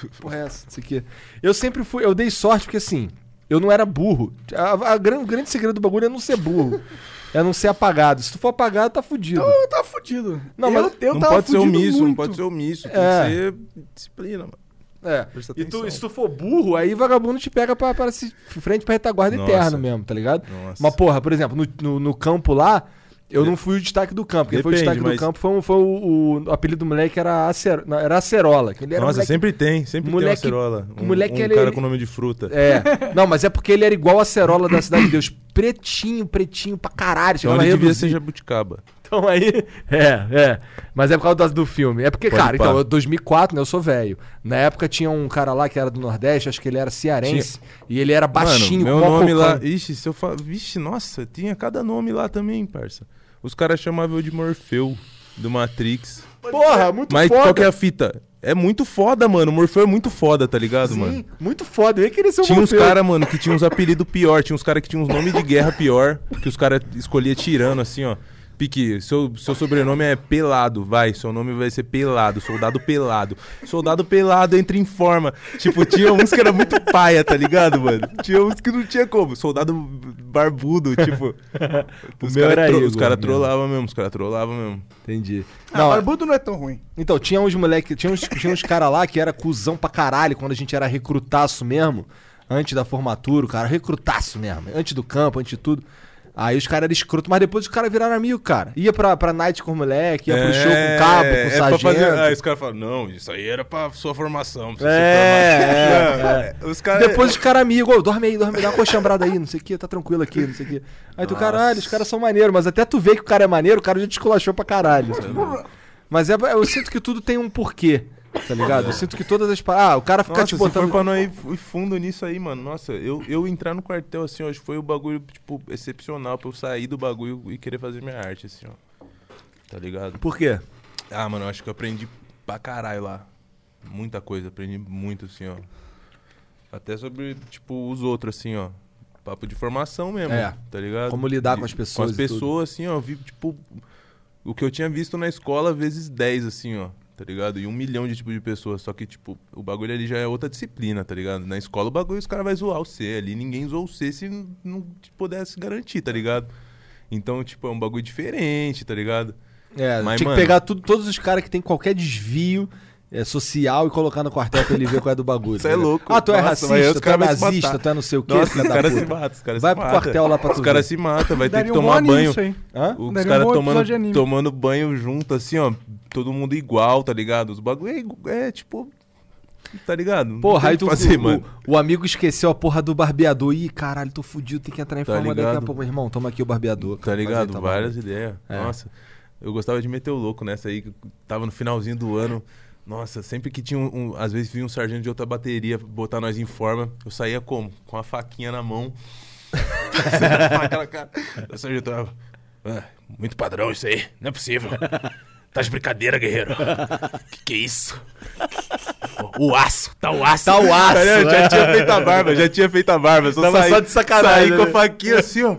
S2: que porra é essa? Não sei o quê. Eu sempre fui, eu dei sorte porque assim, eu não era burro. A- a gran- o grande segredo do bagulho é não ser burro. É não ser apagado. Se tu for apagado, tá fudido.
S1: Então eu tava fudido.
S2: Não,
S1: eu,
S2: mas
S1: eu
S3: não
S1: tava
S3: pode ser
S1: fudido
S3: omisso, não
S1: muito.
S3: pode ser um- omisso.
S2: É.
S3: Tem que ser disciplina, mano.
S2: É.
S3: Presta
S2: E tu,
S3: atenção.
S2: se tu for burro, aí vagabundo te pega pra, pra se- frente pra retaguarda
S3: Nossa.
S2: eterno mesmo, tá ligado?
S3: Nossa.
S2: Mas, porra, por exemplo, no, no- no campo lá, eu
S3: De-
S2: não fui o destaque do campo. Quem foi o
S3: Depende,
S2: destaque do
S3: mas-
S2: campo foi, um- foi o, o apelido do moleque era, Acer, não, era Acerola. Que ele era um
S3: Nossa,
S2: moleque-
S3: sempre tem, sempre
S2: moleque-
S3: tem uma acerola. Um,
S2: moleque,
S3: um
S2: ele-
S3: cara
S2: ele-
S3: com nome de fruta.
S2: É. Não, mas é porque ele era igual a Acerola da Cidade de Deus. Pretinho, pretinho pra caralho.
S3: Então
S2: Chegava
S3: ele
S2: a
S3: devia
S2: reduzir.
S3: ser jabuticaba.
S2: Então aí. É, é. Mas é por causa do, do filme. É porque,
S3: Pode
S2: cara,
S3: pá.
S2: então, eu- 2004, né? Eu sou velho. Na época tinha um cara lá que era do Nordeste, acho que ele era cearense. E ele era baixinho,
S3: Mano, meu
S2: mó
S3: nome lá.
S2: cocão.
S3: Ixi, se eu falo. Vixe, nossa, tinha cada nome lá também, parça. Os caras chamavam eu de Morfeu, do Matrix.
S2: Porra, muito
S3: Mas
S2: foda.
S3: qual que é a fita? É muito foda, mano. O Morfeu é muito foda, tá ligado, mano?
S2: Sim, muito foda. Eu ia querer ser um
S3: Tinha uns
S2: Morfeu.
S3: caras, mano, que tinha uns apelidos pior. Tinha uns caras que tinham uns nomes de guerra pior. Que os caras escolhiam tirando, assim, ó. Pique, seu, seu sobrenome é Pelado, vai. Seu nome vai ser Pelado, Soldado Pelado. Soldado Pelado entra em forma. Tipo, tinha uns que era muito paia, tá ligado, mano? Tinha uns que não tinha como. Soldado Barbudo, tipo. Os
S2: meu era
S3: caras tro
S2: Igor,
S3: os cara
S2: meu.
S3: trollavam mesmo, os caras trollavam mesmo.
S2: Entendi.
S1: Ah,
S2: Não,
S1: barbudo não é tão ruim.
S2: Então, tinha uns moleque, tinha uns, tinha uns cara lá que era cuzão pra caralho quando a gente era recrutaço mesmo, antes da formatura, o cara, recrutaço mesmo, antes do campo, antes de tudo. Aí os caras eram escroto, mas depois os caras viraram amigo, cara. Ia pra, pra night com o moleque, ia pro show com o cabo, com o
S3: é pra
S2: sargento.
S3: fazer- Aí os caras falam, não, isso aí era pra sua formação. Pra
S2: É,
S3: você se formar." Os caras...
S2: Depois os caras amigos, ô, dorme aí, dorme, dá uma coxambrada aí, não sei o que, tá tranquilo aqui, não sei o que. Aí tu,
S3: Nossa.
S2: caralho, os caras são maneiros, mas até tu vê que o cara é maneiro, o cara já te esculachou pra caralho. tá Mas é, eu sinto que tudo tem um porquê, tá ligado? Eu sinto que todas as. pa- Ah, o cara fica
S3: Nossa,
S2: te
S3: se for
S2: botando.
S3: pra não ir f- fundo nisso aí, mano, nossa, eu, eu entrar no quartel, assim, hoje foi o bagulho, tipo, excepcional pra eu sair do bagulho e querer fazer minha arte, assim, ó. Tá ligado?
S2: Por quê?
S3: Ah, mano, eu acho que eu aprendi pra caralho lá. Muita coisa, aprendi muito, assim, ó. Até sobre, tipo, os outros, assim, ó. Papo de formação mesmo,
S2: É.
S3: tá ligado?
S2: Como lidar
S3: De-
S2: com as pessoas
S3: Com as
S2: e tudo.
S3: pessoas, assim, ó, eu vi, tipo, o que eu tinha visto na escola vezes 10, assim, ó. Tá ligado? E um milhão de tipo de pessoas. Só que, tipo, o bagulho ali já é outra disciplina, tá ligado? Na escola o bagulho os caras vão zoar o C ali. Ninguém zoou o C se n- não te pudesse garantir, tá ligado? Então, tipo, é um bagulho diferente, tá ligado?
S2: É,
S3: Mas,
S2: tinha
S3: mano-
S2: que pegar tudo- todos os caras que tem qualquer desvio é, social e colocar no quartel pra ele ver qual é do bagulho.
S3: Isso é
S2: entendeu?
S3: louco.
S2: Ah, tu é
S3: Nossa, mas aí os
S2: racista, tu é
S3: caras vão se
S2: nazista,
S3: matar.
S2: tu é não sei o quê,
S3: Nossa,
S2: filho
S3: os
S2: da
S3: caras
S2: puta.
S3: se matam, os caras
S2: Vai
S3: se
S2: pro
S3: matam.
S2: quartel lá pra
S3: Os
S2: tu
S3: caras
S2: ver.
S3: se matam, vai ter
S1: Daria
S3: que
S1: um
S3: tomar
S1: bom
S3: banho.
S1: nisso aí.
S2: Hã?
S3: Os
S1: Daria um
S3: caras
S1: bom episódio de
S3: tomando,
S1: anime.
S3: tomando banho junto, assim, ó. Todo mundo igual, tá ligado? Os bagulho é igu- é, tipo. Tá ligado? Não tem
S2: Porra, aí
S3: o que
S2: tu,
S3: fazer,
S2: o,
S3: mano.
S2: o amigo esqueceu a porra do barbeador. Ih, caralho, tô fudido, tem que entrar em
S3: Tá
S2: forma daqui a
S3: ligado?
S2: pouco. Irmão, toma aqui o barbeador.
S3: Tá
S2: cara,
S3: ligado?
S2: fazer, tá
S3: Várias
S2: bom.
S3: ideias.
S2: É.
S3: Nossa, eu gostava de meter o louco nessa aí, que tava no finalzinho do ano. Nossa, sempre que tinha um, um- Às vezes vinha um sargento de outra bateria botar nós em forma. Eu saía como? Com a faquinha na mão. Aquela cara. O sargento tava. "Ah, muito padrão isso aí. Não é possível. Tá de brincadeira, guerreiro. Que que é isso? O aço, tá o aço.
S2: Tá o aço,
S3: Cara, eu já
S2: é.
S3: tinha feito a barba, já tinha feito a barba. Só
S2: Tava
S3: saí,
S2: só de sacanagem,
S3: Saí com a
S2: né?
S3: faquinha assim, ó.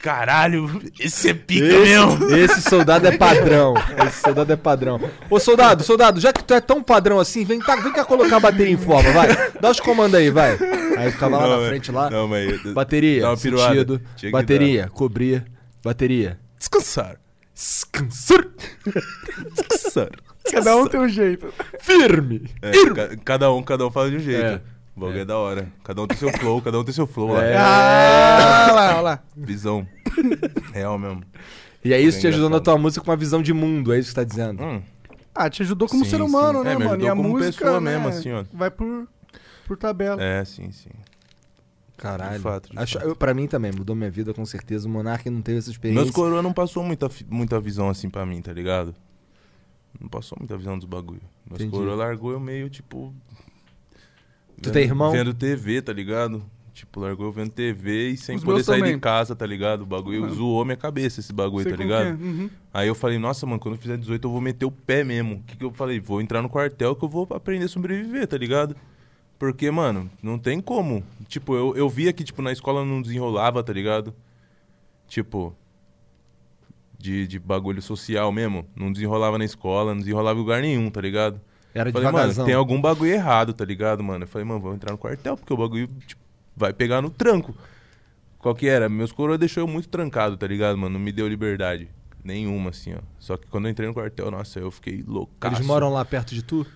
S3: Caralho, esse é pica mesmo.
S2: Esse, esse soldado é padrão. Esse soldado é padrão. Ô, soldado, soldado, já que tu é tão padrão assim, vem, tá, vem cá colocar a bateria em forma, vai. Dá os comandos aí, vai. Aí ficava Tá lá
S3: Não,
S2: na
S3: mas-
S2: frente lá.
S3: Não, mas.
S2: Bateria,
S3: dá uma piruada.
S2: sentido.
S3: Tinha que
S2: Bateria, cobrir. Bateria.
S3: dar. Descansar.
S2: Descansar.
S3: Descansar.
S1: Cada um tem um jeito.
S2: Firme.
S3: É, ca- cada um, cada um fala de um jeito.
S2: É.
S3: O bagulho é. da hora. Cada um tem seu flow, cada um tem seu flow lá.
S1: Ah, olha lá, olha lá.
S3: Visão. Real mesmo.
S2: E aí isso te ajudou na
S3: engraçado.
S2: tua música com uma visão de mundo, é isso que tá dizendo.
S3: Hum,
S1: Ah, te ajudou como
S3: Sim,
S1: ser humano,
S3: sim.
S1: né,
S3: É, me
S1: mano? E
S3: ajudou
S1: a
S3: como
S1: música,
S3: pessoa
S1: né,
S3: mesmo, assim, ó.
S1: vai por, por tabela.
S3: é, sim, sim.
S2: Caralho.
S3: De fato, de
S2: Acho-
S3: fato.
S2: eu- pra mim também, mudou minha vida com certeza. O Monark não teve essa experiência.
S3: Meus coroa não passou muita, fi- muita visão assim pra mim, tá ligado? Não passou muita visão dos bagulho. Meus
S2: Entendi.
S3: coroa largou eu meio, tipo.
S2: Tu tem irmão?
S3: Vendo TV, tá ligado? Tipo, largou eu vendo TV e sem
S1: Os
S3: poder
S1: meus
S3: sair de
S1: também. Uhum.
S3: casa, tá ligado? O bagulho zoou minha cabeça, esse bagulho,
S1: Sei
S3: tá
S1: como
S3: ligado?
S1: que é. Uhum.
S3: Aí eu falei, nossa, mano, quando eu fizer 18 eu vou meter o pé mesmo. O que, que eu falei? Vou entrar no quartel que eu vou aprender a sobreviver, tá ligado? Porque, mano, não tem como. Tipo, eu, eu via que, tipo, na escola não desenrolava, tá ligado? Tipo, de, de bagulho social mesmo. Não desenrolava na escola, não desenrolava em lugar nenhum, tá ligado?
S2: Era
S3: Eu falei, mano,
S2: devagarzão.
S3: tem algum bagulho errado, tá ligado, mano? Eu falei, mano, vou entrar no quartel, porque o bagulho tipo, vai pegar no tranco. Qual que era? Meus coroa deixou eu muito trancado, tá ligado, mano? Não me deu liberdade. Nenhuma, assim, ó. Só que quando eu entrei no quartel, nossa, eu fiquei loucaço.
S2: Eles moram lá perto de tu?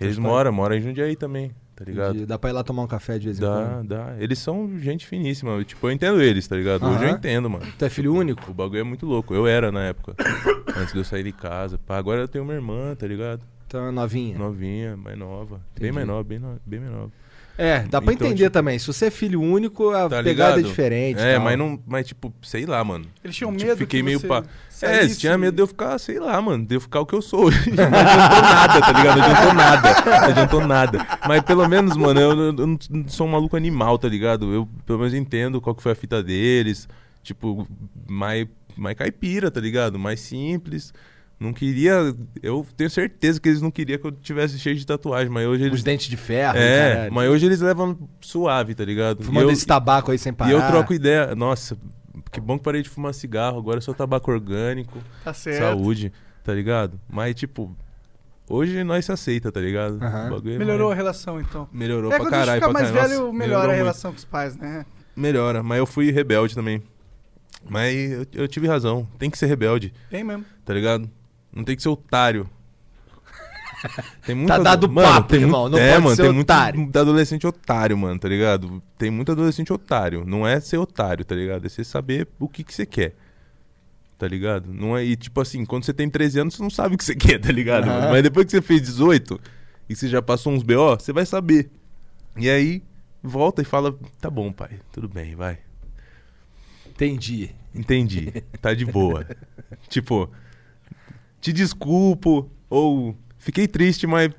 S3: Eles
S2: Tá.
S3: moram, moram em Jundiaí também, tá ligado?
S2: De- Dá pra ir lá tomar um café de vez em
S3: Dá,
S2: quando?
S3: dá. Eles são gente finíssima. eu, Tipo, eu entendo eles, tá ligado? Hoje eu
S2: Aham.
S3: entendo, mano.
S2: Tu é filho único?
S3: O bagulho é muito louco. Eu era na época. antes de eu sair de casa. Pá, agora eu tenho uma irmã, tá ligado?
S2: Então é novinha.
S3: Novinha, mais nova. Bem
S2: Entendi.
S3: mais nova, bem, no... bem mais nova.
S2: É, dá pra
S3: Então,
S2: entender
S3: tipo-
S2: também. Se você é filho único, a
S3: Tá
S2: pegada é
S3: ligado?
S2: diferente.
S3: É,
S2: tal.
S3: mas não. Mas, tipo, sei lá, mano.
S1: Eles tinham
S3: Tipo,
S1: medo
S3: fiquei
S1: que
S3: meio
S1: você
S3: pá. É,
S1: saísse-
S3: eles tinham medo de eu ficar, sei lá, mano, de eu ficar o que eu sou hoje. Não adiantou nada, tá ligado? Não adiantou nada. Não adiantou nada. Mas pelo menos, mano, eu, eu não não sou um maluco animal, tá ligado? Eu pelo menos entendo qual que foi a fita deles. Tipo, mais, mais caipira, tá ligado? Mais simples. Não queria. Eu tenho certeza que eles não queriam que eu tivesse cheio de tatuagem, mas hoje
S2: Os
S3: eles.
S2: dentes de ferro.
S3: É,
S2: caralho.
S3: mas hoje eles levam suave, tá ligado? E
S2: Fumando
S3: eu-
S2: esse tabaco aí sem parar.
S3: e eu troco ideia. Nossa, que bom que parei de fumar cigarro. Agora é só tabaco orgânico,
S1: Tá certo.
S3: saúde, tá ligado? Mas, tipo, hoje nós se aceita, tá ligado?
S2: Aham.
S3: O bagulho é
S1: Melhorou a
S3: mais-
S1: relação, então.
S3: Melhorou
S1: é,
S3: pra
S1: quando a
S3: caralho.
S1: gente fica
S3: pra
S1: mais
S3: caralho.
S1: velho,
S3: Nossa,
S1: melhora a
S3: melhorou
S1: relação com os pais, né?
S3: muito. Melhora, mas eu fui rebelde também. Mas eu, eu tive razão. Tem que ser rebelde,
S1: Tem mesmo.
S3: tá ligado? Não tem que ser otário. Tem muita ado-
S2: dado papo,
S3: tem
S2: irmão,
S3: muito-
S2: não
S3: é,
S2: pode
S3: mano,
S2: ser
S3: tem
S2: otário.
S3: muito adolescente otário, mano, tá ligado? Tem muito adolescente otário. Não é ser otário, tá ligado? É você saber o que, que você quer. Tá ligado? Não é, e tipo assim, quando você tem 13 anos, você não sabe o que você quer, tá ligado? mano? Mas depois que você fez 18 e você já passou uns BO, você vai saber. E aí, volta e fala: tá bom, pai, tudo bem, vai.
S2: Entendi.
S3: Entendi. Tá de boa. tipo, te desculpo ou fiquei triste, mas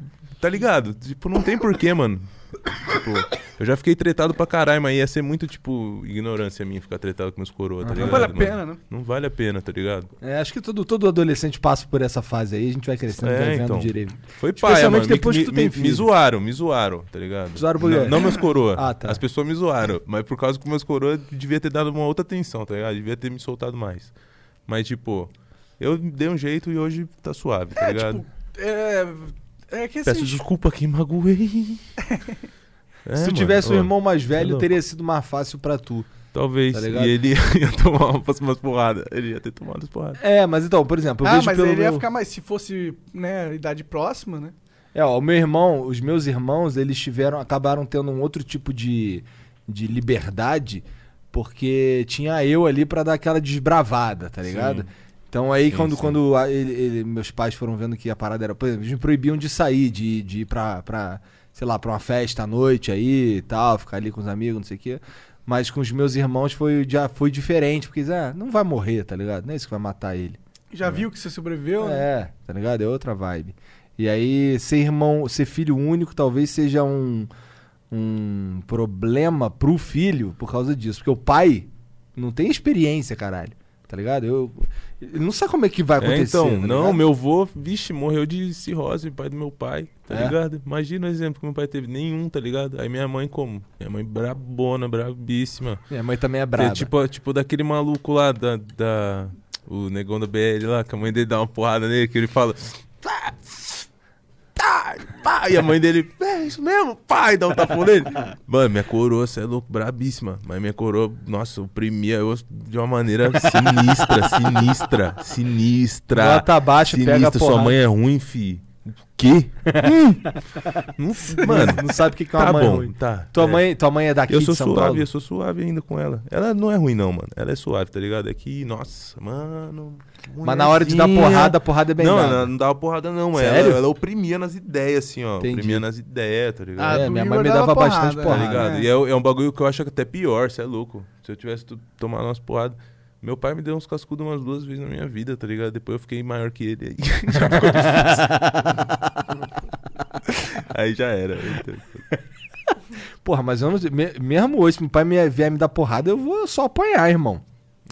S3: tá ligado? Tipo, não tem porquê, mano. Tipo, eu já fiquei tretado pra caralho, mas ia ser muito, tipo, ignorância minha ficar tretado com meus coroa, tá ligado?
S1: vale a
S3: mano?
S1: pena, né?
S3: Não vale a pena, tá ligado?
S2: É, acho que todo, todo adolescente passa por essa fase aí, a gente vai crescendo,
S3: É,
S2: vai vendo
S3: então.
S2: direito.
S3: Foi pai,
S2: Especialmente
S3: mano. Me-
S2: depois que
S3: me,
S2: tu tem
S3: me-
S2: filho.
S3: me zoaram, me zoaram, tá ligado?
S2: Zoaram por quê?
S3: Não, não meus coroa.
S2: Ah, tá.
S3: As pessoas me zoaram, mas por causa que meus coroa devia ter dado uma outra atenção, tá ligado? Devia ter me soltado mais. Mas, tipo, eu dei um jeito e hoje tá suave, tá
S1: É,
S3: ligado?
S1: tipo, é, é que assim,
S3: Peço desculpa que magoei. É,
S2: Se tu
S3: mano,
S2: tivesse um
S3: ó,
S2: irmão mais velho,
S3: louco.
S2: teria sido mais fácil pra tu.
S3: Talvez.
S2: tá ligado?
S3: e ele ia tomar umas, umas porradas. Ele ia ter tomado as porradas.
S2: É, mas então, por exemplo, eu
S1: ah,
S2: vejo
S1: mas
S2: pelo
S1: ele ia
S2: meu-
S1: ficar mais, se fosse, né, idade próxima, né?
S2: É, ó, o meu irmão, os meus irmãos, eles tiveram, acabaram tendo um outro tipo de, de liberdade, porque tinha eu ali pra dar aquela desbravada, tá ligado? Então aí
S3: Sim,
S2: quando,
S3: sim.
S2: quando a- ele- ele- meus pais foram vendo que a parada era, por exemplo, eles me proibiam de sair, de, de ir pra, pra, sei lá, pra uma festa à noite aí e tal, ficar ali com os amigos, não sei o quê. Mas com os meus irmãos foi, já foi diferente, porque ah, não vai morrer, tá ligado? Não é isso que vai matar ele.
S1: Já
S3: É.
S1: viu que você sobreviveu, né?
S2: É, tá ligado? É outra vibe. E aí, ser irmão, ser filho único talvez seja um, um problema pro filho por causa disso. Porque o pai não tem experiência, caralho. Tá ligado? Eu, ele não sabe como é que vai
S3: É,
S2: acontecer.
S3: então,
S2: tá
S3: não,
S2: ligado?
S3: meu avô, vixe, morreu de cirrose, pai do meu pai, tá
S2: É?
S3: ligado? Imagina o exemplo que meu pai teve, nenhum, tá ligado? Aí minha mãe como? Minha mãe brabona, brabíssima.
S2: Minha mãe também é
S3: Que é
S2: brava.
S3: Tipo, tipo daquele maluco lá da, da- O negão da BL lá, que a mãe dele dá uma porrada nele, que ele fala. "Tá, tá, pá", E a mãe dele, é isso mesmo, pai, dá um tapão nele. Mano, minha coroa, você é louco, brabíssima. Mas minha coroa, nossa, oprimia eu de uma maneira sinistra, sinistra, sinistra.
S2: Nota tá baixa, pega a
S3: sinistra. Sua
S2: porrada.
S3: mãe é ruim, fi. O quê? Hum. não, f- mano,
S2: não sabe o que, que é uma
S3: tá
S2: mãe
S3: bom,
S2: ruim.
S3: tá.
S2: Tua,
S3: é.
S2: mãe, tua mãe é daqui
S3: Eu sou
S2: de São
S3: suave,
S2: Paulo?
S3: eu sou suave ainda com ela. Ela não é ruim, não, mano. Ela é suave, tá ligado? É que, nossa, mano.
S2: Mas na hora de dar
S3: mulherzinha.
S2: porrada, a porrada é bem
S3: Não,
S2: dada.
S3: ela não dava porrada, não.
S2: Sério?
S3: Ela, ela oprimia nas ideias, assim, ó.
S2: Entendi.
S3: Oprimia nas ideias, tá ligado?
S1: Ah,
S2: É,
S1: do
S2: minha
S1: Igor
S2: mãe me
S1: dava
S2: dava bastante
S1: porrada, né?
S2: porrada.
S3: tá ligado?
S1: é.
S3: E é, é um bagulho que eu acho até pior, você é louco. Se eu tivesse tu- tomado umas porradas. Meu pai me deu uns cascudos umas duas vezes na minha vida, tá ligado? Depois eu fiquei maior que ele. Aí já ficou difícil. aí já era. Então,
S2: Porra, mas eu não, me- mesmo hoje, se meu pai me, vier me dar porrada, eu vou só apanhar, irmão.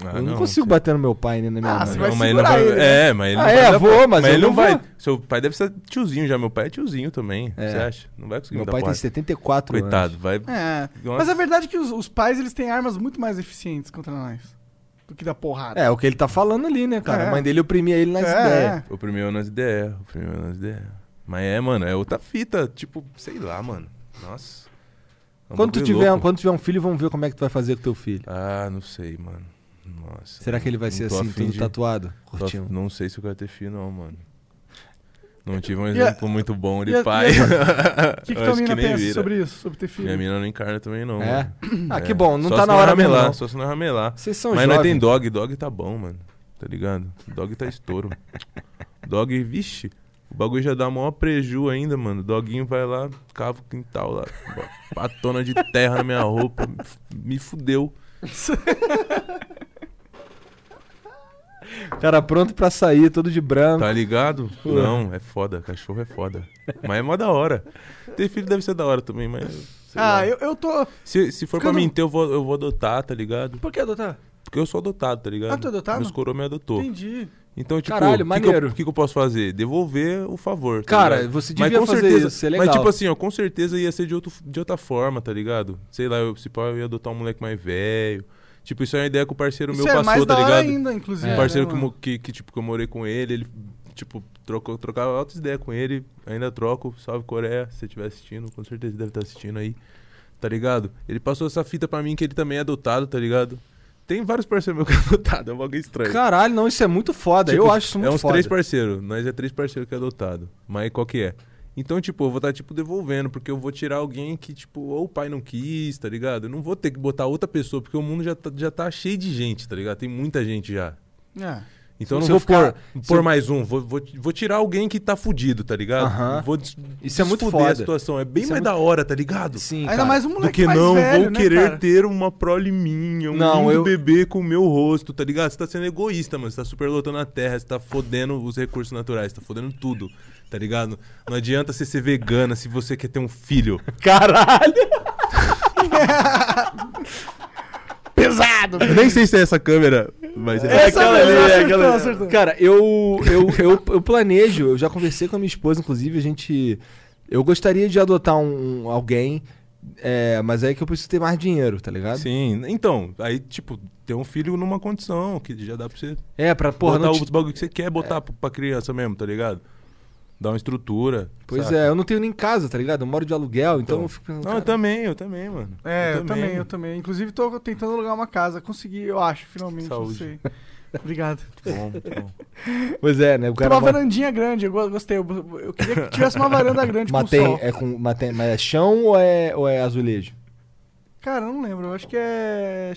S3: ah,
S2: eu não, consigo bater no meu pai nem na minha
S1: Ah,
S2: mãe.
S1: você vai
S3: mas ele não
S1: segurar
S3: vai.
S1: ele, né?
S3: É, mas ele
S2: Ah,
S3: não
S2: é,
S3: vai. dar
S2: vou,
S3: porra.
S2: mas eu
S3: ele não
S2: não
S3: vai.
S2: vou.
S3: Seu pai deve ser tiozinho já. Meu pai é tiozinho também.
S2: É.
S3: Você acha? Não vai conseguir
S2: Meu
S3: me dar
S2: pai tem
S3: porrada.
S2: 74 anos.
S3: Coitado, vai.
S1: É.
S3: Nossa.
S1: Mas a verdade é que os, os pais, eles têm armas muito mais eficientes contra nós do que da porrada.
S2: É, o que ele tá falando ali, né, cara?
S1: É.
S2: A mãe dele oprimia ele nas
S1: É,
S2: ideias.
S3: O primeiro nas ideias. O primeiro nas ideias. Mas é, mano, é outra fita. Tipo, sei lá, mano. Nossa. É um
S2: Quando tu,
S3: bagulho
S2: tiver,
S3: louco.
S2: quando tiver um filho, vamos ver como é que tu vai fazer com teu filho.
S3: Ah, não sei, mano. Nossa.
S2: Será que ele vai
S3: Não
S2: ser
S3: tô
S2: assim,
S3: afim
S2: tudo
S3: de-
S2: tatuado?
S3: Tô af-
S2: Curtinho.
S3: Não sei se eu quero ter filho, não, mano. Não tive um
S1: E a-
S3: exemplo muito bom de
S1: e a-
S3: pai.
S1: e
S3: O
S1: O que, que tua mina pensa sobre isso, sobre ter filho?
S3: Minha mina não encarna também, não.
S2: É?
S3: mano.
S2: Ah,
S3: É.
S2: que bom, não
S3: Só
S2: tá
S3: se
S2: na hora mesmo,
S3: ramelar,
S2: não. é um
S3: Só se não ramelar.
S2: Vocês são
S3: Mas nós
S2: jovens.
S3: tem dog, dog tá bom, mano. Tá ligado? Dog tá estouro. Dog, vixe. O bagulho já dá maior preju ainda, mano. Doguinho vai lá, cava o quintal lá. bo- Patona de terra na minha roupa. me f- Me fudeu.
S2: Cara, pronto pra sair, todo de branco.
S3: Tá ligado? Não, é foda. Cachorro é foda. Mas é mó da hora. Ter filho deve ser da hora também, mas. sei
S1: Ah,
S3: lá.
S1: eu, eu tô...
S3: Se, se for pra
S1: Quando-
S3: mim ter, eu vou, eu vou adotar, tá ligado?
S1: Por que adotar?
S3: Porque eu sou adotado, tá ligado?
S1: Ah, tu é adotado?
S3: Meus coroa me adotou.
S1: Entendi.
S3: Então, tipo,
S2: Caralho,
S3: o que que,
S2: maneiro.
S3: eu- o que que eu posso fazer? Devolver o favor. tá
S2: Cara,
S3: ligado?
S2: você
S3: Mas
S2: devia
S3: com
S2: fazer
S3: certeza,
S2: isso, é legal.
S3: Mas, tipo assim, ó, com certeza ia ser de, outro, de outra forma, tá ligado? Sei lá, eu, se pá, eu ia adotar um moleque mais velho. Tipo, isso é uma ideia que o parceiro
S1: Isso
S3: meu
S1: é
S3: passou,
S1: mais da
S3: tá
S1: hora
S3: ligado?
S1: ainda, inclusive.
S2: É.
S3: Um parceiro
S1: né,
S3: que,
S1: mano?
S3: mo- que, que, tipo, que eu morei com ele, ele, tipo, trocou, trocava altas ideias com ele, ainda troco. Salve Coreia, se você estiver assistindo, com certeza deve estar assistindo aí, tá ligado? Ele passou essa fita pra mim que ele também é adotado, tá ligado? Tem vários parceiros meus que é adotado, é um bagulho estranho.
S2: Caralho, não, isso é muito foda.
S3: Tipo,
S2: eu acho isso muito
S3: É uns
S2: foda.
S3: três parceiros. Nós é três parceiros que é adotado. Mas qual que é? Então, tipo, eu vou estar, tipo, devolvendo, porque eu vou tirar alguém que, tipo, ou o pai não quis, tá ligado? Eu não vou ter que botar outra pessoa, porque o mundo já tá, já tá cheio de gente, tá ligado? Tem muita gente já.
S1: É.
S3: Então eu não
S2: Se
S3: vou
S2: eu ficar-
S3: pôr,
S2: se
S3: pôr
S2: eu-
S3: mais um, vou, vou, vou tirar alguém que tá fudido, tá ligado?
S2: Aham.
S3: Vou des,
S2: Isso é muito
S3: desfuder
S2: foda.
S3: a situação. É bem
S2: Isso é
S3: mais da hora, tá ligado?
S2: Sim,
S1: Ainda
S2: cara.
S1: mais um
S3: Do
S1: moleque
S3: que
S1: mais
S3: não
S1: velho,
S3: vou
S1: né,
S3: querer
S1: cara?
S3: ter uma prole minha, um
S2: Não,
S3: lindo
S2: eu-
S3: bebê com o meu rosto, tá ligado? Você tá sendo egoísta, mano. Você tá superlotando a terra, você tá fodendo os recursos naturais, você tá fodendo tudo, tá ligado? Não adianta você ser vegana se você quer ter um filho.
S2: Caralho!
S1: Pesado!
S3: Eu nem sei se é essa câmera, mas é.
S1: Essa
S2: aquela
S1: mesmo,
S2: ali, é
S1: acertou,
S2: aquela ali.
S1: acertou.
S2: Cara, eu, eu, eu, eu planejo, eu já conversei com a minha esposa, inclusive, a gente. Eu gostaria de adotar um, um- alguém, é, mas é que eu preciso ter mais dinheiro, tá ligado?
S3: Sim, então, aí, tipo, ter um filho numa condição que já dá pra você
S2: É, pra porra.
S3: botar
S2: Não É.
S3: os
S2: te-
S3: bagulho que você quer botar pra- pra criança mesmo, tá ligado? Dar uma estrutura.
S2: Pois
S3: saca?
S2: é, eu não tenho nem casa, tá ligado? Eu moro de aluguel, então, eu fico pensando.
S3: Não, eu
S2: cara,
S3: também, eu também, mano.
S1: É, eu, também, eu também. Inclusive, tô tentando alugar uma casa. Consegui, eu acho, finalmente. Não
S3: Saúde.
S1: sei. Obrigado.
S2: Tá
S3: Bom, bom.
S2: Pois é, né? O
S1: Tem
S2: cara.
S1: uma
S2: mora-
S1: varandinha grande, eu go- gostei. Eu, eu queria que tivesse uma varanda grande com
S2: Matei,
S1: sol.
S2: é com, matei, mas é chão ou é, ou é azulejo?
S1: Cara, eu não lembro. Eu acho que é.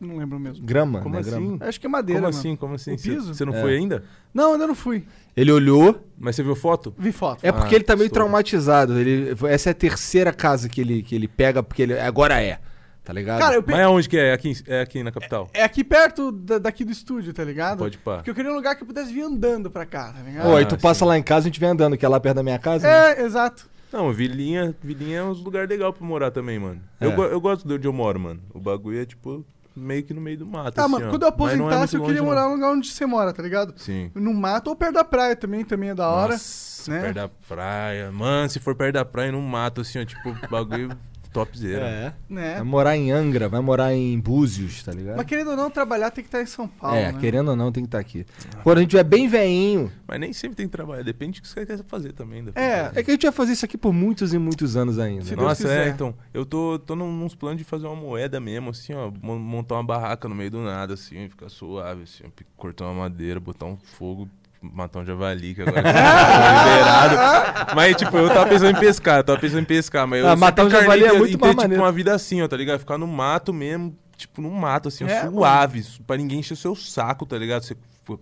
S1: Não lembro mesmo.
S2: Grama,
S3: Como
S2: né? Grama.
S3: assim?
S1: Acho que é madeira.
S3: Como
S1: mano.
S3: assim? Como assim?
S1: O
S3: Você-
S1: piso?
S3: Você não
S2: É.
S3: foi ainda?
S1: Não, ainda não fui.
S2: Ele olhou,
S3: Mas você viu foto?
S1: Vi foto.
S2: É porque
S3: Ah,
S2: ele tá meio
S3: estou.
S2: traumatizado. Ele, essa é a terceira casa que ele, que ele pega, porque ele agora é. Tá ligado?
S1: Cara, eu pe...
S3: Mas é onde que é? É aqui, em- é aqui na capital.
S1: É aqui perto da- daqui do estúdio, tá ligado?
S3: Pode pá.
S1: Porque eu queria um lugar que eu pudesse vir andando pra cá, tá ligado?
S2: Pô, aí
S3: Ah,
S2: tu
S3: sim.
S2: passa lá em casa e a gente vem andando, que é lá perto da minha
S3: assim.
S2: casa. né?
S1: É, exato.
S3: Não, Vilinha, Vilinha é um lugar legal pra morar também, mano.
S2: É.
S3: Eu, go- eu gosto de onde eu moro, mano. O bagulho é tipo meio que no meio do mato.
S1: Tá,
S3: assim,
S1: mano,
S3: ó.
S1: quando eu
S3: Mas não é
S1: aposentasse,
S3: muito
S1: eu queria
S3: longe,
S1: morar
S3: não.
S1: num lugar onde você mora, tá ligado?
S3: Sim.
S1: No mato ou perto da praia também, também é da hora.
S3: Nossa,
S1: né?
S3: perto da praia. Mano, se for perto da praia, não mato, assim, ó. Tipo, bagulho topzera.
S1: Né?
S2: Vai morar em Angra, vai morar em Búzios, tá
S3: É,
S2: ligado?
S1: Mas querendo ou não, trabalhar tem que estar em São Paulo.
S2: é,
S1: né?
S2: querendo ou não, tem que estar aqui. Quando a gente é bem veinho,
S3: Mas nem sempre tem que trabalhar. Depende do que você quer fazer também. depende.
S1: É,
S2: é que a gente vai fazer isso aqui por muitos e muitos anos ainda.
S1: Se
S2: né?
S1: Deus
S3: Nossa, é,
S1: quiser.
S3: então. Eu tô, tô num- nos planos de fazer uma moeda mesmo, assim, ó. mon- Montar uma barraca no meio do nada, assim, ficar suave, assim, p- cortar uma madeira, botar um fogo, matar um javali, que agora tá liberado. Mas, tipo, eu tava pensando em pescar, eu tava pensando em pescar, mas eu
S2: Ah,
S3: sempre
S2: matar um
S3: encarnei
S2: javali é
S3: de- em
S2: muito
S3: ter,
S2: mais
S3: tipo,
S2: maneiro.
S3: uma vida assim, ó, tá ligado? Ficar no mato mesmo, tipo, no mato, assim, ó,
S1: É,
S3: suave, su- pra ninguém encher o seu saco, tá ligado? Você f-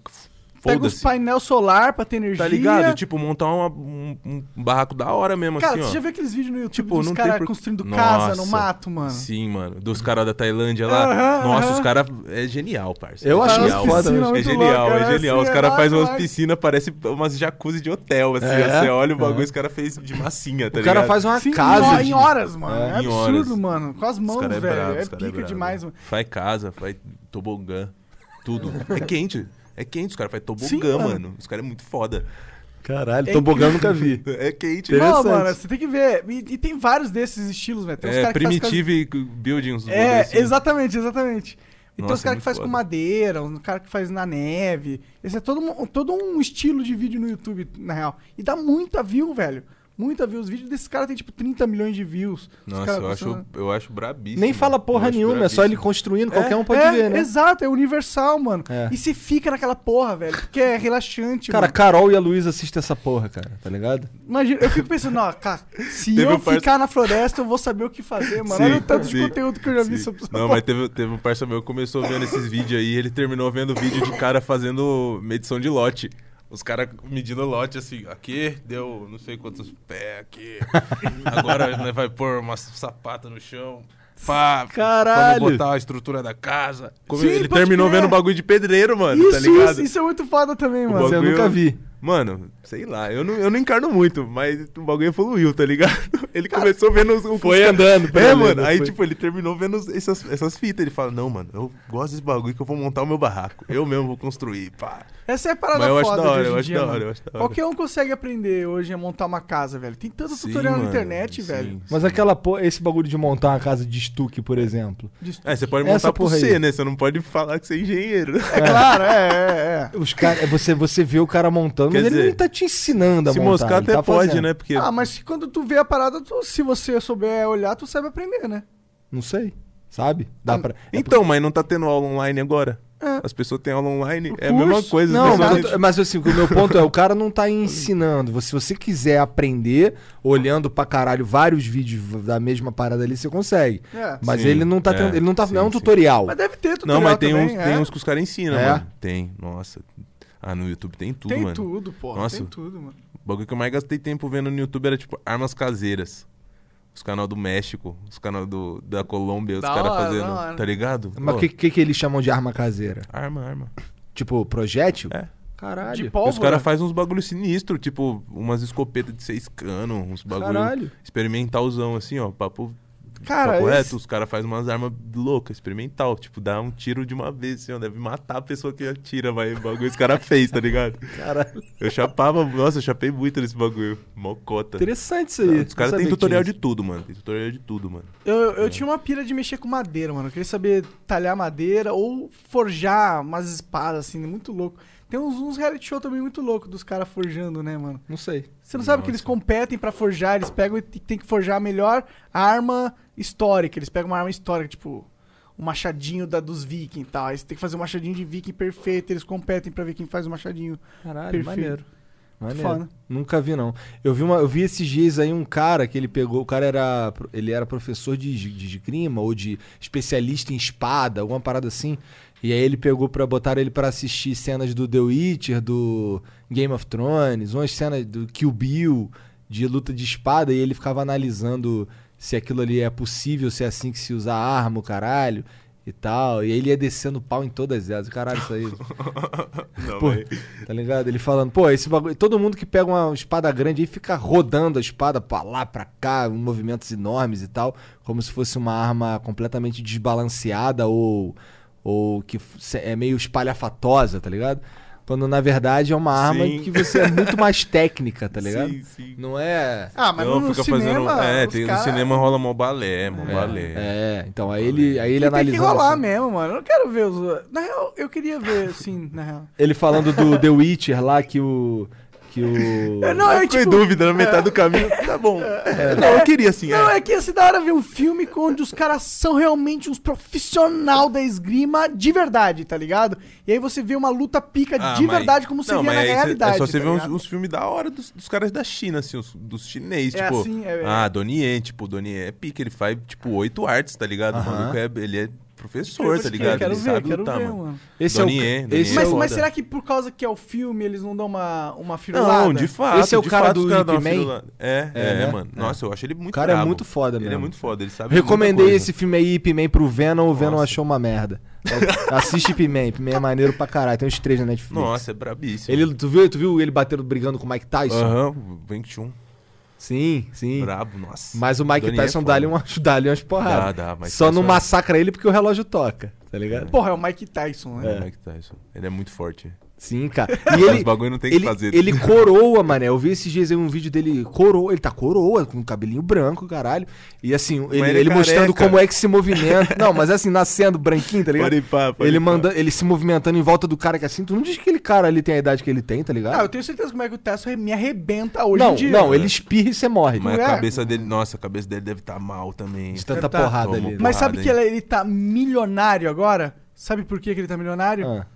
S3: f-
S1: Pega uns
S3: foda-se.
S1: painel solar pra ter energia.
S3: Tá ligado? Tipo, montar uma- um, um barraco da hora mesmo,
S1: Cara,
S3: assim, ó.
S1: você já viu aqueles vídeos no YouTube
S3: Tipo,
S1: dos
S3: não
S1: caras
S3: tem por-
S1: construindo
S3: Nossa.
S1: casa no mato, mano?
S3: Sim, mano. Dos caras da Tailândia lá.
S1: Aham,
S3: Nossa,
S1: aham.
S3: os caras. É genial, parceiro.
S2: Eu
S3: é
S2: acho
S3: genial.
S2: piscina
S3: mano.
S1: muito
S3: É genial,
S1: louca,
S3: é
S1: né?
S3: genial. Os
S1: Assim,
S3: caras
S1: é
S3: fazem umas
S1: demais.
S3: piscinas, parece umas jacuzzi de hotel, assim.
S2: É?
S3: ó. Você olha o bagulho,
S2: É.
S3: os caras fez de massinha, tá
S2: o
S3: ligado?
S2: cara faz uma
S1: Sim,
S2: casa.
S1: em,
S2: de-
S1: horas, mano. É,
S3: É, em
S1: absurdo,
S3: horas.
S1: mano. Com as
S3: Os
S1: mãos,
S3: cara
S1: velho.
S3: bravo,
S1: é
S3: os cara
S1: pica
S3: bravo.
S1: demais, mano.
S3: Faz casa, faz tobogã. Tudo. É quente. É quente, os caras fazem tobogã,
S1: Sim, mano.
S3: mano. Os caras é muito foda.
S2: Caralho, tobogã eu nunca vi.
S3: É quente.
S2: Interessante.
S1: Tipo, Não, mano, você tem que ver. E, e tem vários desses estilos, velho. Tem uns
S3: É,
S1: cara que faz com as-
S3: primitive buildings.
S1: É,
S3: assim.
S1: exatamente, exatamente. E tem
S3: Nossa,
S1: os caras
S3: é
S1: que faz
S3: muito
S1: com
S3: foda.
S1: madeira, um cara que faz na neve. Esse é todo, um- todo um estilo de vídeo no YouTube, na real. E dá muita view, velho. Muita view. Os vídeos desse cara tem tipo 30 milhões de views. Os
S3: Nossa,
S1: cara
S3: eu acho,
S1: postando-
S3: eu acho brabíssimo.
S2: Nem fala
S3: Eu
S2: porra
S3: acho
S2: nenhuma, é só ele
S3: brabíssimo.
S2: construindo, qualquer um pode
S1: é,
S2: ver, né?
S1: Exato, é universal, mano.
S2: É.
S1: E você fica naquela porra, velho, porque é relaxante,
S2: Cara,
S1: mano.
S2: Carol e a Luísa assistem essa porra, cara, tá ligado?
S1: Imagina, eu fico pensando, ó, cara, se
S3: Teve
S1: eu
S3: um parça-
S1: ficar na floresta, eu vou saber o que fazer, mano.
S3: Sim,
S1: Olha o tanto de
S3: sim,
S1: conteúdo que eu já vi
S3: Sim.
S1: sobre essa
S3: Não,
S1: porra.
S3: mas teve, teve um parceiro meu que começou vendo esses vídeos aí, ele terminou vendo vídeo de cara fazendo medição de lote. Os caras medindo lote assim, aqui deu não sei quantos pés aqui. Agora né, vai pôr uma sapata no chão. Pá,
S2: Caralho.
S3: Vamos botar a estrutura da casa. Como
S1: Sim,
S3: ele
S1: pode
S3: terminou
S1: crer.
S3: vendo o bagulho de pedreiro, mano, tá
S1: Isso,
S3: ligado?
S1: isso, isso é muito foda também, mano.
S2: Isso eu
S3: bagulho-
S2: nunca vi.
S3: Mano, sei lá, eu não, eu não encarno muito, mas o bagulho evoluiu, tá ligado? Ele começou vendo os, Foi
S2: andando pra
S3: É,
S2: ele,
S3: mano,
S2: né?
S3: aí
S2: Foi.
S3: tipo, ele terminou vendo os- essas, essas fitas, ele fala, não, mano, eu gosto desse bagulho que eu vou montar o meu barraco, eu mesmo vou construir, pá.
S1: Essa é a parada
S3: Mas eu acho
S1: foda
S3: da hora,
S1: de hoje
S3: eu
S1: em
S3: acho
S1: dia,
S3: da hora,
S1: mano.
S3: eu acho da hora.
S1: Qualquer um consegue aprender hoje a montar uma casa, velho. Tem tanto tutorial na internet, velho.
S2: Mas aquela porra, esse bagulho de montar uma casa de estuque, por exemplo.
S1: Disso-
S3: É, você pode
S2: Essa
S3: montar por
S2: porra aí.
S3: você, né? Você não pode falar que você é engenheiro.
S1: É claro, é, é, é.
S2: Os cara, você, você vê o cara montando,
S3: Quer
S2: mas ele
S3: dizer,
S2: nem tá te ensinando a
S3: Se
S2: montar.
S3: moscar
S2: ele
S3: até
S2: tá
S3: pode,
S2: fazendo.
S3: né? Porque
S1: Ah, mas se quando tu vê a parada, tu- se você souber olhar, tu sabe aprender, né?
S2: Não é sei. Sabe? Dá pra.
S3: Então, mas não tá tendo aula online agora?
S1: É.
S3: As pessoas têm aula online, é a
S1: curso.
S3: mesma coisa.
S2: Não,
S3: as
S2: mas,
S3: pessoas-
S2: eu tô- mas assim, o meu ponto é, o cara não tá ensinando. Se você quiser aprender, olhando pra caralho vários vídeos da mesma parada ali, você consegue.
S1: É.
S2: Mas
S3: Sim,
S2: ele não tá
S3: é,
S2: tendo. Ele não tá.
S3: sim,
S2: não é um
S3: sim.
S2: tutorial.
S1: Mas deve ter tutorial
S3: Não, mas tem,
S1: também,
S3: uns,
S1: é.
S3: tem uns que os caras ensinam,
S2: É?
S3: mano. Tem, nossa. Ah, no YouTube tem tudo,
S1: Tem
S3: mano.
S1: tudo, pô.
S3: Nossa.
S1: Tem tudo, mano.
S3: O bagulho que eu mais gastei tempo vendo no YouTube era, tipo, armas caseiras. Os canal do México, os canal do, da Colômbia, os
S1: Da
S3: caras
S1: hora,
S3: fazendo.
S1: da hora.
S3: Tá ligado?
S2: Mas o
S3: Pô,
S2: que, que, que eles chamam de arma caseira?
S3: Arma, arma.
S2: Tipo, projétil?
S3: É.
S2: Caralho.
S1: De
S3: E Os
S1: pólvora.
S3: caras fazem uns bagulho sinistro, tipo, umas escopetas de seis canos, uns bagulho
S2: Caralho.
S3: experimentalzão, assim, ó. Papo,
S1: Cara,
S3: papo
S1: esse-
S3: reto, os caras fazem umas armas loucas, experimental. Tipo, dá um tiro de uma vez, assim, ó. Deve matar a pessoa que atira, mas o bagulho esse cara fez, tá ligado?
S2: Caralho.
S3: Eu chapava, nossa, eu chapei muito nesse bagulho. Mocota.
S2: Interessante isso aí.
S3: Não, Os caras
S2: Não
S3: têm
S2: sabia
S3: tutorial
S2: que
S3: de tudo, mano. Tem tutorial de tudo, mano.
S1: Eu,
S3: É.
S1: eu tinha uma pira de mexer com madeira, mano. Eu queria saber talhar madeira ou forjar umas espadas, assim, muito louco. Tem uns, uns reality show também muito louco dos caras forjando, né, mano?
S2: tinha. Não sei.
S1: Você não sabe que eles competem pra forjar, eles pegam e t- tem que forjar a melhor arma histórica. Eles pegam uma arma histórica, tipo, o machadinho da, dos viking e tal. Aí você tem que fazer o machadinho de viking perfeito, eles competem pra ver quem faz o machadinho.
S2: Caralho,
S1: Perfeito.
S2: maneiro. Maneiro.
S1: Foda.
S2: Nunca vi, não. Eu vi, uma, eu vi esses dias aí um cara que ele pegou. O cara era. Ele era professor de, es- de esgrima ou de especialista em espada, alguma parada assim. E aí ele pegou pra botar ele pra assistir cenas do The Witcher, do Game of Thrones, umas cenas do Kill Bill, de luta de espada, e ele ficava analisando se aquilo ali é possível, se é assim que se usa a arma, o caralho, e tal. E aí ele ia descendo pau em todas elas. Caralho, isso aí.
S3: Não,
S2: Pô,
S3: mas-
S2: tá ligado? Ele falando, pô, esse bagulho. Todo mundo que pega uma espada grande aí fica rodando a espada pra lá, pra cá, movimentos enormes e tal, como se fosse uma arma completamente desbalanceada ou, ou que f- se- é meio espalhafatosa, tá ligado? Quando na verdade é uma arma
S3: Sim.
S2: que você é muito mais técnica, tá ligado?
S3: Sim, sim.
S2: Não é.
S1: Ah, mas não, no cinema.
S3: É,
S1: os
S3: tem,
S1: cara-
S3: no cinema rola mó balé, mó balé.
S2: É, então aí ele, aí ele
S1: E tem que
S2: analisando.
S1: rolar
S2: assim,
S1: mesmo, mano. Eu não quero ver os. Na real, eu queria ver, assim, na real.
S2: Ele falando do The Witcher lá que o. Que o.
S1: Eu não, eu,
S3: Ficou
S1: tipo,
S3: em
S1: É.
S3: dúvida na metade do caminho. Tá bom. Não, eu queria assim.
S1: Não,
S3: é.
S1: é que ia ser da hora ver um filme onde os caras são realmente uns profissional da esgrima de verdade, tá ligado? E aí você vê uma luta pica
S3: Ah,
S1: é de
S3: mas-
S1: verdade como seria
S3: não, mas
S1: na
S3: aí cê-
S1: realidade.
S3: É só você
S1: tá
S3: ver uns,
S1: ligado?
S3: uns filmes da hora dos, dos caras da China, assim, os- dos chinês,
S1: É
S3: tipo.
S1: assim, é- é.
S3: Ah, Donnie Yen, tipo, Donnie Yen é pica, ele faz, tipo, oito artes, tá ligado? O
S2: Aham.
S3: maluco é, ele é professor,
S1: Pode
S3: tá
S1: crer,
S3: ligado?
S1: Quero
S3: ele
S1: ver,
S3: sabe
S1: quero
S3: lutar,
S1: ver,
S3: mano.
S1: mano.
S2: Esse
S3: Donnie
S2: é o.
S3: Yen, Donnie
S2: esse
S3: Yen
S2: é
S1: Mas,
S2: o-
S1: mas
S3: foda.
S1: será que por causa que é o filme eles não dão uma, uma firulada?
S3: Não, de fato.
S2: Esse é o
S3: de
S2: cara
S3: fato,
S2: do
S3: os caras dão uma
S2: Ip Man?
S3: firula- É, é,
S2: É, né?
S3: mano. Nossa, eu acho ele muito
S2: O cara é
S3: brabo.
S2: muito foda
S3: Ele é
S2: mesmo.
S3: muito foda, ele sabe muita
S2: Recomendei
S3: coisa.
S2: esse filme aí, Ip-Man, pro Venom. O Venom
S3: Nossa.
S2: achou uma merda. Então, Assiste Ip-Man. Ip-Man é maneiro pra caralho. Tem uns três na Netflix.
S3: Nossa, é brabíssimo.
S2: Ele, tu, viu, tu viu ele batendo, brigando com o Mike Tyson?
S3: Aham, o Wing Chun,
S2: Sim, sim.
S3: brabo, nossa.
S2: Mas o Mike
S3: Donnie é
S2: Tyson
S3: foda.
S2: dá-lhe umas, dá umas porradas.
S3: Dá, dá, Mike
S2: Só não
S3: Tyson é-
S2: massacra ele porque o relógio toca, tá ligado?
S1: Porra, é o Mike Tyson, né?
S3: É. Mike Tyson. Ele é muito forte.
S2: Sim, cara. E ele,
S3: Os bagulho não tem o que
S2: ele,
S3: fazer.
S2: ele coroa, mané. Eu vi esses dias aí um vídeo dele coroa. Ele tá coroa, com cabelinho branco, caralho. E assim, ele,
S3: ele é
S2: ele mostrando
S3: careca.
S2: como é que se movimenta. Não, mas assim, nascendo branquinho, tá ligado?
S3: Pode ir, pá, pode
S2: ele,
S3: ir, pá.
S2: manda, ele se movimentando em volta do cara que assim. Tu não diz que aquele cara ali tem a idade que ele tem,
S1: Ah,
S2: tá
S1: eu
S2: ligado?
S1: tenho certeza que o Mike Tyson me arrebenta hoje
S2: não,
S1: em dia.
S2: não, ele espirra e você morre.
S3: Mas
S1: Não é?
S3: a cabeça dele, nossa, a cabeça dele deve estar mal também.
S2: de tanta
S1: tá.
S2: porrada
S3: Toma
S2: ali.
S1: Mas sabe
S3: é
S1: que
S3: porrada, hein?
S1: ele, ele tá milionário agora? Sabe por que que ele tá milionário?
S2: Ah,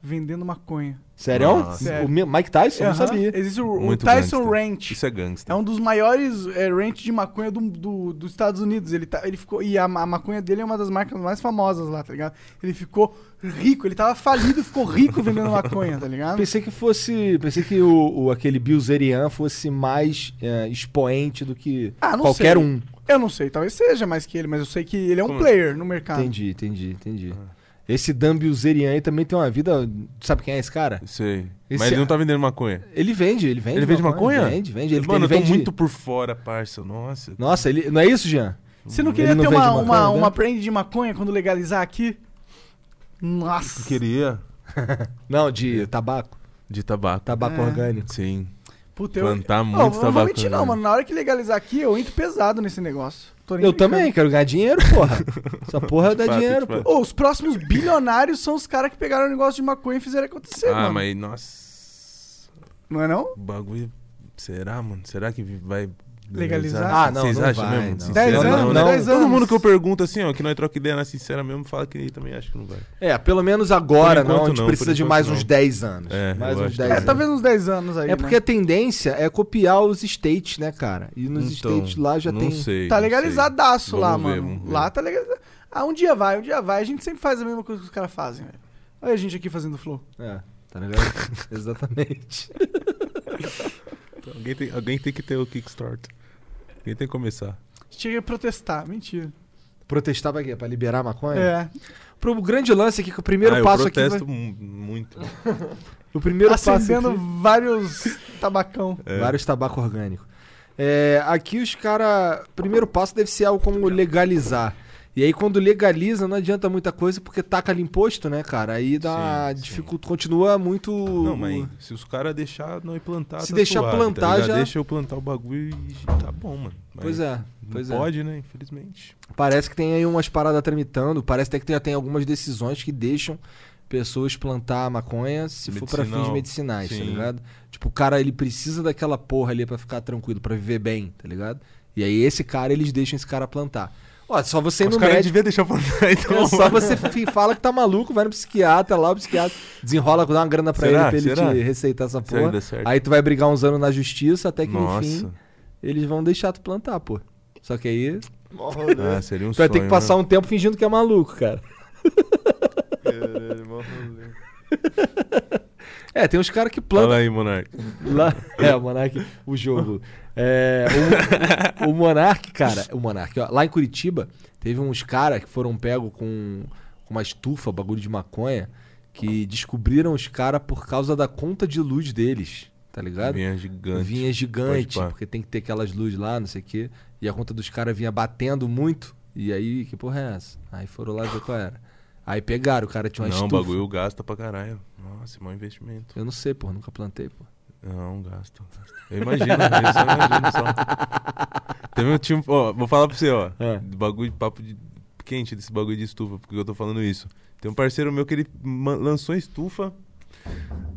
S1: Vendendo maconha.
S2: sério?
S3: Nossa.
S2: O Mi- Mike Tyson? Eu Não
S1: Aham.
S2: sabia.
S1: Existe é o, o
S3: Muito
S1: Tyson
S3: gangster.
S1: Ranch.
S3: Isso é gangster.
S1: É um dos maiores é, ranch de maconha do, do- dos Estados Unidos. Ele, tá, ele ficou. E a, ma- a maconha dele é uma das marcas mais famosas lá, tá ligado? Ele ficou rico, ele tava falido e ficou rico vendendo maconha, tá ligado?
S2: Pensei que fosse. Pensei que o, o- aquele Bill Zerian fosse mais é, expoente do que
S1: Ah, não
S2: qualquer
S1: sei.
S2: um.
S1: Eu não sei, talvez seja mais que ele, mas eu sei que ele é um
S3: Como-
S1: player no mercado.
S2: Entendi, entendi, entendi. Esse Dan Bilzerian aí também tem uma vida. Sabe quem é esse cara?
S3: Sei.
S2: Esse-
S3: Mas ele não tá vendendo maconha.
S2: Ele vende, ele vende.
S3: Ele vende maconha?
S2: Vende, vende. Ele, ele
S3: Mano, eu tô
S2: vende...
S3: muito por fora, parça. Nossa.
S2: Nossa, ele... não é isso, Jean?
S1: Você não queria
S2: Ele não
S1: ter
S2: vende
S1: uma,
S2: maconha,
S1: uma,
S2: né?
S1: uma brand de maconha quando legalizar aqui? Nossa.
S3: Queria.
S2: Não, de tabaco.
S3: De tabaco.
S2: Tabaco
S1: É.
S2: orgânico.
S3: Sim.
S1: Puta, eu.
S3: Plantar
S1: Então, Não,
S3: muito
S1: não vou
S3: tabaco.
S1: mentir, não, mano. Na hora que legalizar aqui, eu entro pesado nesse negócio. Tô nem
S2: Eu
S1: brincando.
S2: também, quero ganhar dinheiro, porra. Essa porra dá
S3: fato, de
S2: dinheiro,
S3: fato.
S2: pô.
S1: Ô, os próximos bilionários são os caras que pegaram o negócio de maconha e fizeram acontecer,
S3: Ah,
S1: mano.
S3: mas nossa.
S1: Não é não?
S3: O bagulho. Será, mano? Será que vai
S1: Legalizar?
S2: Ah, não,
S3: Vocês
S2: não
S3: acham
S2: vai,
S3: mesmo?
S2: não.
S1: Dez
S3: Sincero,
S1: anos,
S3: não,
S1: dez
S3: Todo
S1: anos.
S3: mundo que eu pergunto assim, ó, que nós troca ideia na sincera mesmo, fala que também acha que não vai.
S2: É, pelo menos agora
S3: Por
S2: não,
S3: enquanto
S2: a gente
S3: não,
S2: precisa
S3: por
S2: de
S3: enquanto
S2: mais
S3: não.
S2: uns 10 anos.
S3: É,
S2: mais
S3: eu
S2: uns
S3: acho
S2: 10
S3: que-
S1: É,
S2: anos. tá
S1: talvez uns 10 anos aí.
S2: É porque a
S1: né?
S2: tendência é copiar os states, né, cara? E nos
S3: Então,
S2: states lá já
S3: não
S2: tem.
S3: Sei,
S1: tá
S3: não sei.
S1: legalizadaço lá,
S3: Vamos ver,
S1: mano.
S3: vamos ver.
S1: Lá tá legalizado. Ah, um dia vai, um dia vai. A gente sempre faz a mesma coisa que os caras fazem, velho. Olha a gente aqui fazendo flow.
S2: É, tá ligado? Exatamente.
S3: Alguém tem, alguém tem que ter o Kickstarter. Alguém tem que começar.
S1: Chega a protestar, mentira.
S2: Protestar pra quê? Pra liberar a maconha?
S1: É.
S2: Pro grande lance aqui, que o primeiro
S3: ah,
S2: passo
S3: eu
S2: aqui. vai-
S3: protesto mu- muito.
S2: O primeiro passo.
S1: acendendo
S2: aqui-
S1: vários tabacão.
S3: É.
S2: Vários tabaco orgânico. É, aqui os caras. Primeiro passo deve ser algo como legalizar. E aí, quando legaliza, não adianta muita coisa, porque taca ali imposto, né, cara? Aí dá
S3: Sim, sim.
S2: dificulta. Continua muito.
S3: Não, mas se os caras deixar não plantar,
S2: Se
S3: tá
S2: deixar
S3: suave,
S2: plantar,
S3: tá ligado?
S2: já-
S3: Deixa eu plantar o bagulho e tá bom, mano. Mas
S2: Pois é, pois
S3: não
S2: é.
S3: pode, né? Infelizmente.
S2: Parece que tem aí umas paradas tramitando, parece até que já tem algumas decisões que deixam pessoas plantar maconha se for pra fins
S3: Medicinal.
S2: medicinais, tá
S3: Sim.
S2: ligado? Tipo, o cara ele precisa daquela porra ali pra ficar tranquilo, pra viver bem, tá ligado? E aí esse cara, eles deixam esse cara plantar. Ó, só você ir
S3: Os
S2: no
S3: caras é
S2: médico,
S3: deviam deixar plantar, então.
S2: é só você fi- fala que tá maluco, vai no psiquiatra lá, o psiquiatra desenrola, dá uma grana pra
S3: Será?
S2: ele pra
S3: Será?
S2: ele te receitar essa
S3: Será que
S2: porra.
S3: dá certo?
S2: Aí tu vai brigar uns anos na justiça até que
S3: Nossa.
S2: enfim eles vão deixar tu plantar, pô. Só que aí
S4: Mó rolê.
S3: Ah, seria um
S2: né? Tu vai ter
S3: sonho,
S2: que passar
S3: né?
S2: um tempo fingindo que é maluco, cara.
S4: Caralho, mó rolê.
S2: É, tem uns caras que
S3: Fala
S2: plantam
S3: aí, Monark.
S2: lá. É, o Monark, o jogo. É, o, o Monark, cara, o Monark, ó, lá em Curitiba, teve uns caras que foram pego com, com uma estufa, bagulho de maconha, que descobriram os caras por causa da conta de luz deles, tá ligado?
S3: Vinha gigante.
S2: Vinha gigante,
S3: Pode pá.
S2: porque tem que ter aquelas luzes lá, não sei o quê. E a conta dos caras vinha batendo muito. E aí, que porra é essa? Aí foram lá ver qual era. Aí pegaram, o cara tinha uma
S3: Não, o
S2: estufa.
S3: bagulho gasta pra caralho. Nossa, mau investimento.
S2: Eu não sei, pô, nunca plantei, pô.
S3: Não, gasto. Eu imagino, né? eu só imagino só. Teve um time, ó, vou falar pra você, ó.
S2: É.
S3: do Bagulho de papo de- quente desse bagulho de estufa, porque eu tô falando isso. Tem um parceiro meu que ele ma- lançou a estufa.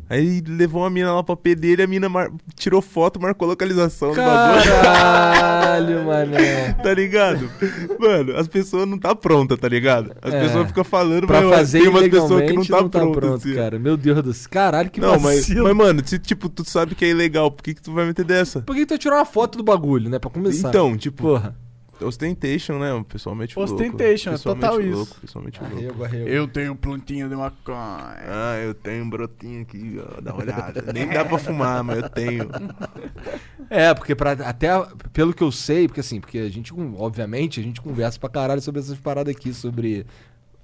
S3: Aí levou uma mina lá pra P dele, a mina mar- tirou foto, marcou localização do bagulho.
S2: Caralho, mané.
S3: Tá ligado? Mano, as pessoas não tá pronta, tá ligado? As
S2: É.
S3: pessoas ficam falando,
S2: Pra
S3: mas
S2: fazer
S3: tem umas
S2: ilegalmente
S3: pessoas que não tá, pronta, assim.
S2: cara. Meu Deus do céu. Caralho, que
S3: não, mas,
S2: vacilo.
S3: mas, mano, se, tipo, tu sabe que é ilegal, por que que tu vai meter dessa?
S2: Por que que tu tirou uma foto do bagulho, né? Pra começar.
S3: Então, tipo,
S2: Porra.
S3: Ostentation, né? O pessoal mete o louco.
S1: Ostentation, é
S3: Pessoal
S1: total
S3: mete o
S1: isso.
S3: Louco, pessoal mete o louco.
S1: Eu tenho plantinha de maconha.
S3: Ah, eu tenho um brotinho aqui, ó, dá uma olhada. Nem dá pra fumar, mas eu tenho.
S2: É, porque pra, até pelo que eu sei, porque assim, porque a gente, com- obviamente, a gente conversa pra caralho sobre essas paradas aqui, sobre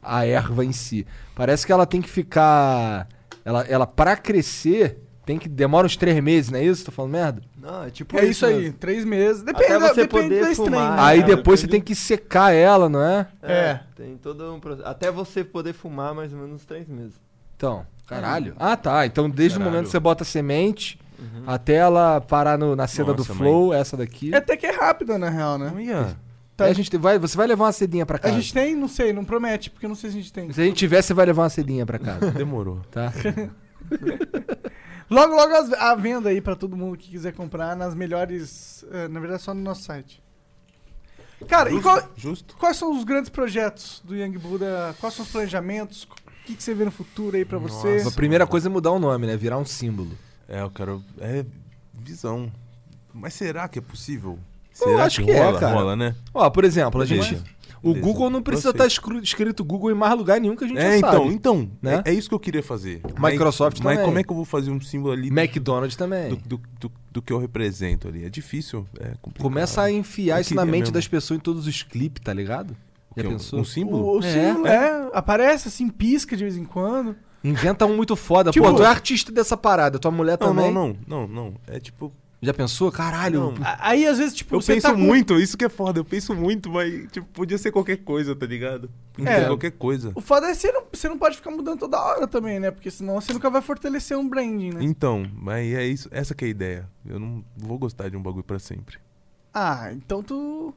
S2: a erva em si. Parece que ela tem que ficar. Ela, ela pra crescer, tem que. Demora uns três meses, não é isso? Tô falando merda?
S4: Não, é tipo
S1: É isso aí,
S4: mesmo.
S1: três meses. Depende,
S4: Até
S1: da-
S4: você
S1: depende
S4: poder
S1: da strain,
S4: fumar,
S1: né?
S4: Ah,
S2: Aí
S4: cara,
S2: depois você tem
S4: entendi.
S2: que secar ela, não é?
S4: É,
S1: É.
S4: Tem todo um processo. Até você poder fumar mais ou menos três meses.
S2: Então, caralho. Ah, tá. Então, desde o
S3: Caralho.
S2: momento que você bota a semente até ela parar no- na seda do
S3: Nossa,
S2: flow, essa daqui.
S1: Até que é rápida, na real, né? tá.
S2: Aí a gente vai, você vai levar uma sedinha pra
S1: A
S2: casa.
S1: gente tem, não sei, não promete, porque eu não sei se a gente tem.
S2: Se a gente tiver, você vai levar uma sedinha pra casa,
S3: Demorou.
S2: tá?
S1: Logo, logo as- a venda aí pra todo mundo que quiser comprar nas melhores. eh, na verdade, só no nosso site. Cara, e qual-
S3: Justo?
S1: quais são os grandes projetos do Young Buda? Quais são os planejamentos? O que, que você vê no futuro aí pra você?
S2: A primeira coisa é mudar o nome, né? Virar um símbolo.
S3: É, eu quero. É visão. Mas será que é possível?
S2: Eu
S3: Será
S2: acho que é,
S3: rola,
S2: cara.
S3: rola, né?
S2: Ó, por exemplo, a gente.
S3: Beleza.
S2: O
S3: Beleza.
S2: Google não precisa
S3: Gostei.
S2: estar escru- escrito Google em mais lugar nenhum que a gente
S3: É,
S2: já sabe.
S3: então, então.
S2: Né?
S3: É, é isso que eu queria fazer.
S2: Microsoft
S3: mas, Mas
S2: também.
S3: como é que eu vou fazer um símbolo ali
S2: McDonald's também.
S3: do, do, do, do que eu represento ali? É difícil, é complicado.
S2: Começa a enfiar
S3: Eu
S2: isso na
S3: queria
S2: mente
S3: mesmo.
S2: das pessoas em todos os clipes, tá ligado?
S3: O
S2: Já
S3: quê? Um-
S2: pensou?
S3: Um símbolo?
S1: O, o
S2: É.
S1: símbolo, é. aparece assim, pisca de vez em quando.
S2: Inventa um muito foda. Pô,
S1: Tipo-
S2: tu é artista dessa parada, tua mulher
S3: Não,
S2: também.
S3: não, não, não, não. É tipo.
S2: Já pensou? Caralho.
S3: Não.
S1: A- Aí, às vezes, tipo,
S3: Eu
S1: você
S3: penso
S1: tá com-
S3: muito, isso que é foda. Eu penso muito, mas tipo, podia ser qualquer coisa, tá ligado? Podia
S1: É.
S3: ser qualquer coisa.
S1: O foda é que você não, você não pode ficar mudando toda hora também, né? Porque senão você nunca vai fortalecer um branding, né?
S3: Então, mas é isso. Essa que é a ideia. Eu não vou gostar de um bagulho pra sempre.
S1: Ah, então tu.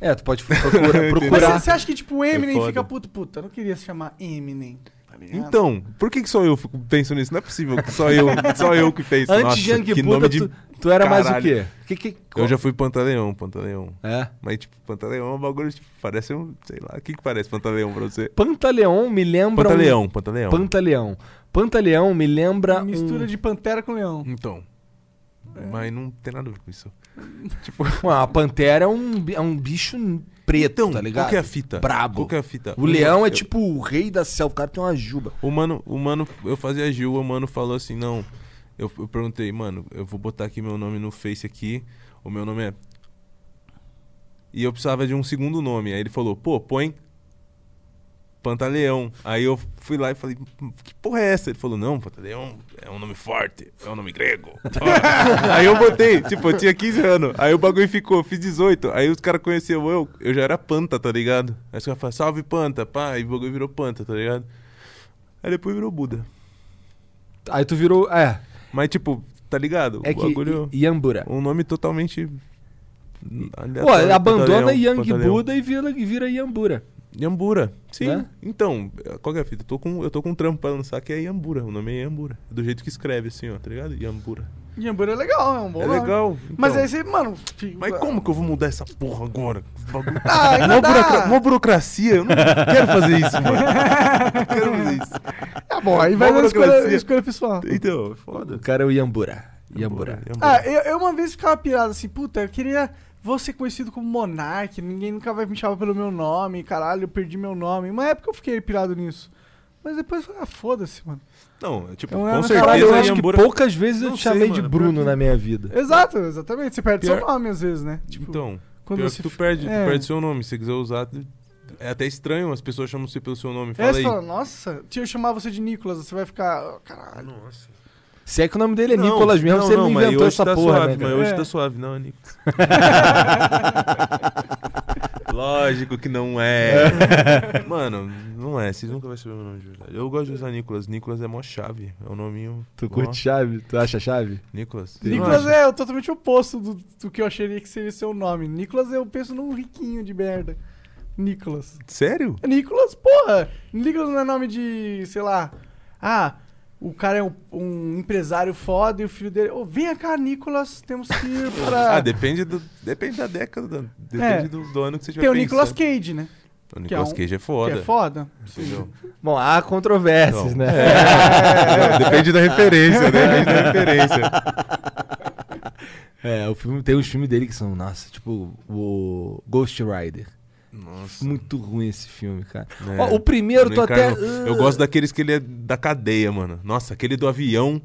S2: É, tu pode procurar.
S1: Mas
S2: procurar.
S1: você- você acha que, tipo, o Eminem
S3: É foda.
S1: fica puto, puta, eu não queria se chamar Eminem. Tá ligado?
S3: Então, por que, que é só eu fico pensando nisso? Não é possível que só eu, só eu que penso.
S2: Antes
S3: Nossa,
S2: de Young
S3: que
S2: Buda,
S3: nome de
S2: tu, Tu era mais o
S3: Caralho.
S2: quê? Que, que,
S3: Eu já fui Pantaleão, Pantaleão.
S2: É.
S3: Mas, tipo, Pantaleão é um bagulho, tipo, parece um. Sei lá, o que, que parece Pantaleão pra você?
S2: Pantaleão me lembra. um-
S3: Pantaleão, Pantaleão.
S2: Pantaleão. Pantaleão me
S3: Ah,
S2: lembra.
S1: Mistura
S2: um...
S1: de pantera com leão.
S3: Então. Mas não tem nada a ver com isso.
S2: Ué, a pantera é um, bi- é um bicho preto,
S3: Então,
S2: tá ligado?
S3: qual que é a fita?
S2: Brabo.
S3: Qual que é a fita?
S2: O leão é
S3: Eu-
S2: tipo o rei da selva. O cara tem uma juba.
S3: O mano, o mano, eu fazia Gil, o mano falou assim, não. Eu, eu perguntei, mano, eu vou botar aqui meu nome no Face aqui. O meu nome é. E eu precisava de um segundo nome. Aí ele falou, pô, põe Pantaleão. Aí eu fui lá e falei, que porra é essa? Ele falou, não, Pantaleão é um nome forte, é um nome grego. aí eu botei, tipo, eu tinha 15 anos. Aí o bagulho ficou, eu fiz 18. Aí os caras conheciam eu, eu já era Panta, tá ligado? Aí os caras falaram, salve Panta, pá, e o bagulho virou Panta, tá ligado? Aí depois virou Buda.
S2: Aí tu virou. É.
S3: Mas, tipo, tá ligado?
S2: É
S3: o
S2: que.
S3: bagulho.
S2: I- Iambura.
S3: Um nome totalmente.
S2: Pô,
S3: é aleatório,
S2: abandona
S3: Pantaleão,
S2: Yang
S3: Pantaleão.
S2: Buda e vira, e vira Iambura.
S3: Yambura. Sim.
S2: Né?
S3: Então, qual que é a fita? Eu tô com, eu tô com um trampo pra lançar que é Yambura. O nome é Yambura. Do jeito que escreve, assim, ó, tá ligado? Yambura.
S1: Iambura é legal, é um bom
S3: é
S1: nome.
S3: legal.
S1: Mas
S3: então.
S1: aí você, mano. fica-
S3: Mas como que eu vou mudar essa porra agora? Bagulho-
S1: Ah, ainda
S3: Mó
S1: dá.
S3: burocra- mó burocracia. Eu não quero fazer isso, mano. Não quero fazer isso.
S1: Tá bom, aí vai
S3: Mó
S1: na escolha,
S3: burocracia.
S1: escolha pessoal.
S3: Então, é foda.
S2: O cara é o Iambura. Iambura.
S1: Ah, eu, eu uma vez ficava pirado assim, puta, eu queria vou ser conhecido como Monark, ninguém nunca vai me chamar pelo meu nome, caralho, eu perdi meu nome. Uma época eu fiquei pirado nisso. Mas depois eu falei, ah, foda-se, mano.
S3: Não, é tipo,
S1: Então,
S3: com
S1: é,
S3: certeza
S1: caralho,
S2: um Caralho, eu
S3: é
S2: acho que
S3: Yambura.
S2: poucas vezes eu
S3: Não
S2: te chamei
S3: sei,
S2: de
S3: mano,
S2: Bruno
S3: pior
S2: na minha vida.
S1: Exato, exatamente. Você perde seu
S3: Pior-
S1: nome às vezes, né? Tipo,
S3: Então,
S1: quando
S3: pior
S1: você
S3: que tu
S1: fi-
S3: perde,
S1: é.
S3: tu perde seu nome. Se quiser usar, é até estranho. As pessoas chamam você pelo seu nome.
S1: aí
S3: Fala
S1: você
S3: aí.
S1: É, fala, nossa, se eu chamar você de Nicolas, você vai ficar, ah, caralho.
S3: Nossa.
S2: Se é que o nome dele é Nicolas mesmo, você não
S3: mas
S2: inventou
S3: hoje
S2: essa
S3: tá
S2: porra,
S3: suave,
S2: né?
S3: Mas
S2: cara?
S3: hoje
S1: É.
S3: tá suave, não, é Nicolas. Lógico que não é. Mano, não é. Vocês nunca vão saber meu nome de verdade. Eu gosto de usar Nicolas. Nicolas é mó chave. É o nominho.
S2: Tu
S3: mó-
S2: curte chave? Tu acha chave?
S3: Nicolas. Você não
S1: Nicolas
S3: acha?
S1: é o totalmente oposto do, do que eu acharia que seria seu nome. Nicolas eu penso num riquinho de merda. Nicolas.
S3: Sério?
S1: Nicolas, porra! Nicolas não é nome de, sei lá. Ah, o cara é um, um empresário foda e o filho dele. Ô, vem cá, Nicolas, temos que ir pra.
S3: Ah, depende, do, depende da década. da- Depende
S1: É.
S3: do, do ano que você tiver
S1: Tem o
S3: pensando.
S1: Nicolas Cage, né?
S3: O Nicolas
S1: que é um-
S3: Cage é
S1: Que
S3: foda.
S1: é foda.
S3: entendeu?
S2: Bom, há controvérsias,
S3: Não.
S2: né?
S3: Não, depende da referência, né? depende da referência.
S2: É, o filme, tem uns filmes dele que são, nossa, tipo o Ghost Rider.
S3: Nossa.
S2: Muito ruim esse filme, cara.
S3: É.
S2: Ó, o primeiro,
S3: Eu
S2: tu
S3: não
S2: até.
S3: encarno- Eu gosto daqueles que ele é da cadeia, mano. Nossa, aquele do avião.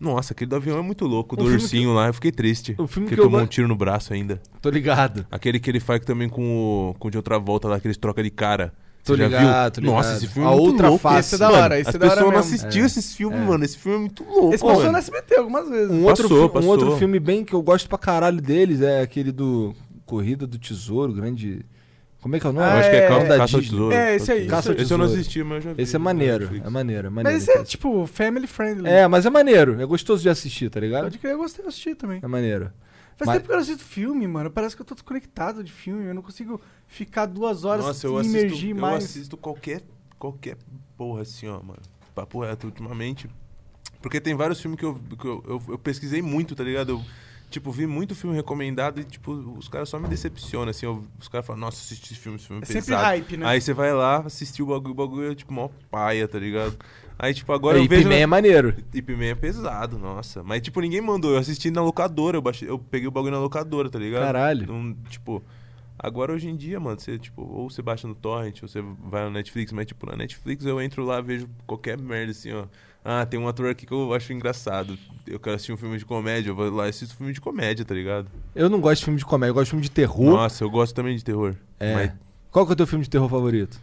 S3: Nossa, aquele do avião é muito louco. Do
S2: Um filme
S3: ursinho lá, eu fiquei triste.
S2: um filme
S3: porque
S2: que eu
S3: tomou um
S2: gosto-
S3: tiro no braço ainda.
S2: Tô ligado.
S3: Aquele que ele faz também com o, com o de outra volta lá, que eles trocam de cara.
S2: Tô
S3: Você já
S2: ligado,
S3: viu?
S2: tô ligado.
S3: Nossa, esse filme
S2: A
S3: é muito
S2: outra
S3: louco.
S2: face.
S1: Esse é da
S3: mano,
S1: hora, esse
S3: as
S1: é da hora
S3: pessoas não
S1: mesmo.
S3: assistiam
S2: É.
S3: esses filmes, mano. Esse filme é muito louco,
S1: Esse passou
S3: mano.
S1: no SBT algumas vezes.
S2: Um outro,
S3: Passou,
S2: fi- um
S3: passou.
S2: outro filme bem que eu gosto pra caralho deles é aquele do Corrida do Tesouro, grande. Como é que é o nome?
S1: Ah,
S3: Eu acho que é
S1: é-
S3: Caça,
S2: da
S3: Caça ao
S2: Disney.
S3: Tesouro.
S1: É, esse aí,
S3: Caça ao
S1: esse aí.
S3: Tesouro. Esse eu não assisti, mas eu já vi.
S2: Esse é
S3: na
S2: maneiro,
S3: Netflix.
S2: é maneiro, é maneiro.
S1: Mas esse é
S2: cara.
S1: tipo family friendly. né?
S2: É, mas é maneiro, é gostoso de assistir, tá ligado?
S1: Pode crer, eu gostei de assistir também.
S2: É maneiro.
S1: Faz
S2: Mas-
S1: tempo que eu não assisto filme, mano. Parece que eu tô desconectado de filme. Eu não consigo ficar duas horas
S3: Nossa,
S1: e
S3: eu assisto,
S1: imergir mais.
S3: Eu assisto qualquer, qualquer porra assim, ó, mano. Papo reto, ultimamente. Porque tem vários filmes que eu, que eu, eu, eu pesquisei muito, tá ligado? Eu, tipo, vi muito filme recomendado e, tipo, os caras só me decepcionam, assim. eu- os caras falam, nossa, assisti esse filme, esse filme
S1: É
S3: pesado.
S1: sempre hype, né?
S3: Aí você vai lá, assistir o bagulho, o bagulho é, tipo, mó paia, tá ligado? Aí, tipo, agora
S2: Agora
S3: eu vejo...
S2: é maneiro.
S3: Ip Man é pesado, nossa. Mas, tipo, ninguém mandou. Eu assisti na locadora. Eu, baixei, eu peguei o bagulho na locadora, tá ligado?
S2: Caralho.
S3: Não, tipo, agora hoje em dia, mano, você, tipo, ou você baixa no torrent, ou você vai na Netflix. Mas, tipo, na Netflix eu entro lá, vejo qualquer merda, assim, ó. Ah, tem um ator aqui que eu acho engraçado. Eu quero assistir um filme de comédia. Eu vou lá e assisto filme de comédia, tá ligado?
S2: Eu não gosto de filme de comédia, eu gosto de filme de terror.
S3: Nossa, eu gosto também de terror.
S2: É.
S3: Mas,
S2: Qual que é o teu filme de terror favorito?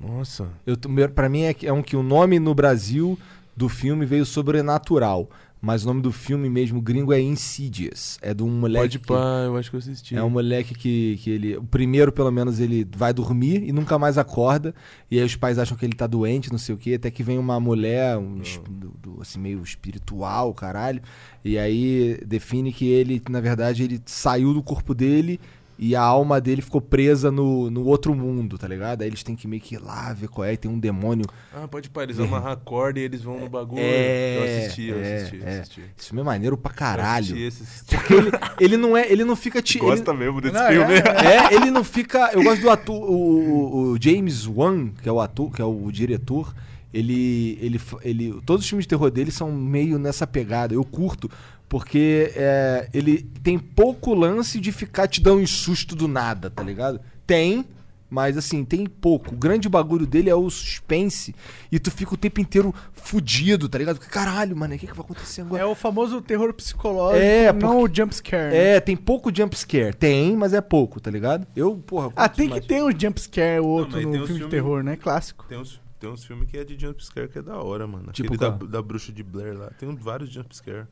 S3: nossa.
S2: Eu, t- meu- pra mim é, que- é um que o nome no Brasil do filme veio sobrenatural. Mas o nome do filme mesmo gringo é Insidious. É de um moleque.
S3: Pode pá, eu acho que eu assisti.
S2: que- é um moleque que, que ele. O primeiro, pelo menos, ele vai dormir e nunca mais acorda. E aí os pais acham que ele tá doente, não sei o quê. Até que vem uma mulher, um, es- do- do- assim, meio espiritual, caralho. E aí define que ele, na verdade, ele saiu do corpo dele E a alma dele ficou presa no, no outro mundo, tá ligado? Aí eles têm que meio que ir lá ver qual é, e tem um demônio.
S3: Ah, pode parar, eles amarram a corda e eles vão no bagulho. eu assisti, eu
S2: é,
S3: assisti, eu
S2: é.
S3: assisti.
S2: Esse filme é maneiro pra
S3: Eu
S2: caralho.
S3: assisti esse, assisti.
S2: Porque ele, ele não é. Ele não fica te. ele-
S3: Gosta mesmo desse
S1: Não, é,
S3: filme.
S1: é.
S2: É, ele não fica. Eu gosto do ator. O, o- o James Wan, que é o ator, que é o diretor, ele, ele. fa- ele Todos os filmes de terror dele são meio nessa pegada. Eu curto. Porque é, ele tem pouco lance de ficar te dando um susto do nada, tá ligado? Tem. Mas assim, tem pouco. O grande bagulho dele é o suspense. E tu fica o tempo inteiro fudido, tá ligado? Caralho, mano, o que, que vai acontecer agora?
S1: É o famoso terror psicológico,
S2: É,
S1: não o né? jumpscare.
S2: É, tem pouco jumpscare. Tem, mas é pouco, tá ligado? Eu, porra.
S1: Ah,
S2: curto
S1: tem
S2: demais.
S1: que ter um jumpscare ou outro
S3: mas
S1: no
S3: tem
S1: filme,
S3: os
S1: de
S3: filmes-
S1: terror, né? Clássico.
S3: Tem uns, tem uns filmes que é de jumpscare que é da hora, mano.
S2: Tipo
S3: Aquele da,
S2: qual?
S3: da bruxa de Blair lá. Tem um, vários jumpscare.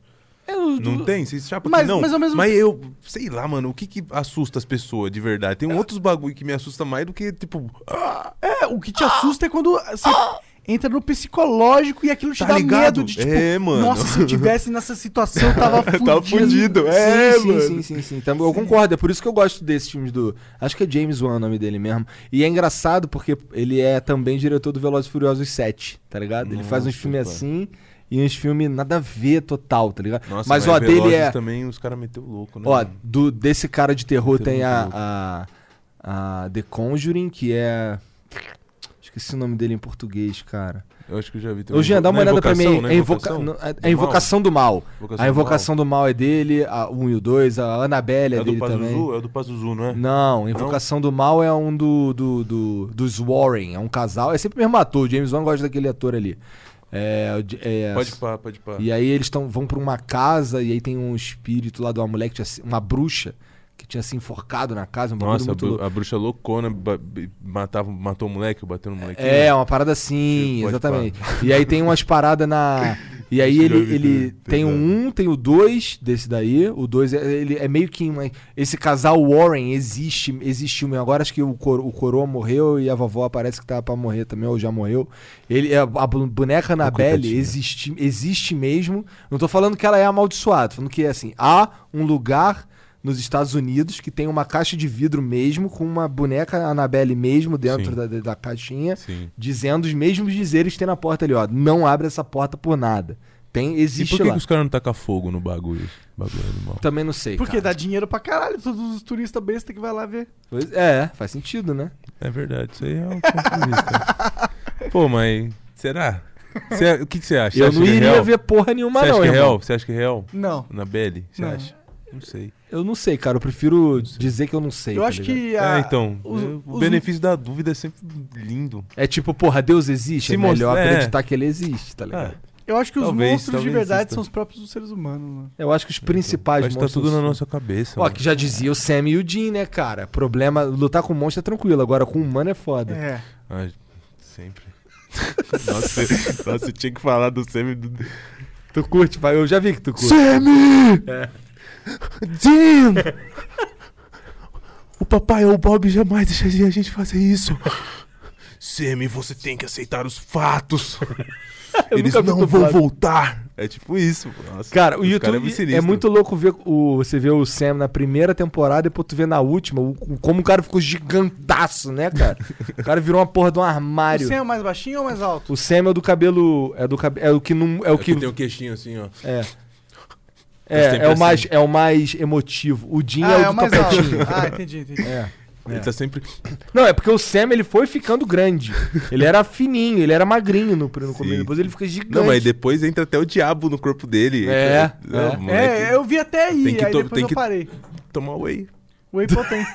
S2: É, o-
S3: Não tem? Vocês chapam
S1: Mas-
S3: que não?
S1: mas ao mesmo
S3: Mas eu, sei lá, mano, o que que assusta as pessoas de verdade? Tem outros bagulho que me assusta mais do que, tipo, ah,
S1: É, o que te assusta é quando você entra no psicológico e aquilo te
S3: Tá
S1: dá
S3: ligado?
S1: medo de tipo,
S3: É, mano.
S1: nossa, se eu tivesse nessa situação, eu tava fudido.
S3: tava fudido. É,
S2: sim,
S3: mano.
S2: sim, sim, sim, sim. Então, eu concordo, é por isso que eu gosto desses filmes do. Acho que é James Wan o nome dele mesmo. E é engraçado porque ele é também diretor do Velozes e Furiosos 7, tá ligado? Ele faz uns
S3: Nossa,
S2: filmes
S3: cara.
S2: assim e uns filmes nada a ver total, tá ligado?
S3: Nossa,
S2: mas, ó, dele
S3: Velozes
S2: é.
S3: também os caras meteu louco, né?
S2: Ó,
S3: mano?
S2: do, desse cara de terror
S3: Tem
S2: tem
S3: muito
S2: a,
S3: louco.
S2: a, a The Conjuring, que é. Esqueci o nome dele em português, cara.
S3: eu acho que eu já vi.
S2: Ô, Jean, dá uma
S3: Não é
S2: olhada pra mim. aí.
S3: invocação, não
S2: É invoca-
S3: invocação?
S2: não, é-
S3: Do
S2: é Invocação do Mal.
S3: Invocação
S2: A
S3: do Mal.
S2: Invocação do Mal é dele, a 1 e o 2, a Annabelle é,
S3: É do
S2: dele também.
S3: Pazuzu? É do Pazuzu, não é?
S2: Não, Invocação do Mal é um do, do, do- dos Warren, é um casal. É sempre o mesmo ator, o James Wan gosta daquele ator ali. É, o J- é,
S3: Pode pá, pode pá.
S2: E aí eles tão, vão pra uma casa e aí tem um espírito lá de uma mulher que tinha se- uma bruxa que tinha se enforcado na casa, um bagulho
S3: Nossa, a,
S2: muito
S3: bru-
S2: louco.
S3: a bruxa loucona ba- b- matava, matou o moleque, bateu no moleque.
S2: É, uma parada assim,
S3: né? Pode
S2: exatamente. E aí tem umas paradas na. E aí
S3: Esse
S2: ele,
S3: jogo
S2: ele
S3: do-
S2: tem o
S3: pesado.
S2: 1, tem o 2 desse daí. O 2 é, ele é meio que. Uma, esse casal Warren existe, existiu mesmo. Agora acho que o, cor, o coroa morreu e a vovó parece que tá pra morrer também, ou já morreu. Ele, é, a, a bu- boneca Annabelle
S3: coitadinha.
S2: existe, existe mesmo. Não tô falando que ela é amaldiçoada, tô falando que assim, há um lugar nos Estados Unidos que tem uma caixa de vidro mesmo, com uma boneca Annabelle mesmo dentro
S3: Sim.
S2: da, da caixinha
S3: Sim.
S2: dizendo os mesmos dizeres que tem na porta ali, ó. Não abre essa porta por nada. Tem,
S3: E
S2: existe
S3: por que,
S2: lá.
S3: que os caras não tacam fogo no bagulho? Bagulho animal.
S2: Também não sei.
S1: Porque dá
S2: cara.
S1: dinheiro pra caralho, todos os turistas besta que vai lá ver.
S2: Pois- É, faz sentido, né?
S3: É verdade, isso aí é um ponto de vista. Pô, mas será? Cê- o que que você acha? Você
S2: eu
S3: acha
S2: não
S3: que é
S2: iria
S3: real?
S2: ver porra nenhuma,
S3: Você acha
S2: não,
S3: que é
S2: irmão.
S3: real? Você acha que é real?
S1: Não.
S3: Na Belly? Você
S1: Não.
S3: acha? Não sei.
S2: Eu não sei, cara. Eu prefiro dizer que eu não sei.
S1: eu
S2: tá
S1: acho
S2: ligado?
S1: que a-
S3: Ah, então.
S1: os-
S3: eu- o
S1: os-
S3: benefício da dúvida é sempre lindo.
S2: É tipo, porra, Deus existe?
S3: Se
S2: é melhor
S3: mostra- é.
S2: acreditar que ele existe, tá ligado?
S3: Ah,
S1: Eu acho que os
S3: Talvez,
S1: monstros de
S3: talvez
S1: verdade
S3: exista.
S1: são os próprios seres humanos, mano.
S2: Eu acho que os principais
S3: acho que É. tá
S2: monstros-
S3: tudo na nossa cabeça.
S2: Ó,
S3: mano.
S2: que já dizia o Sam e o Jim, né, cara? Problema, lutar com monstro é tranquilo, agora com humano é foda.
S1: É.
S3: Ah, sempre. nossa, você- nossa, eu tinha que falar do semi do.
S2: Tu curte, pai? Eu já vi que tu curte. Sammy! Jim!
S3: O papai ou o Bob jamais deixaria a gente fazer isso. Semi, você tem que aceitar os fatos. Eles
S2: nunca vi
S3: não vão
S2: dublado.
S3: voltar. É tipo isso. Nossa,
S2: Cara, o
S3: os
S2: YouTube
S3: cara um
S2: é,
S3: sinistro.
S2: muito louco ver o, você vê o Sam na primeira temporada e depois tu vê na última o- o- como o cara ficou gigantaço, né, cara? o cara virou uma porra de um armário.
S1: O Sam é mais baixinho ou mais alto?
S2: O Sam é o do cabelo, é do cabe, é o que não, é o
S3: É
S2: que
S3: tem o queixinho assim, ó.
S2: é.
S3: Eles
S2: É,
S3: sempre
S2: é o
S3: assim.
S2: mais é o mais emotivo. O Jim
S1: Ah,
S2: é o
S1: é
S2: do
S1: o mais alto.
S2: topetinho.
S1: Ah, entendi, entendi.
S2: É.
S3: Ele tá sempre.
S2: Não, é porque o Sam ele foi ficando grande. Ele era fininho, ele era magrinho no, no começo,
S3: Sim.
S2: depois ele fica gigante.
S3: Não, mas depois entra até o diabo no corpo dele.
S2: É,
S3: Não,
S2: é.
S3: moleque,
S1: É, eu vi até aí,
S3: Tem que
S1: aí
S3: to-
S1: depois
S3: tem
S1: eu
S3: que-
S1: parei.
S3: Tomar whey.
S1: Whey potent.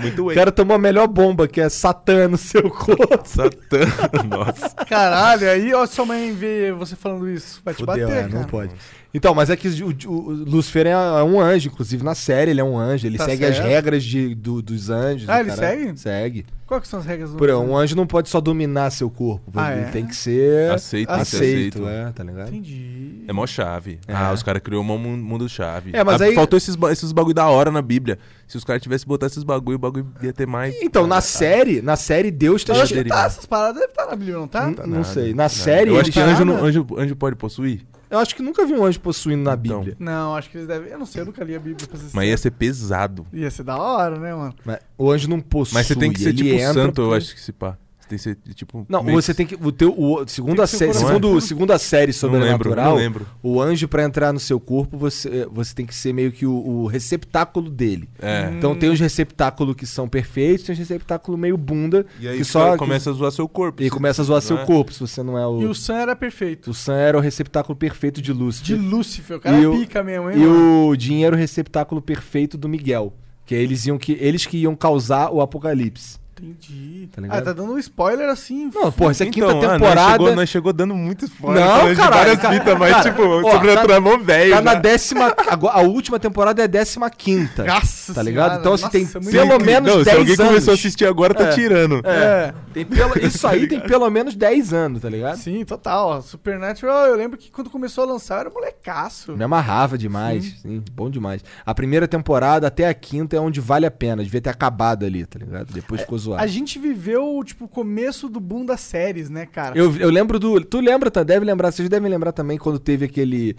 S3: Muito
S2: O
S3: whey.
S2: cara tomou a melhor bomba, que é Satã no seu corpo.
S3: Satã. Nossa.
S1: Caralho, aí ó, sua mãe vê você falando isso, vai te
S2: Fudeu,
S1: bater,
S2: é,
S1: cara.
S2: não pode. Então, mas é que o, o- o Lucifer é um anjo, inclusive na série ele é um anjo, ele
S1: Tá
S2: segue as
S1: certo.
S2: regras de, do- dos anjos.
S1: Ah,
S2: o
S1: ele segue?
S2: Segue.
S1: Qual que são as regras do
S2: Por exemplo, um anjo não pode só dominar seu corpo,
S1: Ah,
S2: ele
S1: é?
S2: tem que ser
S3: Aceito, tem que ser
S2: aceito,
S3: aceito.
S2: é, tá ligado?
S1: Entendi.
S3: É mó chave.
S2: É.
S3: Ah, os caras criou um mu- mundo chave.
S2: É, mas
S3: Ah,
S2: aí-
S3: Faltou esses, ba- esses bagulho da hora na Bíblia. Se os caras tivessem botado esses bagulho, o bagulho ia ter mais.
S2: Então, na série, na série Deus tem
S1: Eu acho que
S2: poder-
S1: tá, essas paradas devem estar na Bíblia, não tá?
S2: N- Não
S3: Nada,
S2: sei. Na
S3: nada.
S2: série,
S3: Eu acho que
S1: não tá
S3: anjo, não-
S1: nada.
S3: anjo, anjo pode possuir.
S2: Eu acho que nunca vi um anjo possuindo na
S3: Então.
S2: Bíblia.
S1: Não, acho que eles devem. Eu não sei, eu nunca li a Bíblia. Pra ser
S3: Mas ia
S1: sincero.
S3: ser pesado.
S1: ia ser da hora, né, mano?
S2: Mas o anjo não possui.
S3: Mas você tem que ser
S2: ele
S3: tipo
S2: entra
S3: santo, eu
S2: porque-
S3: acho que se pá. Você tem que ser tipo.
S2: Não,
S3: meio
S2: você tem que. O teu, o, segundo,
S1: Tem
S2: a
S1: que ser
S2: série,
S1: o coração.
S2: segundo, segundo a série
S3: Não lembro,
S2: sobrenatural,
S3: não lembro.
S2: o anjo, pra entrar no seu corpo, você, eh, você tem que ser meio que o, o receptáculo dele.
S3: É.
S2: Então tem os receptáculos que são perfeitos, tem os receptáculos meio bunda,
S3: E aí
S2: que
S3: só
S2: só.
S3: começa a zoar seu corpo.
S2: e
S3: Você-
S2: começa a zoar
S3: não
S2: seu
S3: é?
S2: corpo, se você não é o.
S1: E o Sam era perfeito.
S2: O Sam era o receptáculo perfeito de Lúcifer.
S1: De Lúcifer, né? o cara é
S2: E o-
S1: pica mesmo, hein?
S2: E
S1: mano?
S2: o Jim era o receptáculo perfeito do Miguel. Que eles iam que eles que iam causar o apocalipse.
S1: Entendi.
S2: Tá ligado?
S1: ah, tá dando um spoiler assim.
S2: Não, porra, isso é
S3: Então,
S2: quinta
S3: ah,
S2: temporada. tá
S3: nós, chegou, nós chegou dando muito spoiler.
S2: Não,
S3: falando de
S2: caralho,
S3: várias
S2: cara.
S3: fitas, mas
S2: Cara,
S3: tipo,
S2: ó,
S3: sobrenatural é mó velho.
S2: Tá na
S3: né?
S2: décima. agora- A última temporada é a décima quinta.
S1: Nossa
S2: Tá ligado?
S1: senhora,
S2: Então, assim,
S1: nossa,
S2: tem
S1: muito
S2: pelo
S1: incrível.
S2: menos
S3: Não, se
S2: 10
S3: alguém começou a
S2: anos.
S3: assistir agora, tá
S2: É.
S3: tirando.
S1: É.
S2: Tem pelo- isso aí tem pelo menos 10 anos, tá ligado?
S1: Sim, total. ó. Supernatural, eu lembro que quando começou a lançar, eu era um molecaço.
S2: Me amarrava demais, sim, bom demais. A primeira temporada até a quinta é onde vale a pena, devia ter acabado ali, tá ligado? Depois ficou
S1: É,
S2: zoado.
S1: A gente viveu, tipo, o começo do boom das séries, né, cara?
S2: Eu, eu lembro do. Tu lembra, tá? Deve lembrar, vocês devem lembrar também quando teve aquele.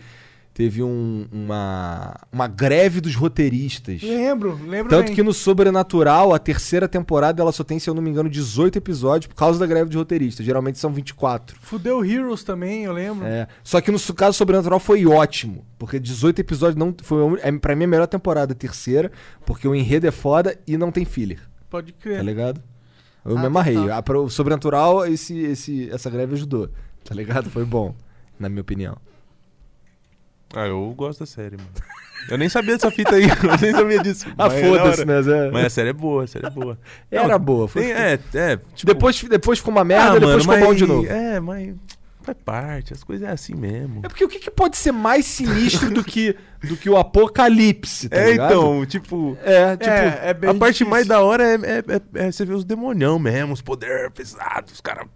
S2: Teve um- uma, uma greve dos roteiristas.
S1: Lembro, lembro
S2: Tanto
S1: bem.
S2: que no Sobrenatural, a terceira temporada, ela só tem, se eu não me engano, 18 episódios por causa da greve de roteiristas. Geralmente são 24.
S1: Fudeu Heroes também, eu lembro.
S2: É, Só que no su- caso Sobrenatural foi ótimo, porque 18 episódios não foi a uni- é, pra mim a melhor temporada, a terceira, porque o enredo é foda e não tem filler,
S1: Pode
S2: tá
S1: crer.
S2: ligado? Eu
S1: Ah,
S2: me amarrei.
S1: total.
S2: Ah, pra- O Sobrenatural, esse, esse, essa greve ajudou, tá ligado? Foi bom, na minha opinião.
S3: Ah, eu gosto da série, mano. Eu nem sabia dessa fita aí, eu nem sabia disso.
S2: Ah,
S3: Mas é da
S2: foda-se,
S3: hora.
S2: né? Zé?
S3: Mas a série é boa, a série é boa.
S2: Era boa, foi.
S3: Tem, é, é. Tipo,
S2: Depois, depois ficou uma merda,
S3: ah,
S2: depois ficou
S3: mas-
S2: bom de novo.
S3: É, mas faz parte, as coisas é assim mesmo.
S2: É porque o que, que pode ser mais sinistro do que, do que o apocalipse, tá
S3: É,
S2: ligado?
S3: então, tipo.
S2: É, tipo,
S1: é, é bem
S3: a parte
S1: difícil.
S3: mais da hora é, é- é- é você ver os demonião mesmo, os poder pesados, os caras.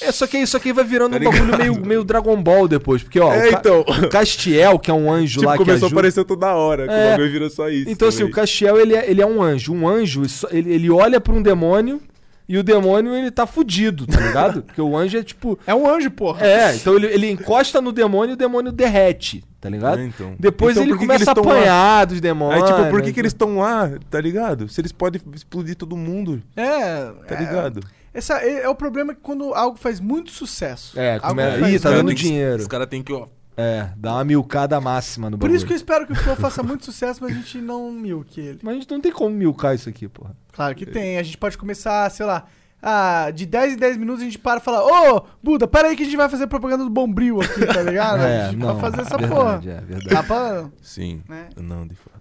S2: É, só que isso aqui vai virando
S3: Tá
S2: um bagulho
S3: ligado?
S2: meio, meio Dragon Ball depois, porque, ó,
S3: É,
S2: o, Ca-
S3: então.
S2: o Castiel, que é um anjo
S3: Tipo,
S2: lá que
S3: começou a
S2: ajuda...
S3: aparecer toda hora, que
S2: É.
S3: o bagulho virou só isso. tá
S2: Então, assim, o
S3: também.
S2: Castiel, ele é, ele é um anjo. Um anjo, isso- ele, ele olha pra um demônio e o demônio, ele tá fudido, tá ligado? Porque o anjo é, tipo...
S1: É um anjo, porra.
S2: É, então ele, ele encosta no demônio e o demônio derrete, tá ligado?
S3: É, então.
S2: Depois
S3: Então,
S2: ele
S3: por que que
S2: começa
S3: eles
S2: a
S3: tão lá?
S2: apanhar dos demônios.
S3: Aí, tipo, por que, que
S2: né?
S3: eles estão lá, tá ligado? Se eles podem explodir todo mundo,
S2: então,
S1: É,
S3: tá
S1: é.
S3: ligado?
S1: Essa é, é o problema que quando algo faz muito sucesso.
S2: É,
S1: Algo
S2: como é-
S1: que faz
S2: Ih, tá
S1: muito-
S2: dando dinheiro.
S3: Os caras têm que, ó.
S2: É, dá uma milcada máxima no
S1: Por
S2: bagulho.
S1: isso que eu espero que o Flow faça muito sucesso, mas a gente não milque ele.
S2: Mas a gente não tem como milcar isso aqui, porra.
S1: Claro
S3: É.
S1: que tem. A gente pode começar, sei lá, ah, de 10 em 10 minutos a gente para e fala: Ô, Buda, para aí que a gente vai fazer propaganda do Bombril aqui, tá ligado?
S3: É,
S1: a gente vai fazer essa
S2: verdade,
S1: porra.
S2: É verdade.
S1: Dá pra-
S3: Sim.
S1: Né?
S3: Não, de fato.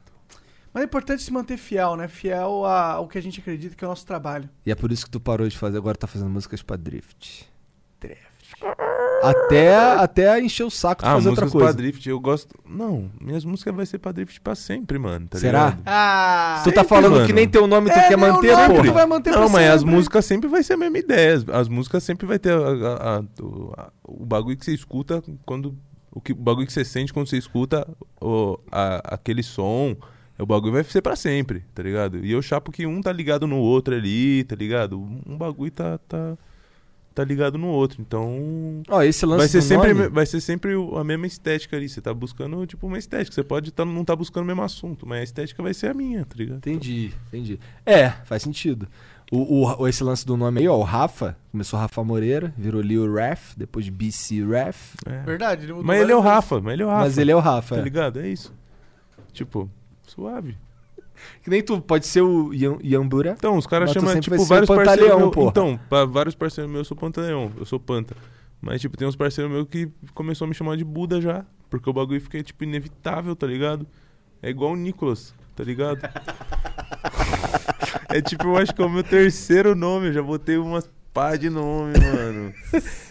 S1: Mas é importante se manter fiel, né? Fiel a- ao que a gente acredita que é o nosso trabalho.
S2: E é por isso que tu parou de fazer, agora tá fazendo músicas pra drift. Até, até encher o saco de
S3: Ah,
S2: fazer outra
S3: músicas
S2: coisa.
S3: pra drift, eu gosto. Não, minhas músicas vai ser pra drift pra sempre, mano. Tá
S2: Será?
S3: ligado?
S1: Ah,
S2: Tu tá
S3: sempre,
S2: falando que
S3: mano.
S2: nem teu nome tu
S1: É,
S2: quer
S1: nem o
S2: manter, né,
S1: nome
S2: porra.
S1: tu vai manter pra
S3: Não, mas as
S2: né?
S1: sempre.
S3: músicas sempre vai ser a mesma ideia. As, as músicas sempre vai ter a- a- a- o, a- o bagulho que você escuta quando. O, que, o bagulho que você sente quando você escuta o- a- aquele som. O bagulho vai ser pra sempre, tá ligado? E eu chapo que um tá ligado no outro ali, tá ligado? Um bagulho tá. tá, tá ligado no outro. Então.
S2: Ó, esse lance
S3: Vai ser,
S2: do
S3: sempre,
S2: nome-
S3: vai ser sempre o- a mesma estética ali. Você tá buscando, tipo, uma estética. Você pode tá, não tá buscando o mesmo assunto, mas a estética vai ser a minha, tá ligado?
S2: Entendi, entendi. É, faz sentido. O, o- o- esse lance do nome aí, ó, o Rafa, começou Rafa Moreira, virou Lil Raf, depois BC Raf,
S3: É.
S1: Verdade. mudou
S3: Mas ele é o
S1: várias vezes.
S3: Rafa, mas ele é o Rafa.
S2: mas ele é o Rafa.
S3: Tá
S2: é.
S3: ligado? É isso. Tipo, suave.
S2: Que nem tu, pode ser o Ian- Iambura.
S3: Então, os caras
S2: Mas tu
S3: chamam,
S2: sempre vai
S3: tipo,
S2: ser o
S3: vários parceiros
S2: Pantaleão,
S3: meus.
S2: porra.
S3: Então, pra vários parceiros meus, eu sou Pantaleão, eu sou Panta. Mas, tipo, tem uns parceiros meus que começou a me chamar de Buda já. Porque o bagulho fica, tipo, inevitável, tá ligado? É igual o Nicolas, tá ligado? é tipo, eu acho que é o meu terceiro nome. Eu já botei umas pá de nome, mano.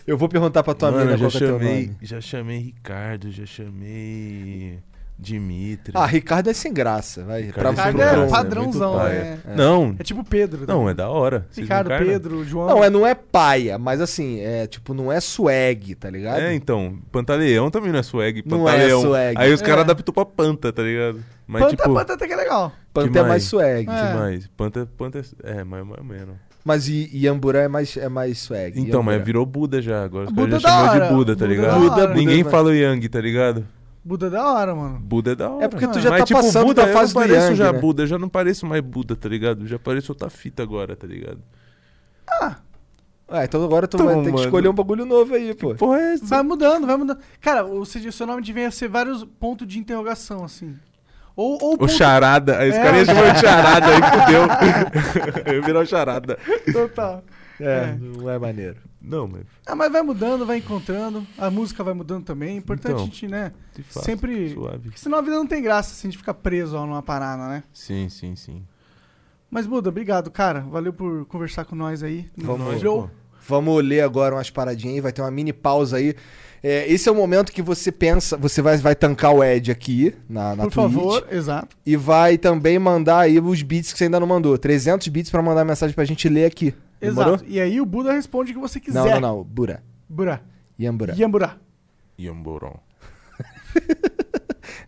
S2: Eu vou perguntar pra tua
S3: Mano,
S2: mina
S3: já
S2: qual que é teu
S3: chamei,
S2: nome.
S3: já chamei Ricardo, já chamei Dimitri.
S2: Ah, Ricardo é sem graça, vai.
S3: Ricardo
S2: pra-
S1: Ricardo
S2: pra-
S1: é
S2: pra-
S1: padrãozão,
S3: muito
S1: é.
S3: paia. Não,
S1: É tipo Pedro. né?
S3: não, é da hora. Vocês
S1: Ricardo,
S3: encarnam?
S1: Pedro, João.
S2: Não, é, não é paia, mas assim, é tipo, não é swag, tá ligado?
S3: É, então, Pantaleão também não é swag,
S2: Não é
S3: Pantaleão.
S2: swag.
S3: Aí os
S1: É.
S3: caras adaptou pra Panta, tá ligado? Mas
S1: Panta,
S3: tipo,
S1: panta até que é legal.
S2: Panta
S3: que
S2: é
S3: mais?
S2: mais swag.
S1: É.
S3: que mais? Panta, Panta é, é mais mais ou menos.
S2: Mas I- Iamburá é mais, é mais swag.
S3: Então,
S2: Iamburá.
S3: mas virou Buda já agora. Os
S1: Buda
S3: caras
S1: é
S3: já
S1: da
S3: chamam ele
S1: hora.
S3: de Buda, tá
S1: Buda é
S3: ligado?
S1: da hora.
S3: Ninguém
S2: Buda,
S3: fala Yang, tá ligado?
S1: Buda é da hora, mano.
S3: Buda é da hora.
S2: É porque tu
S3: mano.
S2: já tá passando
S3: Buda,
S2: da
S3: eu
S2: fase
S3: não
S2: do
S3: pareço
S2: Yang,
S3: já
S2: né?
S3: Buda, eu já não pareço mais Buda, tá ligado? Eu Já pareço outra fita agora, tá ligado?
S2: Ah, então agora tu
S3: Então,
S2: vai ter que
S3: mano.
S2: escolher um bagulho novo aí, pô.
S3: Porra, é
S1: Vai
S3: essa?
S1: mudando, vai mudando. Cara, ou seja, o seu nome devia ser vários pontos de interrogação, assim. Ou, ou
S3: O
S1: ponto-
S3: charada. Aí os
S1: É,
S3: caras
S1: o
S3: iam chamar de charada, aí fudeu. eu ia virar o charada. tá.
S1: total.
S2: É,
S1: É.
S2: não é maneiro.
S3: Não, mas.
S1: Ah, mas vai mudando, vai encontrando. A música vai mudando também. É importante
S3: Então.
S1: a gente, né?
S3: de fato,
S1: Sempre-
S3: Suave.
S1: Porque senão a vida não tem graça se a gente ficar preso a numa parada, né?
S3: Sim, sim, sim.
S1: Mas Buda, obrigado, cara. Valeu por conversar com nós aí.
S2: Vamos,
S1: Nós,
S3: pô.
S2: Vamos ler agora umas paradinhas aí, vai ter uma mini pausa aí. É, esse é o momento que você pensa, você vai, vai tancar o Ed aqui na, na
S1: Por
S2: Twitch
S1: favor, exato.
S2: e vai também mandar aí os beats que você ainda não mandou. 300 beats pra mandar mensagem pra gente ler aqui.
S1: Exato.
S2: Demorou?
S1: E aí o Buda responde o que você quiser.
S2: Não, não, não. Bura.
S1: Bura.
S2: Yambura.
S1: Yambura.
S3: é Iamborão.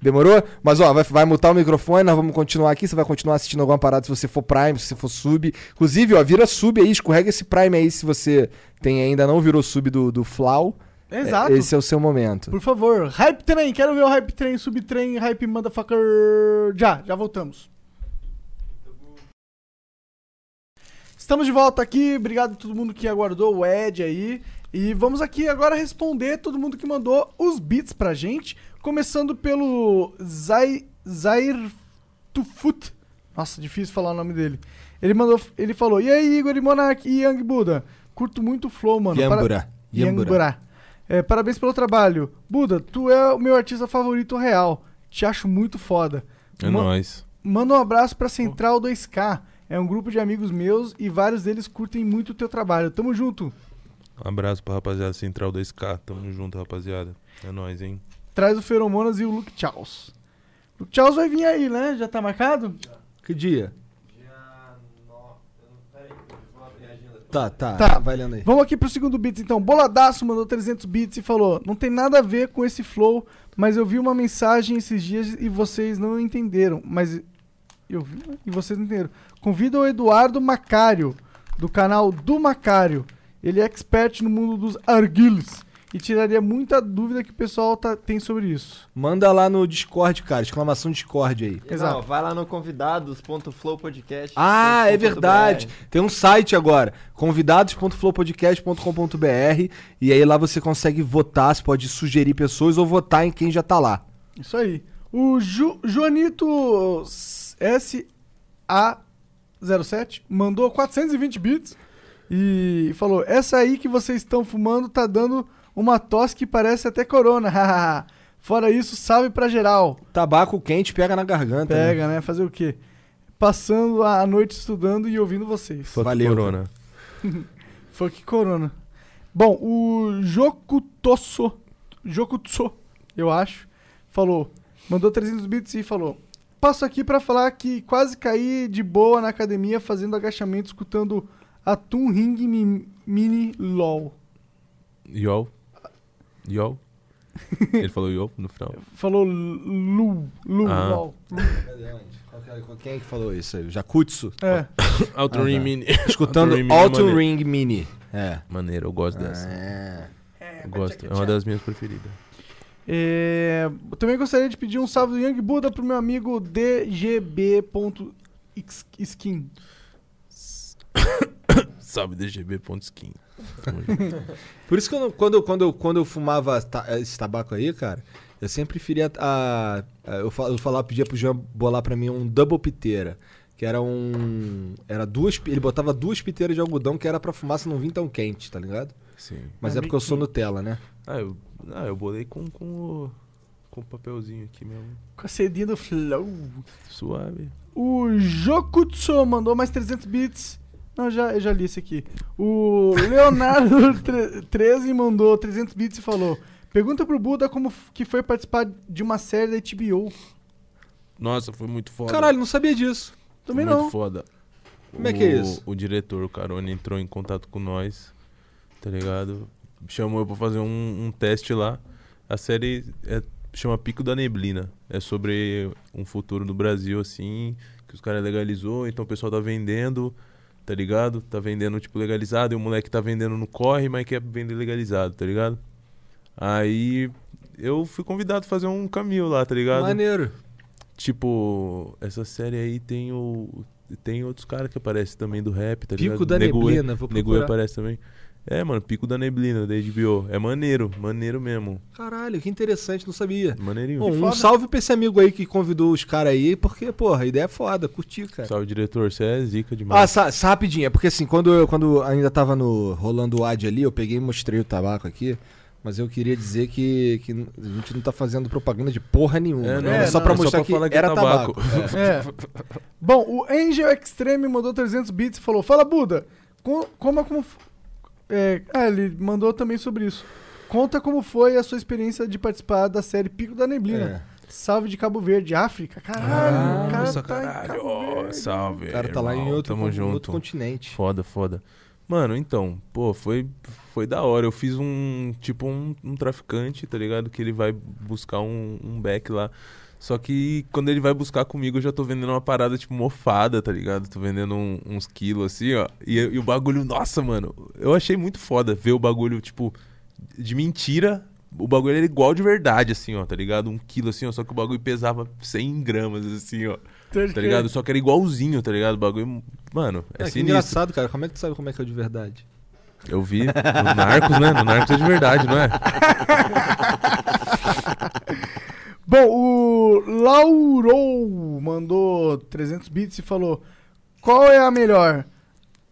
S2: Demorou? Mas ó, vai, vai mutar o microfone, nós vamos continuar aqui. Você vai continuar assistindo alguma parada se você for Prime, se você for sub. Inclusive, ó, vira sub aí, escorrega esse Prime aí se você tem ainda não virou sub do, do Flau.
S1: Exato.
S2: É, esse é o seu momento.
S1: Por favor, hype train. Quero ver o hype train, subtrain, hype motherfucker. Já, já voltamos. Estamos de volta aqui. Obrigado a todo mundo que aguardou o Ed aí. E vamos aqui agora responder todo mundo que mandou os beats pra gente. Começando pelo Zai, Zair Tufut. Nossa, difícil falar o nome dele. Ele mandou, ele falou: "E aí, Igor e Monark e Young Buda? Curto muito o flow, mano. Para-
S2: Yambura. Yambura.
S1: Iangurá. É, parabéns pelo trabalho. Buda, tu é o meu artista favorito real. Te acho muito foda.
S3: É
S1: Ma-
S3: nóis.
S1: Manda um abraço pra Central 2K. É um grupo de amigos meus e vários deles curtem muito o teu trabalho. Tamo junto.
S3: Um abraço pra rapaziada central da SK. Tamo junto, rapaziada. É nóis, hein?
S1: Traz o Feromonas e o Luke Charles. Luke Charles vai vir aí, né? Já tá marcado?
S2: Que dia? Tá, tá,
S1: Tá.
S2: Vai lendo aí.
S1: Vamos aqui pro segundo beats então. Boladaço mandou 300 bits e falou: Não tem nada a ver com esse flow, mas eu vi uma mensagem esses dias e vocês não entenderam. Mas eu vi e vocês não entenderam. Convida o Eduardo Macário, do canal do Macário. Ele é expert no mundo dos arguiles e tiraria muita dúvida que o pessoal tá- tem sobre isso.
S2: Manda lá no Discord, cara. Exclamação Discord aí.
S1: Exato.
S4: Não, vai lá no convidados.flowpodcast.
S2: Ah, é verdade. Tem um site agora, convidados.flowpodcast.com.br e aí lá você consegue votar, você pode sugerir pessoas ou votar em quem já tá lá.
S1: Isso aí. O Ju, Joanito SA07 mandou 420 bits e falou: Essa aí que vocês estão fumando tá dando uma tosse que parece até corona. hahaha. Fora isso, salve pra geral.
S2: Tabaco quente pega na garganta. né?
S1: Pega, né? Fazer o quê? Passando a noite estudando e ouvindo vocês.
S2: Fuck Valeu.
S3: Corona.
S1: Fuck Corona. Bom, o Jokutosso, Jokutso, eu acho, falou, mandou 300 bits e falou: Passo aqui pra falar que quase caí de boa na academia fazendo agachamento, escutando a Toon Ring Mi- Mini LOL.
S3: Yo. Yo. Ele falou yo no final.
S1: Falou Lu, Lu,
S3: Ah.
S1: LOL.
S2: Quem é que falou isso aí? O Jacutsu?
S1: É,
S3: Outro
S2: Ah, tá.
S3: Ring Mini.
S2: Escutando
S3: Auto Ring
S2: Auto Ring
S3: Mini é maneiro.
S2: Mini. É.
S3: Maneiro, eu gosto dessa.
S2: É.
S3: Eu gosto. É uma das minhas preferidas.
S1: É, eu também gostaria de pedir um salve do Young Buda pro meu amigo DGB.skin.
S3: Salve DGB.skin. Tamo junto.
S2: Por isso que eu não- quando, eu- quando, eu- quando eu fumava ta- esse tabaco aí, cara, eu sempre preferia. A, a- eu, fa- eu falava, pedia pro Jean bolar pra mim um double piteira. Que era um. Era duas. pi- Ele botava duas piteiras de algodão que era pra fumaça não vir tão quente, tá ligado?
S3: Sim.
S2: Mas
S1: É
S2: é porque eu sou Nutella, né?
S3: Ah, eu, ah, eu bolei com, com o. Com o papelzinho aqui mesmo.
S1: Com a cedinha do Flow.
S3: Suave.
S1: O Jokutsu mandou mais 300 bits. Não, já, eu já li esse aqui. O Leonardo tre- 13 mandou 300 bits e falou: Pergunta pro Buda como f- que foi participar de uma série da HBO.
S3: Nossa, foi muito foda.
S2: Caralho, não sabia disso.
S3: Foi
S1: Também
S3: muito
S1: não.
S3: foda.
S2: Como é que é
S3: O-
S2: isso?
S3: O diretor, o Carone, entrou em contato com nós, tá ligado? Chamou eu pra fazer um, um teste lá. A série é- chama Pico da Neblina. É sobre um futuro do Brasil, assim, que os caras legalizou, então o pessoal tá vendendo. tá ligado? Tá vendendo, tipo, legalizado, e o moleque tá vendendo no corre, mas quer vender legalizado, tá ligado? Aí eu fui convidado a fazer um caminho lá, tá ligado?
S2: Maneiro.
S3: Tipo, essa série aí tem o. Tem outros caras que aparecem também do rap, tá ligado?
S2: Pico da
S3: Nego E-
S2: Neblina, vou
S3: Nego E
S2: procurar.
S3: aparece também. É, mano, Pico da Neblina, da HBO. É maneiro, maneiro mesmo.
S2: Caralho, que interessante, não sabia.
S3: Maneirinho.
S2: Bom, um
S1: é foda.
S2: salve pra esse amigo aí que convidou os caras aí, porque, porra, a ideia é foda, curti, cara.
S3: Salve, diretor. Você é zica
S2: Ah,
S3: demais.
S2: sa- sa- rapidinho, é porque assim, quando eu quando ainda tava no rolando o ad ali, eu peguei e mostrei o tabaco aqui, mas eu queria dizer que, que a gente não tá fazendo propaganda de porra nenhuma.
S3: É, não,
S2: né?
S1: é
S2: só
S1: não,
S2: pra
S1: é só
S2: mostrar
S3: pra
S2: que,
S3: falar que é
S2: era tabaco.
S3: tabaco.
S2: É.
S1: É. Bom, o Angel Extreme mandou 300 bits e falou: Fala Buda, co- como, como f- é, ah, ele mandou também sobre isso. Conta como foi a sua experiência de participar da série Pico da
S3: É.
S2: né?
S1: Neblina. Salve de Cabo Verde, África.
S2: Ah,
S1: Caralho,
S2: é
S1: o cara
S3: Nossa,
S1: tá
S3: Ah, caralho.
S1: em Cabo
S3: ó,
S1: Verde.
S3: salve.
S2: O cara tá lá em
S3: irmão,
S2: outro,
S3: Tamo
S2: con-
S3: junto.
S2: outro continente.
S3: Foda, foda. Mano, então, pô, foi, foi da hora. Eu fiz um, tipo, um, um traficante, tá ligado? Que ele vai buscar um, um back lá. Só que quando ele vai buscar comigo, eu já tô vendendo uma parada, tipo, mofada, tá ligado? Tô vendendo um- uns quilos, assim, ó. E, e o bagulho, nossa, mano, eu achei muito foda ver o bagulho, tipo, de mentira. O bagulho era igual de verdade, assim, ó, tá ligado? Um quilo, assim, ó. Só que o bagulho pesava 100 gramas, assim, ó.
S1: Pode
S3: Tá
S1: crer.
S3: ligado? Só que era igualzinho, tá ligado? O bagulho, mano, é
S2: Ah, que
S3: sinistro.
S2: engraçado, cara. Como é que tu sabe como é que é de verdade?
S3: Eu vi. No Narcos, né? No Narcos é de verdade, não é?
S1: Bom, o Laurou mandou 300 bits e falou: Qual é a melhor?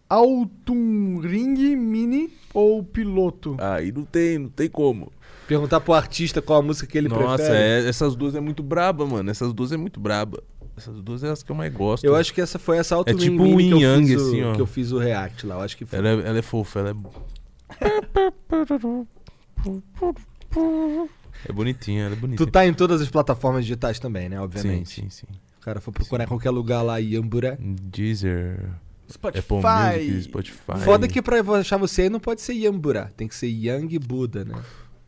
S1: Autumn Ring Mini ou Piloto?
S3: Aí não tem, não tem como.
S2: Perguntar pro artista qual a música que ele
S3: Nossa,
S2: prefere.
S3: é- essas duas é muito braba, mano. Essas duas é muito braba. Essas duas é as que eu mais gosto.
S2: Eu acho que essa foi essa auto
S3: É tipo um
S2: que, eu
S3: yin-yang,
S2: fiz o-
S3: assim, ó.
S2: que eu fiz o react lá. Eu acho que foi.
S3: Ela é, ela é fofa, ela é. É bonitinha, ela é
S2: Tu
S3: bonitinha.
S2: tá em todas as plataformas digitais também, né? Obviamente.
S3: Sim, sim, sim.
S2: O cara foi procurar em qualquer lugar lá, Yambura.
S3: Deezer,
S1: Spotify.
S3: Apple Music, Spotify.
S2: Foda que pra eu achar você aí não pode ser Yambura. Tem que ser Yang Buda, né?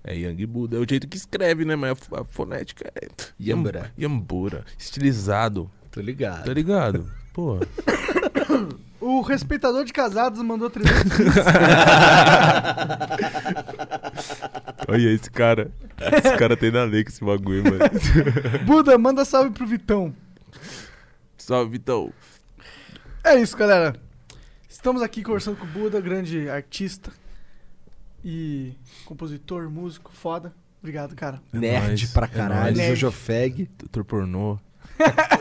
S3: É Yang Buda. É o jeito que escreve, né? Mas a f- a fonética é.
S2: Yambura.
S3: Yambura. Estilizado.
S2: Tô
S3: Tá
S2: ligado.
S3: ligado? Pô.
S1: O respeitador de casados mandou 300 bits.
S3: Olha esse cara. Esse cara tem na lei com esse bagulho, mano.
S1: Buda, manda salve pro Vitão.
S3: Salve, Vitão.
S1: É isso, galera. Estamos aqui conversando com o Buda, grande artista e compositor, músico, foda. Obrigado, cara.
S3: É
S2: Nerd
S3: nóis,
S2: pra
S3: é
S2: caralho.
S1: nóis.
S2: Zojofeg.
S3: Doutor pornô.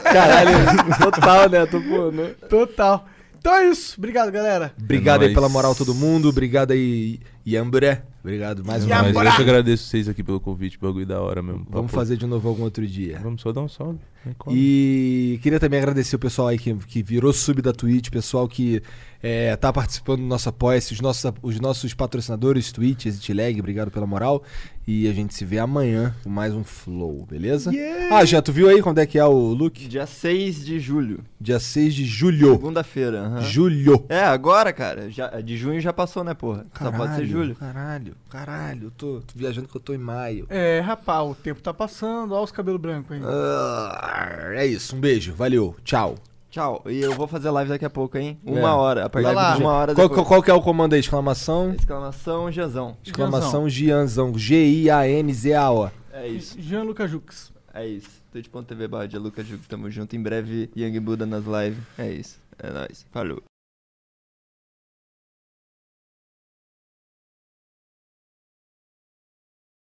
S2: Caralho, total, né? Tô pô,
S1: Total. Então é isso. Obrigado, galera.
S2: Obrigado
S3: É
S2: aí pela
S3: nóis.
S2: moral todo mundo. Obrigado aí, Yambura. Obrigado mais uma
S3: Mas
S2: vez.
S3: eu que agradeço vocês aqui pelo convite, bagulho da hora mesmo.
S2: Vamos
S3: Papo-
S2: fazer de novo algum outro dia.
S3: Vamos só dar um salve. Vai, cola.
S2: E queria também agradecer o pessoal aí que, que virou sub da Twitch, pessoal que é, tá participando do nosso apoia-se, os nossos, os nossos patrocinadores, Twitch, Exit Lag, obrigado pela moral. E a gente se vê amanhã com mais um Flow, beleza?
S1: Yeah.
S2: Ah, já, tu viu aí quando é que é o look?
S4: Dia 6 de julho.
S2: Dia 6 de julho.
S4: Segunda-feira. aham.
S2: Julho.
S4: É, agora, cara. Já, de junho já passou, né, porra? Só pode ser julho.
S2: Caralho, caralho, eu tô, tô viajando que eu tô em maio.
S1: É, rapaz, o tempo tá passando. Olha os cabelos brancos aí.
S2: Ah, é isso, um beijo, valeu, tchau.
S4: Tchau. E eu vou fazer live daqui a pouco, hein?
S2: É.
S4: Uma hora. A partir
S2: Live do
S4: de uma
S2: Jean.
S4: hora
S2: qual, qual,
S4: depois.
S2: qual que é o comando aí? Exclamação?
S4: Exclamação, Jezão.
S2: Exclamação Gianzão. G-I-A-N-Z-A-O.
S4: É isso.
S1: Jean Lucas Jux.
S4: É isso. Twitch.tv barra de Lucas Júlio. Tamo junto. Em breve, Young Buda nas lives. É isso. É nóis. Falou.